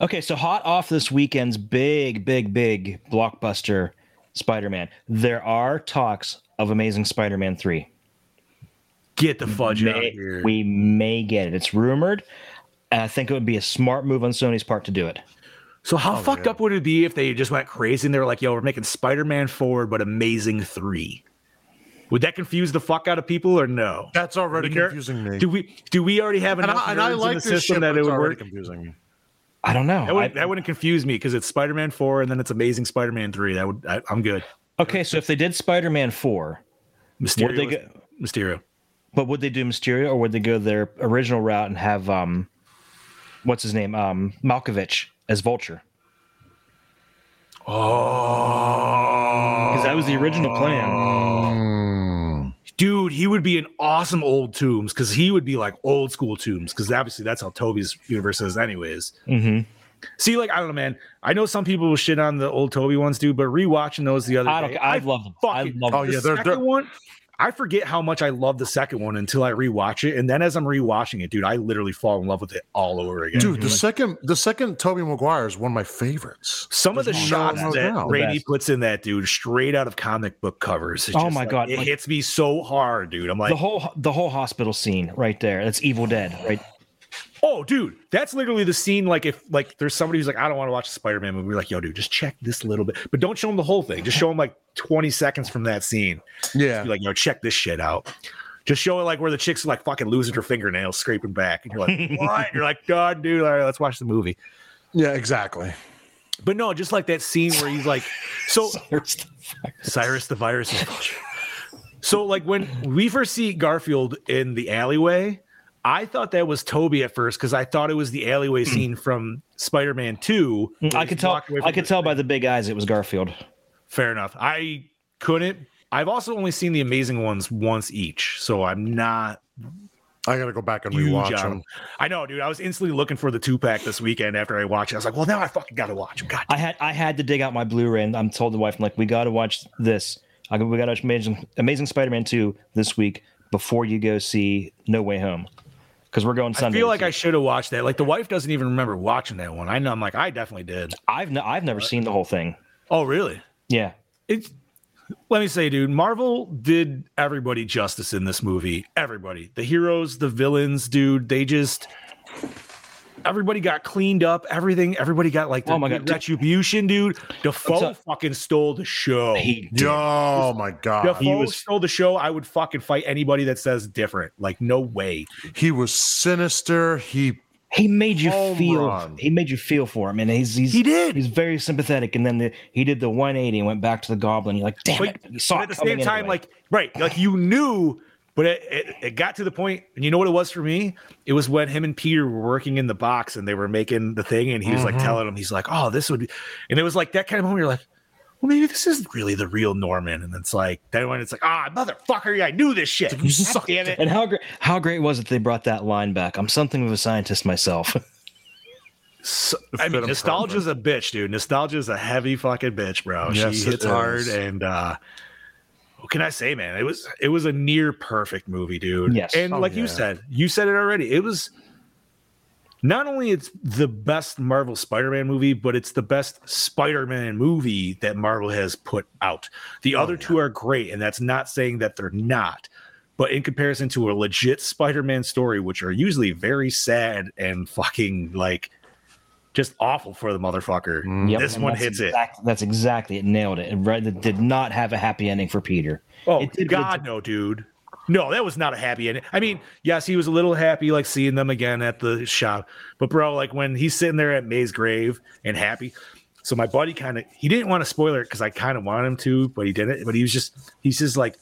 Okay, so hot off this weekend's big, big, big blockbuster Spider Man, there are talks of Amazing Spider Man 3. Get the fudge out of May- here. we may get it. It's rumored. And I think it would be a smart move on Sony's part to do it. So how fucked up would it be if they just went crazy and they were like, "Yo, we're making Spider-Man forward, but Amazing three? Would that confuse the fuck out of people or no? That's already We ner- confusing me. Do we do we already have and enough I, and I nerds in like the this system shit, that but it it's would already work? confusing me. I don't know. That wouldn't, I- that wouldn't confuse me because it's Spider-Man four and then it's Amazing Spider-Man three. That would I, I'm good. okay, so if they did Spider-Man four, Mysterio, they is- Mysterio. but would they do Mysterio or would they go their original route and have um, what's his name, um, Malkovich as Vulture? Oh, because that was the original plan. Dude, he would be an awesome old Tombs because he would be like old school Tombs because obviously that's how Toby's universe is, anyways. hmm See, like I don't know, man. I know some people will shit on the old Toby ones, dude, but rewatching those the other I don't. day, I love them. I fucking love Oh, them. the yeah, they're- 2nd they're- one. I forget how much I love the second one until I rewatch it, and then as I'm rewatching it, dude, I literally fall in love with it all over again. Dude, the second the second Toby Maguire is one of my favorites. Some of the There's no- shots no that doubt. Rainey Best. puts in that dude, straight out of comic book covers. It's Oh just my like- God, it like- hits me so hard, dude. I'm like, the whole the whole hospital scene right there. That's Evil Dead, right? oh, dude, that's literally the scene. Like, if like there's somebody who's like, I don't want to watch a Spider-Man movie, we're like, yo, dude, just check this little bit, but don't show him the whole thing. Just show him like 20 seconds from that scene. Yeah. Be like, yo, check this shit out. Just show it like where the chick's like fucking losing her fingernails, scraping back, and you're like, what? You're like, God, dude, all right, let's watch the movie. Yeah, exactly. But no, just like that scene where he's like, so Cyrus the virus is So like when we first see Garfield in the alleyway, I thought that was Toby at first because I thought it was the alleyway scene from Spider-Man 2. where Hmm. I he's could tell. walked away I from could the- tell by the big eyes it was Garfield. Fair enough. I couldn't. I've also only seen the amazing ones once each, so I'm not I gotta go back and huge rewatch on them. them. I know, dude. I was instantly looking for the two pack this weekend after I watched it. I was like, well, now I fucking gotta watch them. God I had I had to dig out my Blu-ray, and I'm told the wife, "I'm like, we got to watch this. I go, we got to watch Amazing, Amazing Spider-Man two this week before you go see No Way Home, because we're going I Sunday. feel like I should have watched that. Like the wife doesn't even remember watching that one. I know. I'm like, I definitely did. I've n- I've never seen the whole thing. Oh, really? Yeah, It's. Let me say, dude, Marvel did everybody justice in this movie. Everybody, the heroes, the villains, dude. They just. Everybody got cleaned up. Everything. Everybody got like their Oh my God, dude. retribution, dude. Defoe tell- fucking stole the show. he did. Oh my god. Defoe Uh, was- stole the show. I would fucking fight anybody that says different. Like, no way. He was sinister. He He made you Home feel. run. He made you feel for him, and he's, he's He did. He's very sympathetic, and then the, he did the 180 and went back to the Goblin. You're like, damn But, it, you saw but it at the coming same time, anyway." like, right, like you knew, but it, it, it got to the point, and you know what it was for me? It was when him and Peter were working in the box and they were making the thing, and he was Mm-hmm. like telling him, he's like, oh, this would be, and it was like that kind of moment where you're like, well, maybe this is really the real Norman. And it's like, then when it's like, ah, motherfucker, I knew this shit. You suck, damn it. and how great how great was it they brought that line back? I'm something of a scientist myself. So- I mean, him nostalgia's a bitch, dude. Nostalgia's a heavy fucking bitch, bro. Yes, she it hits hard, is. and uh, what can I say, man? It was it was a near perfect movie, dude. Yes. and Oh, like yeah. you said, you said it already. It was not only it's the best Marvel Spider-Man movie, but it's the best Spider-Man movie that Marvel has put out. The Oh, other two are great, and that's not saying that they're not. But in comparison to a legit Spider-Man story, which are usually very sad and fucking like just awful for the motherfucker, Mm. Yep, this and one that's hits exact- That's exactly it. Nailed it. It re- it did not have a happy ending for Peter. it. Oh it did, but it God, no, dude. No, that was not a happy ending. I mean, yes, he was a little happy, like seeing them again at the shop. But bro, like when he's sitting there at May's grave and happy. So my buddy kind of he didn't want to spoiler it because I kind of wanted him to, but he didn't. But he was just he's just like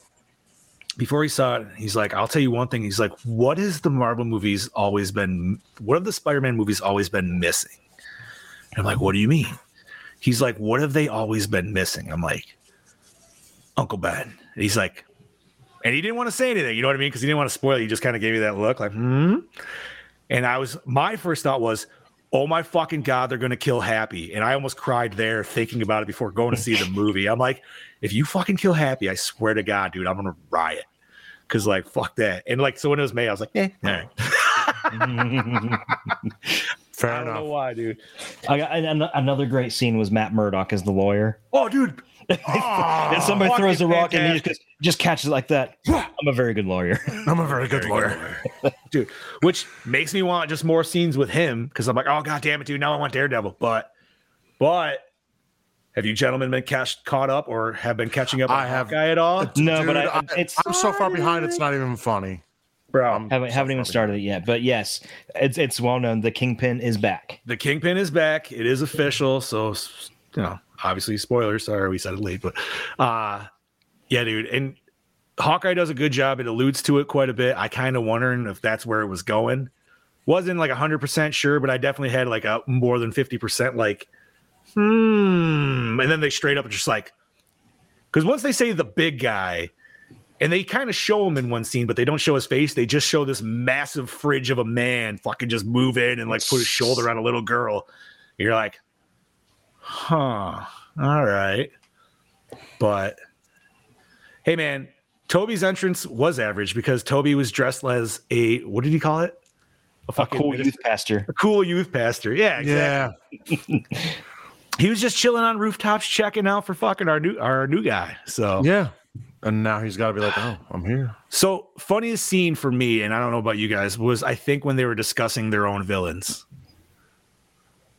before he saw it, he's like, I'll tell you one thing. He's like, what has the Marvel movies always been? What have the Spider-Man movies always been missing? And I'm like, what do you mean? He's like, what have they always been missing? I'm like, Uncle Ben. And he's like, and he didn't want to say anything. You know what I mean? Because he didn't want to spoil it. He just kind of gave me that look, like, hmm. And I was, my first thought was, oh my fucking god, they're gonna kill Happy. And I almost cried there thinking about it before going to see the movie. I'm like, if you fucking kill Happy, I swear to God, dude, I'm gonna riot. Cause like fuck that. And like so when it was May, I was like, eh, all right. fair I don't know enough. why, dude. I got, and an- another great scene was Matt Murdock as the lawyer. Oh, dude. ah, Oh, and somebody throws the fucking rock and he fantastic. just, just catches it like that. I'm a very good lawyer. I'm a very good lawyer. dude. Which makes me want just more scenes with him because I'm like, oh god damn it, dude. Now I want Daredevil. But But have you gentlemen been catch, caught up or have been catching up? I have- guy at all, No, but I, I, it's I'm so far behind. It's not even funny. bro. haven't haven't even started it yet. But yes, it's it's well known the kingpin is back. the kingpin is back. It is official. So s- you know, obviously spoilers. Sorry, we said it late, but uh yeah, dude. And Hawkeye does a good job. It alludes to it quite a bit. I kind of wondering if that's where it was going. Wasn't like hundred percent sure, but I definitely had like a more than fifty percent like, hmm. And then they straight up just like, because once they say the big guy. And they kind of show him in one scene, but they don't show his face. They just show this massive fridge of a man fucking just move in and like put his shoulder on a little girl you're like, huh, all right. But hey, man, Toby's entrance was average because Toby was dressed as a what did he call it? A A fucking cool youth pastor. a cool youth pastor. Yeah, exactly. Yeah. He was just chilling on rooftops, checking out for fucking our new our new guy. So Yeah. And now he's got to be like, oh, I'm here. so funniest scene for me, and I don't know about you guys, was I think when they were discussing their own villains.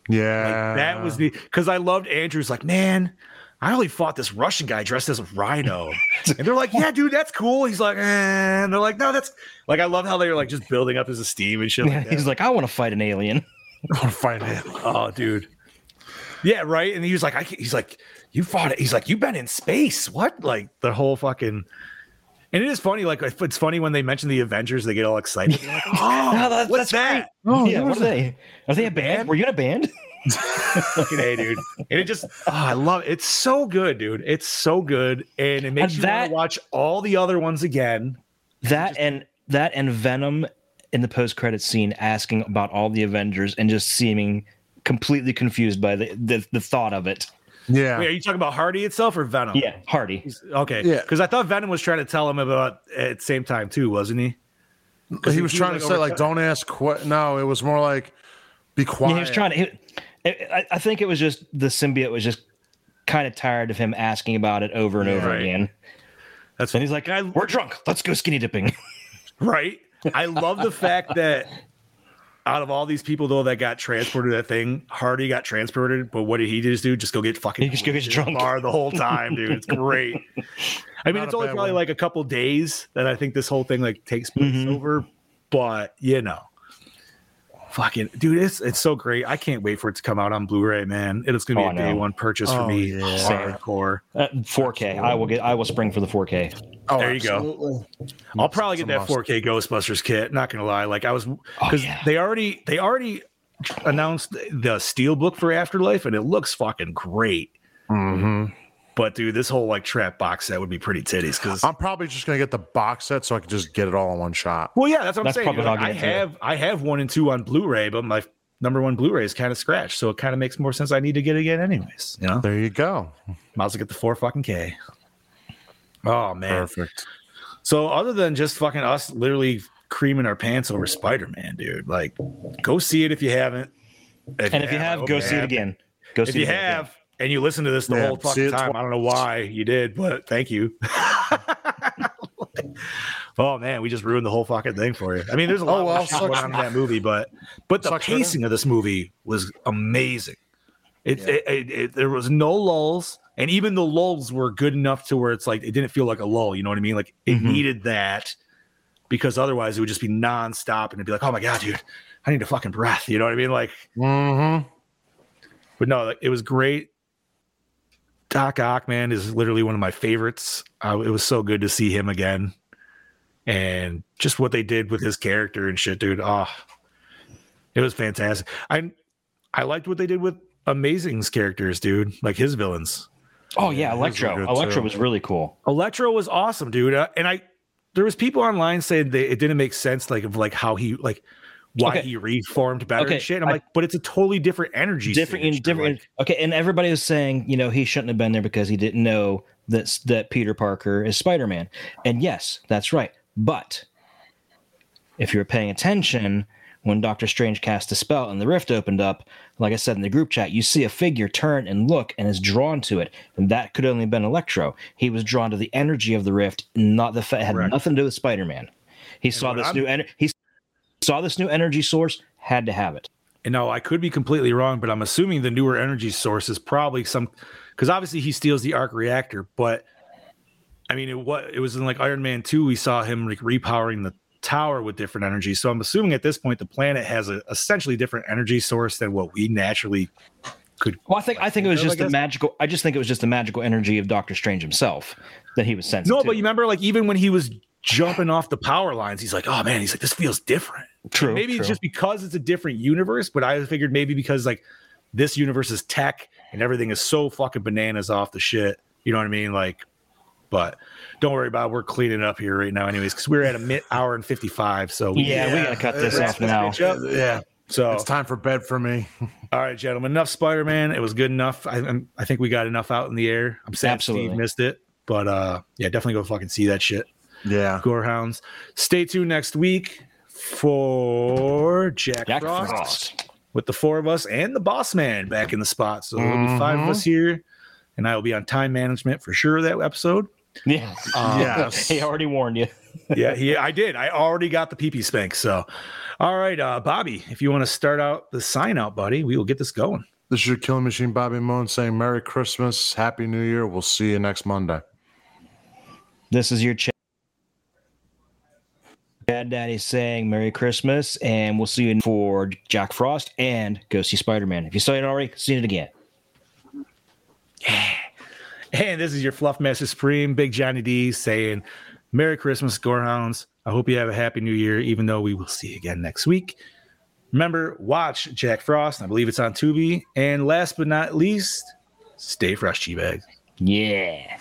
Like, Yeah. that was the because I loved Andrew's like, man, I only fought this Russian guy dressed as a rhino. and they're like, yeah, dude, that's cool. He's like, eh. and they're like, no, that's like, I love how they were like just building up his esteem and shit. Like that. He's like, I want to fight an alien. fight him. oh, dude. Yeah, right. And he was like, I, can't- he's like, you fought it. He's like, you've been in space. What? Like the whole fucking. And it is funny. Like if it's funny when they mention the Avengers, they get all excited. They're like, oh, No, that- what's that's great. that? Oh, yeah, what are they? Are they a band? Were you in a band? fucking hey, dude. And it just, oh, I love it. It's so good, dude. It's so good, and it And makes you want that- to watch all the other ones again. That and that and Venom in the post credit scene asking about all the Avengers and just seeming completely confused by the the, the thought of it. Yeah. Wait, are you talking about Hardy itself or Venom? Yeah, Hardy. Okay. Yeah. Because I thought Venom was trying to tell him about at the same time too, wasn't he? he, was trying to say, like, don't ask. Qu- no, it was more like, be quiet. Yeah, he was trying to. He, I, I think it was just the symbiote was just kind of tired of him asking about it over and over Right. again. That's And he's like, "We're drunk. Let's go skinny dipping." right. I love the fact that out of all these people though that got transported to that thing, Hardy got transported, but what did he just do? Just go get fucking He just go get wasted at the drunk. bar the whole time, dude. It's great. I mean, Not it's a only bad probably one. like a couple days that I think this whole thing like takes place Mm-hmm. over, but you know. Fucking dude, it's it's so great. I can't wait for it to come out on Blu-ray, man. It's gonna be Oh, a I day know. one purchase for Oh, me. yeah. Same. Hardcore. Uh, 4K. I will get. I will spring for the 4K. Oh, There you go. absolutely. I'll probably get It's a that 4K Ghostbusters kit. Not gonna lie, like I was because Oh, yeah. they already they already announced the steel book for Afterlife, and it looks fucking great. Mhm. But dude, this whole like trap box set would be pretty titties because I'm probably just going to get the box set so I can just get it all in one shot. well, yeah, that's what That's I'm saying. probably dude. Like, not I gonna do it. have I have one and two on Blu-ray, but my number one Blu-ray is kind of scratched, so it kind of makes more sense. I need to get it again, anyways. You know, There you go. might as well get the four fucking K. Oh man. Perfect. So other than just fucking us literally creaming our pants over Spider Man, dude, like go see it if you haven't. And if you have, I go hope see it have. oh again. Go If see you it again. have and you listen to this the Yeah, whole see it fucking time, twice. I don't know why you did, but thank you. oh man, we just ruined the whole fucking thing for you. I mean, there's a lot Oh, well, of shit going sucks. on in that movie, but but the Sucks for them. pacing of this movie was amazing. It, it, it, it there was no lulls, and even the lulls were good enough to where it's like it didn't feel like a lull. You know what I mean? Like it Mhm. needed that because otherwise it would just be nonstop, and it'd be like, oh my god, dude, I need a fucking breath. You know what I mean? Like Mm-hmm. but no, like, it was great. Doc Ock, man, is literally one of my favorites. Uh, it was so good to see him again, and just what they did with his character and shit, dude. Ah, it was fantastic. I I liked what they did with Amazing's characters, dude. Like his villains. Oh yeah, Yeah, those were Electro. good, Electro too. was really cool. Electro was awesome, dude. Uh, and I there was people online saying that it didn't make sense, like of like how he like why Okay. he reformed better Okay, and shit. I'm I- like, but it's a totally different energy, Different, signature, different. like- okay, and everybody was saying, you know, he shouldn't have been there because he didn't know that s- that Peter Parker is Spider Man. And yes, that's right. But if you were paying attention when Doctor Strange cast a spell and the rift opened up, like I said in the group chat, you see a figure turn and look and is drawn to it, and that could only have been Electro. He was drawn to the energy of the rift, not the fa- it had Correct. nothing to do with Spider Man. He saw what this I'm- new energy. He saw this new energy source. Had to have it. And no, I could be completely wrong, but I'm assuming the newer energy source is probably some because obviously he steals the arc reactor, but I mean, it what it was in like Iron Man two, we saw him like repowering the tower with different energy. So I'm assuming at this point the planet has a essentially different energy source than what we naturally could. Well, I think I think it was I just the guess. magical. I just think it was just the magical energy of Doctor Strange himself that he was sensing. No, to. but you remember like even when he was jumping off the power lines, he's like, oh man, he's like this feels different. true. maybe true. it's just because it's a different universe, but I figured maybe because like this universe is tech and everything is so fucking bananas off the shit. You know what I mean? Like, but don't worry about it. We're cleaning up here right now, anyways, because we're at a mid hour and 55. So, yeah, we gotta uh, cut this Wrap off now. bitch up. Yeah. So, It's time for bed for me. all right, gentlemen, enough Spider Man. It was good enough. I, I'm- I think we got enough out in the air. I'm sad Absolutely. Steve missed it, but uh, yeah, definitely go fucking see that shit. Yeah. Gorehounds. Stay tuned next week for Jack, Jack Frost. Frost. with the four of us and the boss man back in the spot. So there'll be five of us here, and I will be on time management for sure that episode. Yeah. Yes. he already warned you. yeah, he, I did. I already got the pee pee spank. So, all right, uh, Bobby, if you want to start out the sign out, buddy, we will get this going. This is your killing machine, Bobby Moon, saying Merry Christmas, Happy New Year. We'll see you next Monday. This is your chat. Bad Daddy saying Merry Christmas, and we'll see you for Jack Frost and go see Spider Man. If you saw it already, see it again. And this is your Fluff Master Supreme, Big Johnny D, saying Merry Christmas, Gorehounds. I hope you have a happy new year, even though we will see you again next week. Remember, watch Jack Frost. I believe it's on Tubi. And last but not least, stay fresh, G-Bags. Yeah.